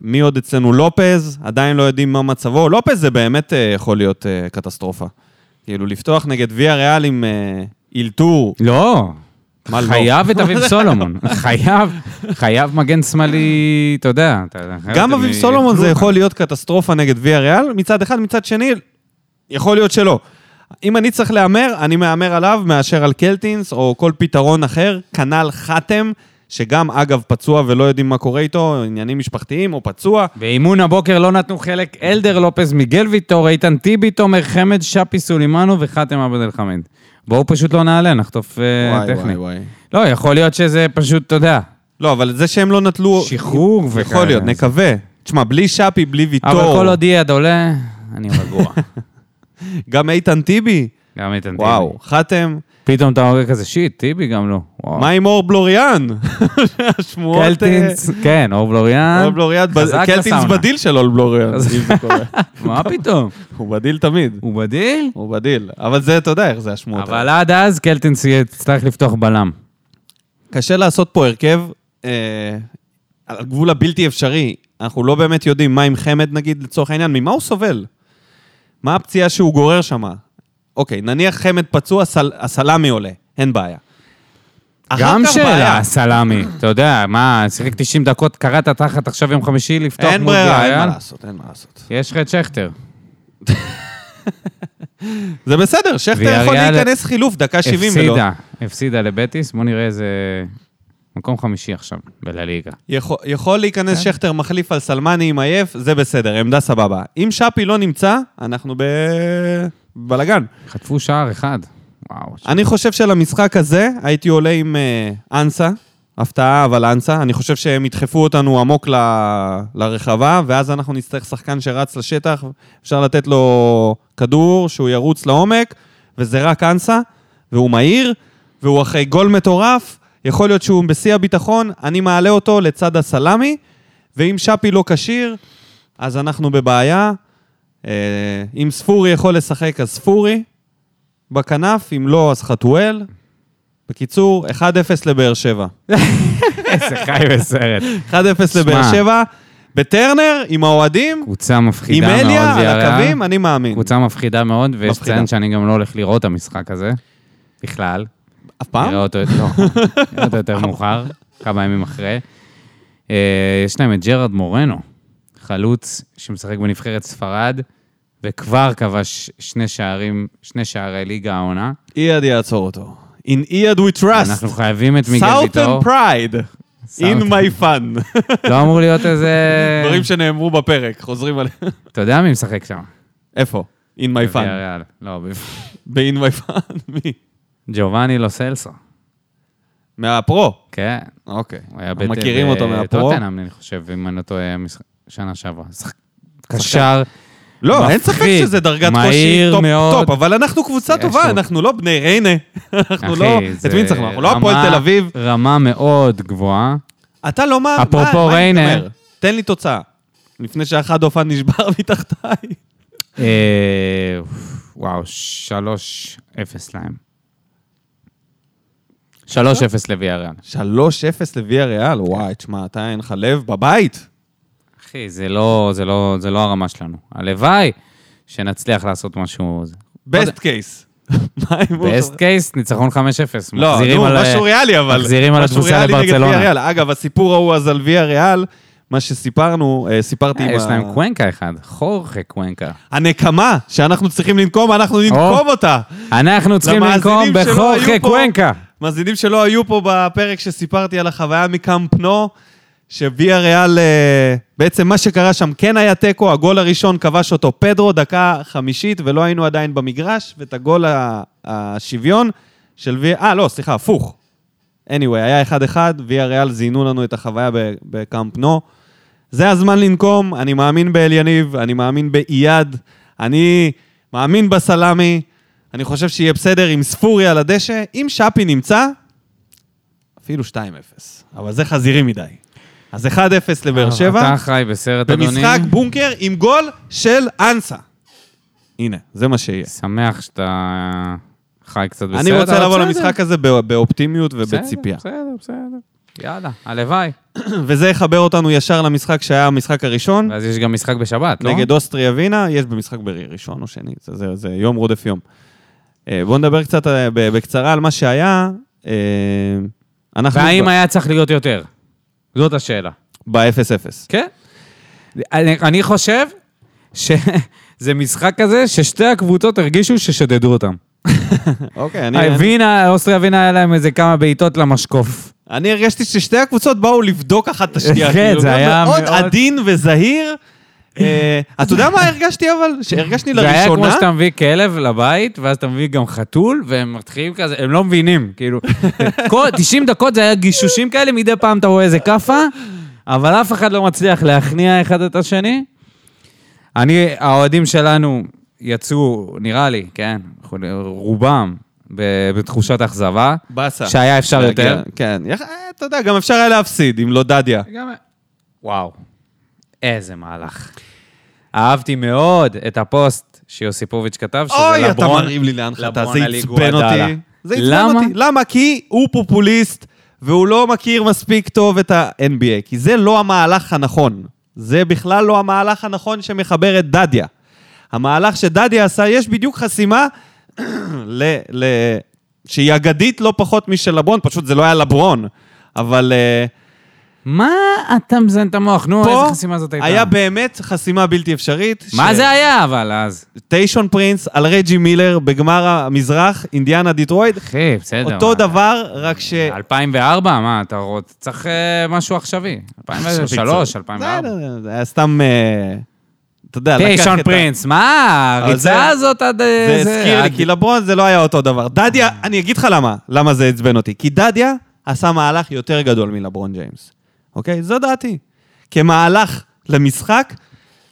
Speaker 1: מי עוד אצלנו? לופז, עדיין לא יודעים מה מצבו. לופז זה באמת אה, יכול להיות אה, קטסטרופה. כאילו, לפתוח נגד ויה ריאל עם אה, אילתור,
Speaker 2: לא.
Speaker 1: מה לא?
Speaker 2: חייב את (laughs) אביב סולומון, חייב, חייב מגן שמאלי, אתה יודע. אתה-
Speaker 1: גם
Speaker 2: הם
Speaker 1: אביב
Speaker 2: י-
Speaker 1: סולומון זה
Speaker 2: יאכלו.
Speaker 1: יכול להיות קטסטרופה נגד ויה ריאל, מצד אחד, מצד שני, יכול להיות שלא. אם אני צריך להמר, אני מהמר עליו מאשר על קלטינס או כל פתרון אחר, כנ"ל חתם, שגם אגב פצוע ולא יודעים מה קורה איתו, עניינים משפחתיים או פצוע.
Speaker 2: באימון הבוקר לא נתנו חלק אלדר לופז, מיגל ויטור, איתן טיבי, תומר חמד, שפי סולימנו וחאתם עבד אל חמיד. בואו פשוט לא נעלה, נחטוף אה, טכני.
Speaker 1: וואי.
Speaker 2: לא, יכול להיות שזה פשוט, אתה יודע,
Speaker 1: לא, אבל זה שהם לא נטלו...
Speaker 2: שחרור וכאלה.
Speaker 1: יכול להיות, נקווה. תשמע, בלי שפי, בלי ויטור,
Speaker 2: אבל כל עוד יד עולה, אני
Speaker 1: (laughs)
Speaker 2: רגוע.
Speaker 1: גם איתן טיבי,
Speaker 2: גם איתן טיבי.
Speaker 1: וואו, חתם.
Speaker 2: פתאום אתה אומר כזה, שיט, טיבי גם לא. וואו.
Speaker 1: מה עם אור בלוריאן? (laughs) השמועות... אה,
Speaker 2: קלטינס, כן, אור בלוריאן.
Speaker 1: אור בלוריאן,
Speaker 2: חזק
Speaker 1: קלטינס
Speaker 2: לסאונה.
Speaker 1: בדיל של אור
Speaker 2: (laughs)
Speaker 1: בלוריאן,
Speaker 2: אז-
Speaker 1: אם זה קורה.
Speaker 2: מה פתאום?
Speaker 1: הוא בדיל תמיד,
Speaker 2: הוא בדיל?
Speaker 1: הוא בדיל. אבל זה, אתה יודע איך זה השמועות.
Speaker 2: אבל עד אז קלטינס יהיה- יצטרך לפתוח בלם.
Speaker 1: קשה לעשות פה הרכב אה, על גבול הבלתי אפשרי. אנחנו לא באמת יודעים מה עם חמד, נגיד, לצורך העניין, ממה הוא סובל? מה הפציעה שהוא גורר שם? אוקיי, נניח חמד פצוע, סל- הסלמי עולה, אין בעיה. אחר
Speaker 2: גם
Speaker 1: כך בעיה.
Speaker 2: שאלה, סלמי. אתה יודע, מה, שיחק 90 דקות, קרעת תחת עכשיו יום חמישי לפתוח
Speaker 1: אין
Speaker 2: מול
Speaker 1: ברירה, אין מה
Speaker 2: ויאריאל?
Speaker 1: לעשות, אין מה לעשות.
Speaker 2: יש לך את שכטר.
Speaker 1: זה בסדר, שכטר יכול
Speaker 2: ויאריאל
Speaker 1: להיכנס חילוף, דקה 70 ולא.
Speaker 2: הפסידה, הפסידה לבטיס, בוא נראה איזה... מקום חמישי עכשיו, בלליגה.
Speaker 1: יכול, יכול להיכנס שכטר מחליף על סלמני עם עייף, זה בסדר, עמדה סבבה. אם שפי לא נמצא, אנחנו ב... בלאגן.
Speaker 2: חטפו שער אחד.
Speaker 1: (laughs)
Speaker 2: וואו.
Speaker 1: אני חושב שלמשחק הזה הייתי עולה עם אה, אנסה, הפתעה, אבל אנסה. אני חושב שהם ידחפו אותנו עמוק ל... לרחבה, ואז אנחנו נצטרך שחקן שרץ לשטח, אפשר לתת לו כדור, שהוא ירוץ לעומק, וזה רק אנסה, והוא מהיר, והוא אחרי גול מטורף, יכול להיות שהוא בשיא הביטחון, אני מעלה אותו לצד הסלמי, ואם שפי לא כשיר, אז אנחנו בבעיה. אה, אם ספורי יכול לשחק, אז ספורי. בכנף, אם לא, אז חתואל. בקיצור, 1-0 לבאר שבע. 1-0
Speaker 2: איזה חי בסרט.
Speaker 1: לבאר
Speaker 2: שמע.
Speaker 1: שבע. בטרנר, עם האוהדים,
Speaker 2: קבוצה
Speaker 1: עם
Speaker 2: מפחידה מאוד,
Speaker 1: אליה, על
Speaker 2: ויאריאל.
Speaker 1: הקווים, אני מאמין.
Speaker 2: קבוצה מפחידה מאוד, ויש
Speaker 1: מפחידה.
Speaker 2: לציין שאני גם לא הולך לראות את המשחק הזה. בכלל.
Speaker 1: אף פעם?
Speaker 2: נראה אותו, לא, נראה אותו יותר מאוחר, כמה ימים אחרי. אה, יש להם את ג'רד מורנו, חלוץ שמשחק בנבחרת ספרד, וכבר כבש שני שערים, שני שערי ליגה העונה.
Speaker 1: אייד יעצור אותו. In Ead we trust.
Speaker 2: אנחנו חייבים את מיגל ויטור.
Speaker 1: Southern pride. In
Speaker 2: Southern.
Speaker 1: my fun.
Speaker 2: לא אמור להיות איזה...
Speaker 1: דברים שנאמרו בפרק, חוזרים עליהם.
Speaker 2: אתה יודע מי משחק שם?
Speaker 1: (laughs) איפה? In
Speaker 2: אוקיי,
Speaker 1: my fun.
Speaker 2: בוויאריאל. לא, ב-
Speaker 1: ב-In my fun. (laughs) מי?
Speaker 2: ג'ובאני לו סלסו.
Speaker 1: מהפרו.
Speaker 2: כן.
Speaker 1: אוקיי.
Speaker 2: הוא היה בת-
Speaker 1: מכירים
Speaker 2: ב-
Speaker 1: אותו מהפרו?
Speaker 2: טוטנהאם, אני חושב, אם אני לא טועה, משחק- שנה שעברה. שחק- קשר.
Speaker 1: לא, אין ספק
Speaker 2: מפחיד,
Speaker 1: שזה דרגת קושי
Speaker 2: מהיר
Speaker 1: טופ,
Speaker 2: מאוד.
Speaker 1: טופ, אבל אנחנו קבוצה
Speaker 2: יש
Speaker 1: טובה,
Speaker 2: לו-
Speaker 1: אנחנו לא בני ריינה. (laughs) אנחנו
Speaker 2: אחי,
Speaker 1: לא...
Speaker 2: זה
Speaker 1: את מי ניצחנו? אנחנו לא
Speaker 2: רמה-
Speaker 1: הפועל תל אביב.
Speaker 2: רמה מאוד גבוהה.
Speaker 1: אתה לא מה...
Speaker 2: אפרופו
Speaker 1: מה- מה אני
Speaker 2: ריינה.
Speaker 1: אומר? תן לי תוצאה. לפני שאחד אופן נשבר (laughs) מתחתיי.
Speaker 2: אה, וואו, 3-0 להם. 3-0 לוויארן.
Speaker 1: 3-0 לוויה ריאל, וואי, תשמע, אתה אין לך לב בבית.
Speaker 2: אחי, זה לא, זה, לא, זה לא הרמה שלנו. הלוואי שנצליח לעשות משהו...
Speaker 1: בסט קייס. מה אם הוא-
Speaker 2: בסט קייס, ניצחון 5-0.
Speaker 1: לא,
Speaker 2: מחזירים
Speaker 1: נו,
Speaker 2: על ה-
Speaker 1: משהו ריאלי, אבל...
Speaker 2: מחזירים על
Speaker 1: משהו
Speaker 2: התבוסה
Speaker 1: ריאלי נגד
Speaker 2: לברצלונה.
Speaker 1: ויה ריאל. אגב, הסיפור ההוא אז על ויה ריאל, מה שסיפרנו, אה, סיפרתי עם
Speaker 2: אה,
Speaker 1: ה...
Speaker 2: יש להם קוונקה אחד, חורכי קוונקה.
Speaker 1: הנקמה שאנחנו צריכים לנקום, אנחנו ננקום אותה.
Speaker 2: אנחנו צריכים
Speaker 1: למאזינים
Speaker 2: לנקום
Speaker 1: שלא היו
Speaker 2: בחורכי
Speaker 1: פה-
Speaker 2: קוונקה.
Speaker 1: מאזינים שלא היו פה בפרק שסיפרתי על החוויה מקמפנו, שוויה ריאל, אה, בעצם מה שקרה שם כן היה תיקו, הגול הראשון כבש אותו פדרו, דקה חמישית, ולא היינו עדיין במגרש, ואת הגול ה- השוויון של ויה... אה, לא, סליחה, הפוך. anyway, היה 1-1, ויה ריאל זיינו לנו את החוויה בקמפנו. זה הזמן לנקום, אני מאמין באל יניב, אני מאמין באייד, אני מאמין בסלמי, אני חושב שיהיה בסדר עם ספורי על הדשא, אם שפי נמצא, אפילו 2-0. אבל זה חזירי מדי. אז 1-0 לבאר
Speaker 2: אה, אתה
Speaker 1: שבע,
Speaker 2: אחראי בסרט, אדוני.
Speaker 1: במשחק בונקר עם גול של אנסה. הנה, זה מה שיהיה.
Speaker 2: שמח שאתה חי קצת בסרט.
Speaker 1: אני רוצה
Speaker 2: אבל
Speaker 1: לבוא
Speaker 2: בסדר.
Speaker 1: למשחק הזה בא- באופטימיות ובציפייה.
Speaker 2: בסדר, בסדר. יאללה, הלוואי.
Speaker 1: וזה יחבר אותנו ישר למשחק שהיה המשחק הראשון,
Speaker 2: ואז יש גם משחק בשבת, לא?
Speaker 1: נגד אוסטריה ווינה, יש במשחק בראשון או שני, זה, זה, זה יום רודף יום. אה, בואו נדבר קצת אה, ב- בקצרה על מה שהיה. אה, אנחנו
Speaker 2: והאם היה צריך להיות יותר? זאת השאלה.
Speaker 1: ב-0-0.
Speaker 2: כן. אני, אני חושב (laughs) שזה משחק כזה ששתי הקבוצות הרגישו ששדדו אותם.
Speaker 1: אוקיי, אני, אני,
Speaker 2: הבינה, אוסטריה הבינה, היה להם איזה כמה בעיטות למשקוף.
Speaker 1: אני הרגשתי ששתי הקבוצות באו לבדוק אחת את השנייה.
Speaker 2: (laughs) כן,
Speaker 1: כאילו,
Speaker 2: זה
Speaker 1: גם
Speaker 2: היה
Speaker 1: מאוד
Speaker 2: מאוד-
Speaker 1: עדין וזהיר. אה, (laughs) אתה יודע מה הרגשתי אבל? שהרגשתי
Speaker 2: זה היה כמו
Speaker 1: לראשונה,
Speaker 2: שאתה מביא כלב לבית, ואז אתה מביא גם חתול, והם מתחילים כזה, הם לא מבינים,
Speaker 1: (laughs)
Speaker 2: כאילו. כל 90 דקות זה היה גישושים כאלה, מדי פעם אתה רואה איזה כאפה, אבל אף אחד לא מצליח להכניע אחד את השני. אני, האוהדים שלנו יצאו, נראה לי, כן, רובם, ב- בתחושת אכזבה,
Speaker 1: באסה.
Speaker 2: שהיה אפשר יותר.
Speaker 1: כן, יח- אה, אתה יודע, גם אפשר היה להפסיד, אם לא דדיה.
Speaker 2: גם- וואו, איזה מהלך. אהבתי מאוד את הפוסט שיוסיפוביץ' כתב, שזה לברון.
Speaker 1: אוי, אתה מרים לי להנחתה,
Speaker 2: לברון
Speaker 1: זה
Speaker 2: על
Speaker 1: עצבן
Speaker 2: איגואדלה.
Speaker 1: אותי. זה עצבן
Speaker 2: למה?
Speaker 1: אותי. למה? כי הוא פופוליסט, והוא לא מכיר מספיק טוב את ה-NBA. כי זה לא המהלך הנכון. זה בכלל לא המהלך הנכון שמחבר את דדיה. המהלך שדדיה עשה, יש בדיוק חסימה (coughs) ל... ל... שהיא אגדית לא פחות משל לברון, פשוט זה לא היה לברון. אבל אה,
Speaker 2: מה אתה מזיין את המוח? נו,
Speaker 1: פה
Speaker 2: איזה חסימה זאת הייתה?
Speaker 1: היה באמת חסימה בלתי אפשרית.
Speaker 2: מה
Speaker 1: ש-
Speaker 2: זה היה אבל אז?
Speaker 1: טיישון פרינס על רג'י מילר בגמר המזרח, אינדיאנה דיטרויד.
Speaker 2: אחי, בסדר.
Speaker 1: אותו
Speaker 2: מה, אה,
Speaker 1: דבר, רק ש...
Speaker 2: 2004, מה, אתה רוצ- צריך אה, משהו עכשווי. 2003, 2004.
Speaker 1: בסדר, לא, זה היה סתם... אה, אתה יודע, לקח את ה...
Speaker 2: טיישון פרינס, מה?
Speaker 1: אבל זה-
Speaker 2: הריצה הזאת עד... אה,
Speaker 1: זה הזכיר לי,
Speaker 2: עד-
Speaker 1: כי לברון זה לא היה אותו דבר. דדיה, אני אגיד לך למה, למה זה עצבן אותי. כי דדיה עשה מהלך יותר גדול מלברון ג'יימס, אוקיי? זו דעתי. כמהלך למשחק,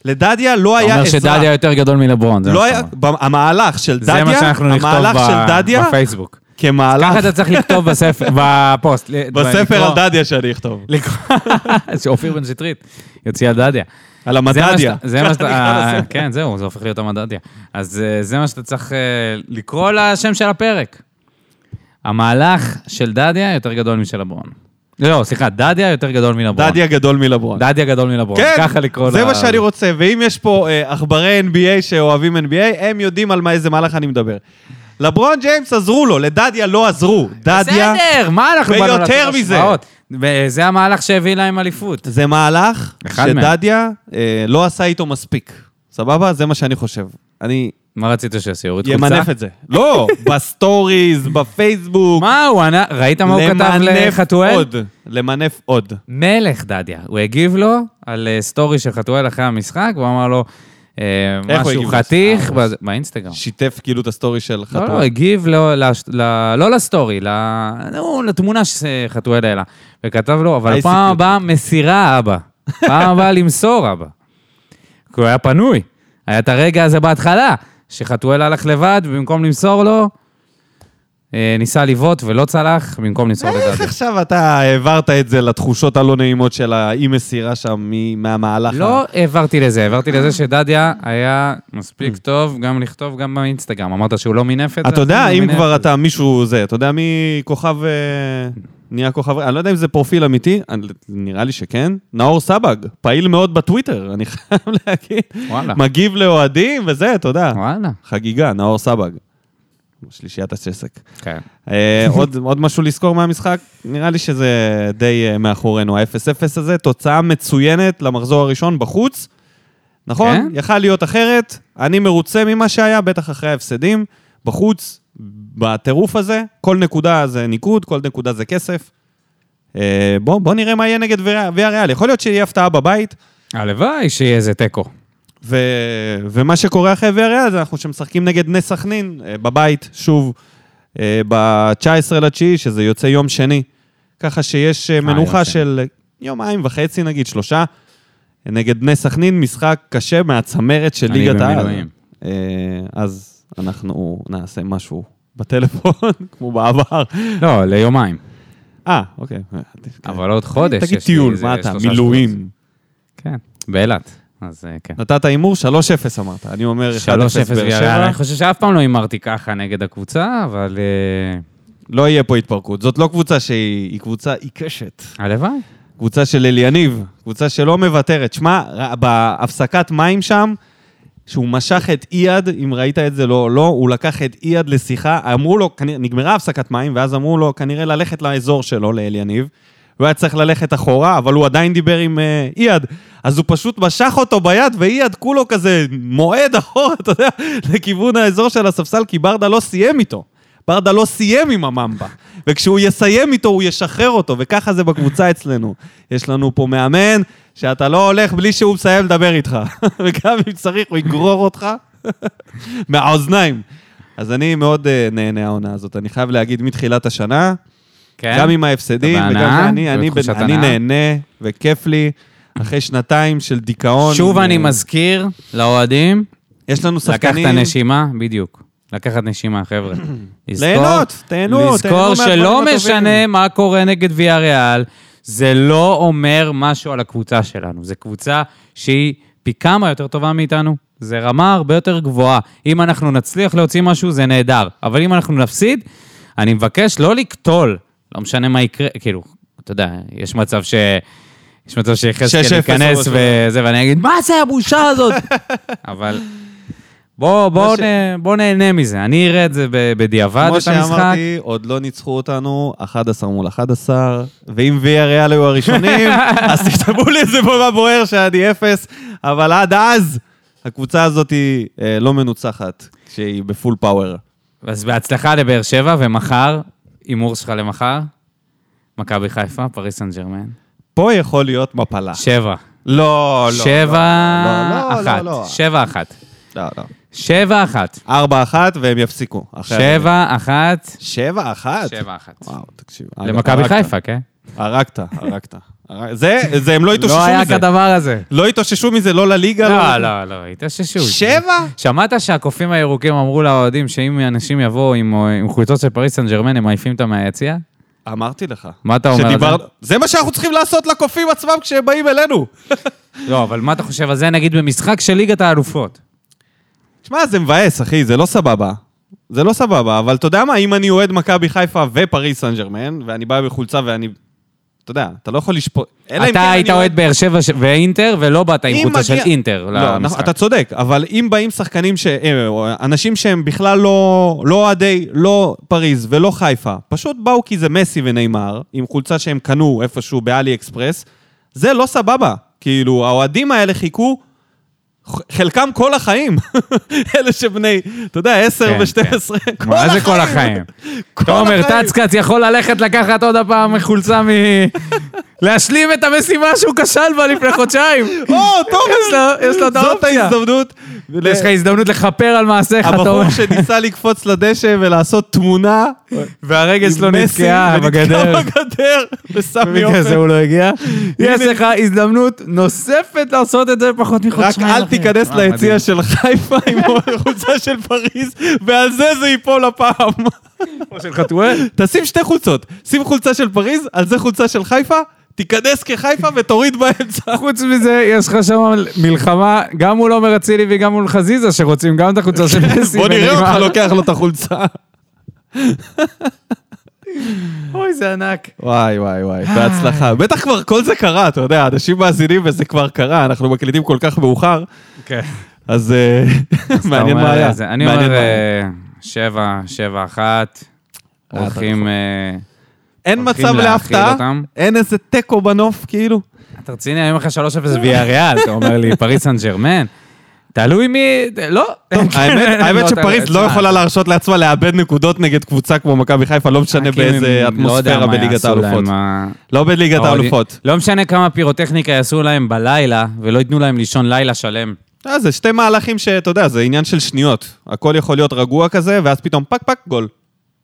Speaker 1: לדדיה לא
Speaker 2: אתה
Speaker 1: היה
Speaker 2: אומר
Speaker 1: עזרה.
Speaker 2: שדדיה יותר גדול מלברון, זה
Speaker 1: לא
Speaker 2: מה
Speaker 1: היה...
Speaker 2: שאתה אומר.
Speaker 1: המהלך של
Speaker 2: זה
Speaker 1: דדיה,
Speaker 2: מה שאנחנו נכתוב
Speaker 1: המהלך של
Speaker 2: ב-
Speaker 1: דדיה,
Speaker 2: בפייסבוק.
Speaker 1: כמהלך...
Speaker 2: ככה אתה צריך לכתוב בספר,
Speaker 1: (laughs)
Speaker 2: בפוסט. ל-
Speaker 1: בספר
Speaker 2: לקרוא-
Speaker 1: על דדיה שאני אכתוב.
Speaker 2: לקרוא- (laughs) שאופיר בן שטרית יוציא על דדיה.
Speaker 1: על
Speaker 2: זה מה
Speaker 1: המדדיה.
Speaker 2: שאתה- זה
Speaker 1: (laughs)
Speaker 2: מה שאתה...
Speaker 1: נקרא
Speaker 2: אה,
Speaker 1: לזה.
Speaker 2: כן, זהו, זה הופך להיות המדדיה. אז אה, זה מה שאתה צריך אה, לקרוא לשם של הפרק. המהלך של דדיה יותר גדול משל לברון. לא, סליחה, דדיה יותר גדול מלברון.
Speaker 1: דדיה גדול מלברון.
Speaker 2: דדיה גדול מלברון.
Speaker 1: כן,
Speaker 2: נכון, ככה לקרוא
Speaker 1: זה מה שאני רוצה. ואם יש פה אה, עכברי NBA שאוהבים NBA, הם יודעים על מה- איזה מהלך אני מדבר. לברון ג'יימס עזרו לו, לדדיה לא עזרו. דדיה
Speaker 2: בסדר, מה אנחנו באנו
Speaker 1: ויותר
Speaker 2: לעשות
Speaker 1: מזה.
Speaker 2: השוואות? וזה המהלך שהביא להם אליפות.
Speaker 1: זה מהלך
Speaker 2: אחד מהם.
Speaker 1: שדדיה אה, לא עשה איתו מספיק. סבבה? זה מה שאני חושב. אני
Speaker 2: מה רצית שיעשו? יוריד חולצה?
Speaker 1: ימנף את זה.
Speaker 2: (laughs)
Speaker 1: לא, בסטוריז, בפייסבוק.
Speaker 2: מה, הוא ענה... ראית מה הוא כתב
Speaker 1: למנף
Speaker 2: לחתואל?
Speaker 1: עוד. למנף עוד.
Speaker 2: מלך דדיה. הוא הגיב לו על אה, סטורי של חתואל אחרי המשחק, והוא אמר לו אה,
Speaker 1: איך הוא
Speaker 2: משהו
Speaker 1: הגיב לו?
Speaker 2: חתיך
Speaker 1: אה,
Speaker 2: בא- באינסטגרם.
Speaker 1: שיתף כאילו את הסטורי של
Speaker 2: לא, לא,
Speaker 1: חתואל.
Speaker 2: הגיב לא, לש- ל- לא לסטורי, ל... נו, לתמונה שחתואל העלה. וכתב לו, אבל
Speaker 1: I
Speaker 2: פעם
Speaker 1: see.
Speaker 2: הבאה מסירה, אבא. פעם הבאה למסור, אבא. (laughs) כי הוא היה פנוי. היה את הרגע הזה בהתחלה, שחתואל הלך לבד, ובמקום למסור לו, אה, ניסה לבעוט ולא צלח, במקום למסור
Speaker 1: איך
Speaker 2: לדדיה.
Speaker 1: עכשיו אתה העברת את זה לתחושות הלא נעימות של האי-מסירה שם מ- מהמהלך? ה-
Speaker 2: לא העברתי לזה, העברתי לזה שדדיה היה
Speaker 1: Mm.
Speaker 2: מספיק טוב גם לכתוב גם באינסטגרם. אמרת שהוא לא מינף את זה?
Speaker 1: אתה יודע,
Speaker 2: אז הוא
Speaker 1: אם
Speaker 2: מינף
Speaker 1: כבר
Speaker 2: את זה.
Speaker 1: אתה מישהו זה, אתה יודע מי כוכב... אה, נהיה כוכב... אני לא יודע אם זה פרופיל אמיתי, אני- נראה לי שכן. נאור סבג, פעיל מאוד בטוויטר, אני (laughs) חייב להגיד.
Speaker 2: וואלה.
Speaker 1: מגיב לאוהדים וזה, אתה יודע.
Speaker 2: וואלה.
Speaker 1: חגיגה, נאור סבג. שלישיית השסק.
Speaker 2: כן.
Speaker 1: אה, עוד, עוד משהו לזכור מהמשחק? נראה לי שזה די אה, מאחורינו, ה-0-0 הזה. תוצאה מצוינת למחזור הראשון בחוץ, נכון?
Speaker 2: כן.
Speaker 1: יכל להיות אחרת. אני מרוצה ממה שהיה, בטח אחרי ההפסדים. בחוץ, בטירוף הזה, כל נקודה זה ניקוד, כל נקודה זה כסף. אה, בוא, בוא נראה מה יהיה נגד ויה ריאל. יכול להיות שיהיה הפתעה בבית,
Speaker 2: הלוואי שיהיה איזה תיקו.
Speaker 1: ו... ומה שקורה אחרי ויה ריאל זה אנחנו שמשחקים נגד נס סכנין אה, בבית, שוב, אה, ב-19 לתשיעי, שזה יוצא יום שני. ככה שיש אה,
Speaker 2: יום
Speaker 1: מנוחה אה,
Speaker 2: שני.
Speaker 1: של יומיים וחצי נגיד, שלושה, נגד בני סכנין, משחק קשה מהצמרת של
Speaker 2: אני
Speaker 1: ליגת העל.
Speaker 2: במילואים.
Speaker 1: אה, אז אנחנו נעשה משהו בטלפון, (laughs) כמו בעבר.
Speaker 2: לא, ליומיים.
Speaker 1: אה, אוקיי.
Speaker 2: אבל עוד חודש.
Speaker 1: תגיד
Speaker 2: יש לי
Speaker 1: טיול,
Speaker 2: איזה
Speaker 1: מה אתה?
Speaker 2: שלושה שבועות.
Speaker 1: מילואים.
Speaker 2: כן, באילת. אז אה, כן.
Speaker 1: נתת הימור 3-0 אמרת, אני אומר 1-0 באר
Speaker 2: 3-0 ויאללה.
Speaker 1: שבע.
Speaker 2: אני חושב שאף פעם לא הימרתי ככה נגד הקבוצה, אבל אה,
Speaker 1: לא יהיה פה התפרקות. זאת לא קבוצה שהיא היא קבוצה עיקשת.
Speaker 2: הלוואי.
Speaker 1: קבוצה של אליניב, קבוצה שלא מוותרת. שמע, ר- בהפסקת מים שם, שהוא משך את אייד, אם ראית את זה לא או לא, הוא לקח את אייד לשיחה, אמרו לו, כנראה, נגמרה הפסקת מים, ואז אמרו לו כנראה ללכת לאזור שלו, לאליניב. הוא היה צריך ללכת אחורה, אבל הוא עדיין דיבר עם אה, אייד, אז הוא פשוט משך אותו ביד, ואייד כולו כזה מועד אחורה, אתה יודע, לכיוון האזור של הספסל, כי ברדה לא סיים איתו. ברדה לא סיים עם הממבה, וכשהוא יסיים איתו, הוא ישחרר אותו, וככה זה בקבוצה אצלנו. יש לנו פה מאמן, שאתה לא הולך בלי שהוא מסיים לדבר איתך, (laughs) וגם אם צריך, הוא יגרור אותך (laughs) מהאוזניים. אז אני מאוד אה, נהנה העונה הזאת, אני חייב להגיד, מתחילת השנה,
Speaker 2: כן.
Speaker 1: גם עם ההפסדים,
Speaker 2: אתה
Speaker 1: וגם
Speaker 2: בהנאה?
Speaker 1: אני, אני,
Speaker 2: בתחושת
Speaker 1: בנ- אני
Speaker 2: הנאה?
Speaker 1: נהנה וכיף לי, אחרי שנתיים של דיכאון.
Speaker 2: שוב
Speaker 1: אה,
Speaker 2: אני מזכיר לאוהדים,
Speaker 1: יש לנו שחקנים...
Speaker 2: לקחת נשימה, בדיוק. לקחת נשימה,
Speaker 1: (clears throat)
Speaker 2: חבר'ה. לזכור-
Speaker 1: ליהנות, תהנו, תהנו
Speaker 2: לזכור
Speaker 1: מהדברים
Speaker 2: שלא
Speaker 1: הטובים.
Speaker 2: משנה מה קורה נגד ויה ריאל, זה לא אומר משהו על הקבוצה שלנו. זו קבוצה שהיא פי כמה יותר טובה מאיתנו. זה רמה הרבה יותר גבוהה. אם אנחנו נצליח להוציא משהו, זה נהדר. אבל אם אנחנו נפסיד, אני מבקש לא לקטול. לא משנה מה יקרה, כאילו, אתה יודע, יש מצב ש... יש מצב שיחזקאל
Speaker 1: 6-0 או
Speaker 2: ייכנס
Speaker 1: משהו.
Speaker 2: וזה, ואני אגיד, מה זה הבושה
Speaker 1: (laughs)
Speaker 2: הזאת? אבל בואו בוא,
Speaker 1: ש-
Speaker 2: ש... בוא נהנה מזה. אני אראה את זה ב- בדיעבד,
Speaker 1: כמו
Speaker 2: את המשחק.
Speaker 1: שאמרתי, עוד לא ניצחו אותנו, 11 מול 11, ואם ויה ריאל היו
Speaker 2: (laughs)
Speaker 1: הראשונים, אז תכתבו לי את זה פה בבוער שאני אפס, אבל עד אז, הקבוצה הזאת היא אה, לא מנוצחת, כשהיא בפול פאוור.
Speaker 2: אז בהצלחה לבאר שבע, ומחר, הימור שלך למחר, מכבי חיפה, פריס סן ג'רמן.
Speaker 1: פה יכול להיות מפלה.
Speaker 2: שבע.
Speaker 1: לא, לא.
Speaker 2: שבע
Speaker 1: לא, לא,
Speaker 2: אחת.
Speaker 1: לא, לא.
Speaker 2: שבע אחת.
Speaker 1: לא, לא.
Speaker 2: שבע אחת.
Speaker 1: ארבע אחת, והם יפסיקו. אחרי הדרך.
Speaker 2: שבע אחת.
Speaker 1: שבע אחת?
Speaker 2: שבע אחת.
Speaker 1: וואו, תקשיב.
Speaker 2: למכבי
Speaker 1: הרגת,
Speaker 2: חיפה, כן?
Speaker 1: הרגת, הרגת. הר- זה, זה, הם לא התאוששו
Speaker 2: לא היה
Speaker 1: מזה.
Speaker 2: כדבר הזה.
Speaker 1: לא התאוששו מזה, לא לליגה.
Speaker 2: לא, לא, לא, התאוששו.
Speaker 1: שבע?
Speaker 2: שמעת שהקופים הירוקים אמרו לאוהדים שאם אנשים יבואו עם אה, עם חולצות של פריס סן ג'רמן, הם מעיפים אותם מהיציע?
Speaker 1: אמרתי לך.
Speaker 2: מה אתה אומר על
Speaker 1: שדיבר... זה מה שאנחנו צריכים לעשות לקופים עצמם כשהם באים אלינו.
Speaker 2: לא, אבל מה אתה חושב על זה, נגיד, במשחק של ליגת האלופות?
Speaker 1: שמע, זה מבאס, אחי, זה לא סבבה. זה לא סבבה, אבל אתה יודע מה, אם אני אוהד מכבי חיפה ופריס סן ג'רמן, ואני בא בחולצה ואני... אתה יודע, אתה לא יכול לשפוט... אלא אם כן
Speaker 2: אתה
Speaker 1: אני
Speaker 2: היית
Speaker 1: אוהד-
Speaker 2: אוהד באר שבע ש- ואינטר, ולא באת עם
Speaker 1: אם
Speaker 2: חולצה של
Speaker 1: מגיע-
Speaker 2: אינטר
Speaker 1: לא,
Speaker 2: למשחק.
Speaker 1: נכון, אתה צודק, אבל אם באים שחקנים ש... אה, או אנשים שהם בכלל לא לא אוהדי, לא פריז ולא חיפה, פשוט באו כי זה מסי ונאמר, עם חולצה שהם קנו איפשהו באלי אקספרס, זה לא סבבה. כאילו, האוהדים האלה חיכו, ח- חלקם כל החיים. (laughs) אלה שבני, אתה יודע, 10
Speaker 2: כן,
Speaker 1: ו-12, כל
Speaker 2: מה
Speaker 1: החיים.
Speaker 2: זה כל החיים?
Speaker 1: כל
Speaker 2: תומר
Speaker 1: החיים.
Speaker 2: טצקץ יכול ללכת לקחת עוד הפעם חולצה מ...
Speaker 1: (laughs)
Speaker 2: להשלים את המשימה שהוא כשל בה לפני חודשיים.
Speaker 1: (laughs) או, תומר!
Speaker 2: יש לו- יש לו את
Speaker 1: זאת
Speaker 2: האופציה.
Speaker 1: ההזדמנות. ל-
Speaker 2: יש לך הזדמנות לכפר על מעשיך, תומר.
Speaker 1: הבחור שניסה לקפוץ לדשא ולעשות תמונה,
Speaker 2: והרגל שלו לא נתקעה (laughs) בגדר.
Speaker 1: ונתקע לא בגדר, וסמי
Speaker 2: בגלל זה
Speaker 1: עופר.
Speaker 2: הוא לא הגיע. יש
Speaker 1: הנה.
Speaker 2: לך הזדמנות נוספת לעשות את זה פחות
Speaker 1: רק
Speaker 2: מחודשיים.
Speaker 1: אל
Speaker 2: אחרי.
Speaker 1: תיכנס
Speaker 2: אה,
Speaker 1: ליציע
Speaker 2: מדהים.
Speaker 1: של חיפה (laughs) עם חולצה של פריז, ועל זה זה ייפול הפעם.
Speaker 2: או של חתואל.
Speaker 1: תשים שתי חולצות, שים חולצה של פריז, על זה חולצה של חיפה, תיכנס כחיפה ותוריד באמצע.
Speaker 2: חוץ מזה, יש לך שם מלחמה גם מול עומר אצילי וגם מול חזיזה, שרוצים גם את הקבוצה של מסי.
Speaker 1: בוא נראה
Speaker 2: ונאמר.
Speaker 1: אותך לוקח לו את החולצה.
Speaker 2: אוי, זה ענק.
Speaker 1: וואי, וואי, וואי, בהצלחה. בטח כבר כל זה קרה, אתה יודע, אנשים מאזינים וזה כבר קרה, אנחנו מקליטים כל כך מאוחר,
Speaker 2: כן.
Speaker 1: אז אה, מעניין מה היה.
Speaker 2: אני
Speaker 1: מעניין
Speaker 2: אומר
Speaker 1: מה היה.
Speaker 2: אה, שבע, שבע, אחת.
Speaker 1: אה, אתה
Speaker 2: הולכים... אה,
Speaker 1: אין
Speaker 2: הולכים
Speaker 1: מצב
Speaker 2: להאכיל
Speaker 1: להפתעה,
Speaker 2: אותם.
Speaker 1: אין איזה תיקו בנוף, כאילו.
Speaker 2: אתה רציני, אני אומר לך 3-0 ויה ריאל, אתה אומר לי, פריס סן ג'רמן? תלוי מי... לא.
Speaker 1: כן. (laughs) האמת האמת
Speaker 2: לא,
Speaker 1: שפריז
Speaker 2: אתה-
Speaker 1: לא
Speaker 2: תשמע,
Speaker 1: יכולה להרשות לעצמה לאבד נקודות נגד קבוצה כמו מכבי חיפה, לא משנה
Speaker 2: כאילו,
Speaker 1: באיזה
Speaker 2: הם- לא יודע
Speaker 1: אטמוספירה
Speaker 2: מה
Speaker 1: בליגת
Speaker 2: יעשו להם
Speaker 1: האלופות.
Speaker 2: ה-
Speaker 1: לא בליגת
Speaker 2: האוהדים.
Speaker 1: האלופות.
Speaker 2: לא משנה כמה פירוטכניקה יעשו להם בלילה, ולא ייתנו להם לישון לילה שלם.
Speaker 1: אה, זה שתי מהלכים שאתה יודע, זה עניין של שניות. הכל יכול להיות רגוע כזה, ואז פתאום פק פק גול.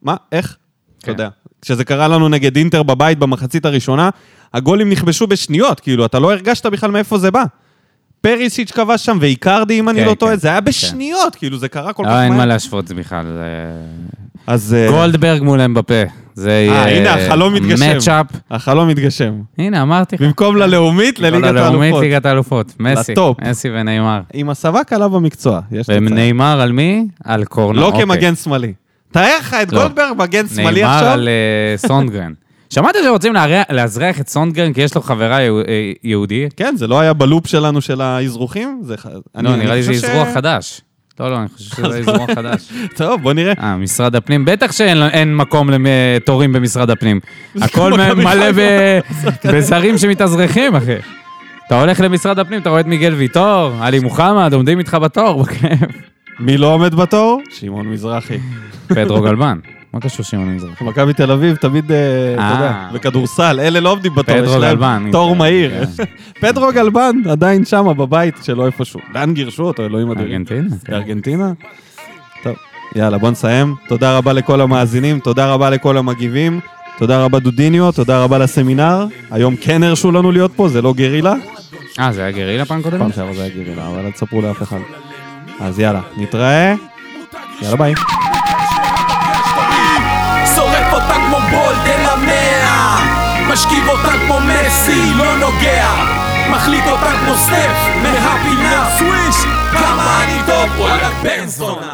Speaker 1: מה? איך? אתה
Speaker 2: כן.
Speaker 1: יודע. כשזה קרה לנו נגד אינטר בבית במחצית הראשונה, הגולים נכבשו בשניות, כאילו, אתה לא הרגשת בכלל מאיפה זה בא. פריסיץ' כבש שם, ואיקרדי, אם אני
Speaker 2: כן,
Speaker 1: לא טועה,
Speaker 2: כן,
Speaker 1: זה היה
Speaker 2: כן.
Speaker 1: בשניות, כאילו, זה קרה כל כך
Speaker 2: לא, אין מה
Speaker 1: מהר.
Speaker 2: להשוות, זה בכלל. זה-
Speaker 1: אז אה,
Speaker 2: גולדברג מול אמבפה. זה יהיה...
Speaker 1: הנה, החלום מתגשם.
Speaker 2: מצ'אפ.
Speaker 1: החלום מתגשם.
Speaker 2: הנה, אמרתי לך.
Speaker 1: במקום ללאומית, לליגת
Speaker 2: כל הלאומית,
Speaker 1: האלופות.
Speaker 2: ליגת האלופות. מסי.
Speaker 1: לטופ.
Speaker 2: מסי ונאמר.
Speaker 1: עם הסבה קלה במקצוע, יש תוצאה.
Speaker 2: ונאמר על מי? על קורנו.
Speaker 1: לא
Speaker 2: אוקיי.
Speaker 1: כמגן שמאלי. תאר לך את
Speaker 2: לא.
Speaker 1: גולדברג מגן שמאלי
Speaker 2: נאמר
Speaker 1: עכשיו.
Speaker 2: על אה, סונדגרן. שמעת שרוצים להרע- לאזרח את סונדגרן כי יש לו חברה יהו- אה, יהודי?
Speaker 1: כן, זה לא היה בלופ שלנו של האזרוחים? זה ח- אני-
Speaker 2: לא,
Speaker 1: אני
Speaker 2: נראה לי שזה
Speaker 1: חושב ש-
Speaker 2: אזרוח חדש. לא, לא, אני חושב
Speaker 1: (laughs)
Speaker 2: שזה אזרוח חדש.
Speaker 1: טוב, בוא נראה.
Speaker 2: אה, משרד הפנים, בטח שאין אין מקום לתורים במשרד הפנים. הכל
Speaker 1: כמו
Speaker 2: מ-
Speaker 1: מכבי
Speaker 2: מלא ב-
Speaker 1: חיפה.
Speaker 2: בזרים שמתאזרחים, אחי. אתה הולך למשרד הפנים, אתה רואה את מיגל ויטור, עלי מוחמד, עומדים איתך בתור, בכיף.
Speaker 1: מי לא עומד בתור? שמעון מזרחי.
Speaker 2: פדרו גלבן. מה קשור שמעון מזרח?
Speaker 1: מכבי תל אביב תמיד, אה, אתה יודע,
Speaker 2: אה.
Speaker 1: בכדורסל, אלה לא עומדים בתור,
Speaker 2: פדרו
Speaker 1: יש
Speaker 2: גלבן.
Speaker 1: להם תור
Speaker 2: כן,
Speaker 1: מהיר.
Speaker 2: כן.
Speaker 1: (laughs) פדרו גלבן עדיין שמה בבית שלו איפשהו. לאן גירשו אותו, אלוהים אדירים.
Speaker 2: ארגנטינה. כן.
Speaker 1: אוקיי. לארגנטינה? טוב, יאללה, בוא נסיים. תודה רבה לכל המאזינים, תודה רבה לכל המגיבים, תודה רבה דודיניו, תודה רבה לסמינר. היום כן הרשו לנו להיות פה, זה לא גרילה.
Speaker 2: אה, זה היה גרילה פעם קודמת?
Speaker 1: פעם שעברה זה היה גרילה, אבל אל תספרו לאף אחד. אז יאללה, נתראה, יאללה ביי.
Speaker 3: שורף אותה כמו בולד אל המאה משכיב אותה כמו מסי, לא נוגע מחליט אותה כמו סטף, מהפינה סוויש כמה אני טוב, וואלה בן זונה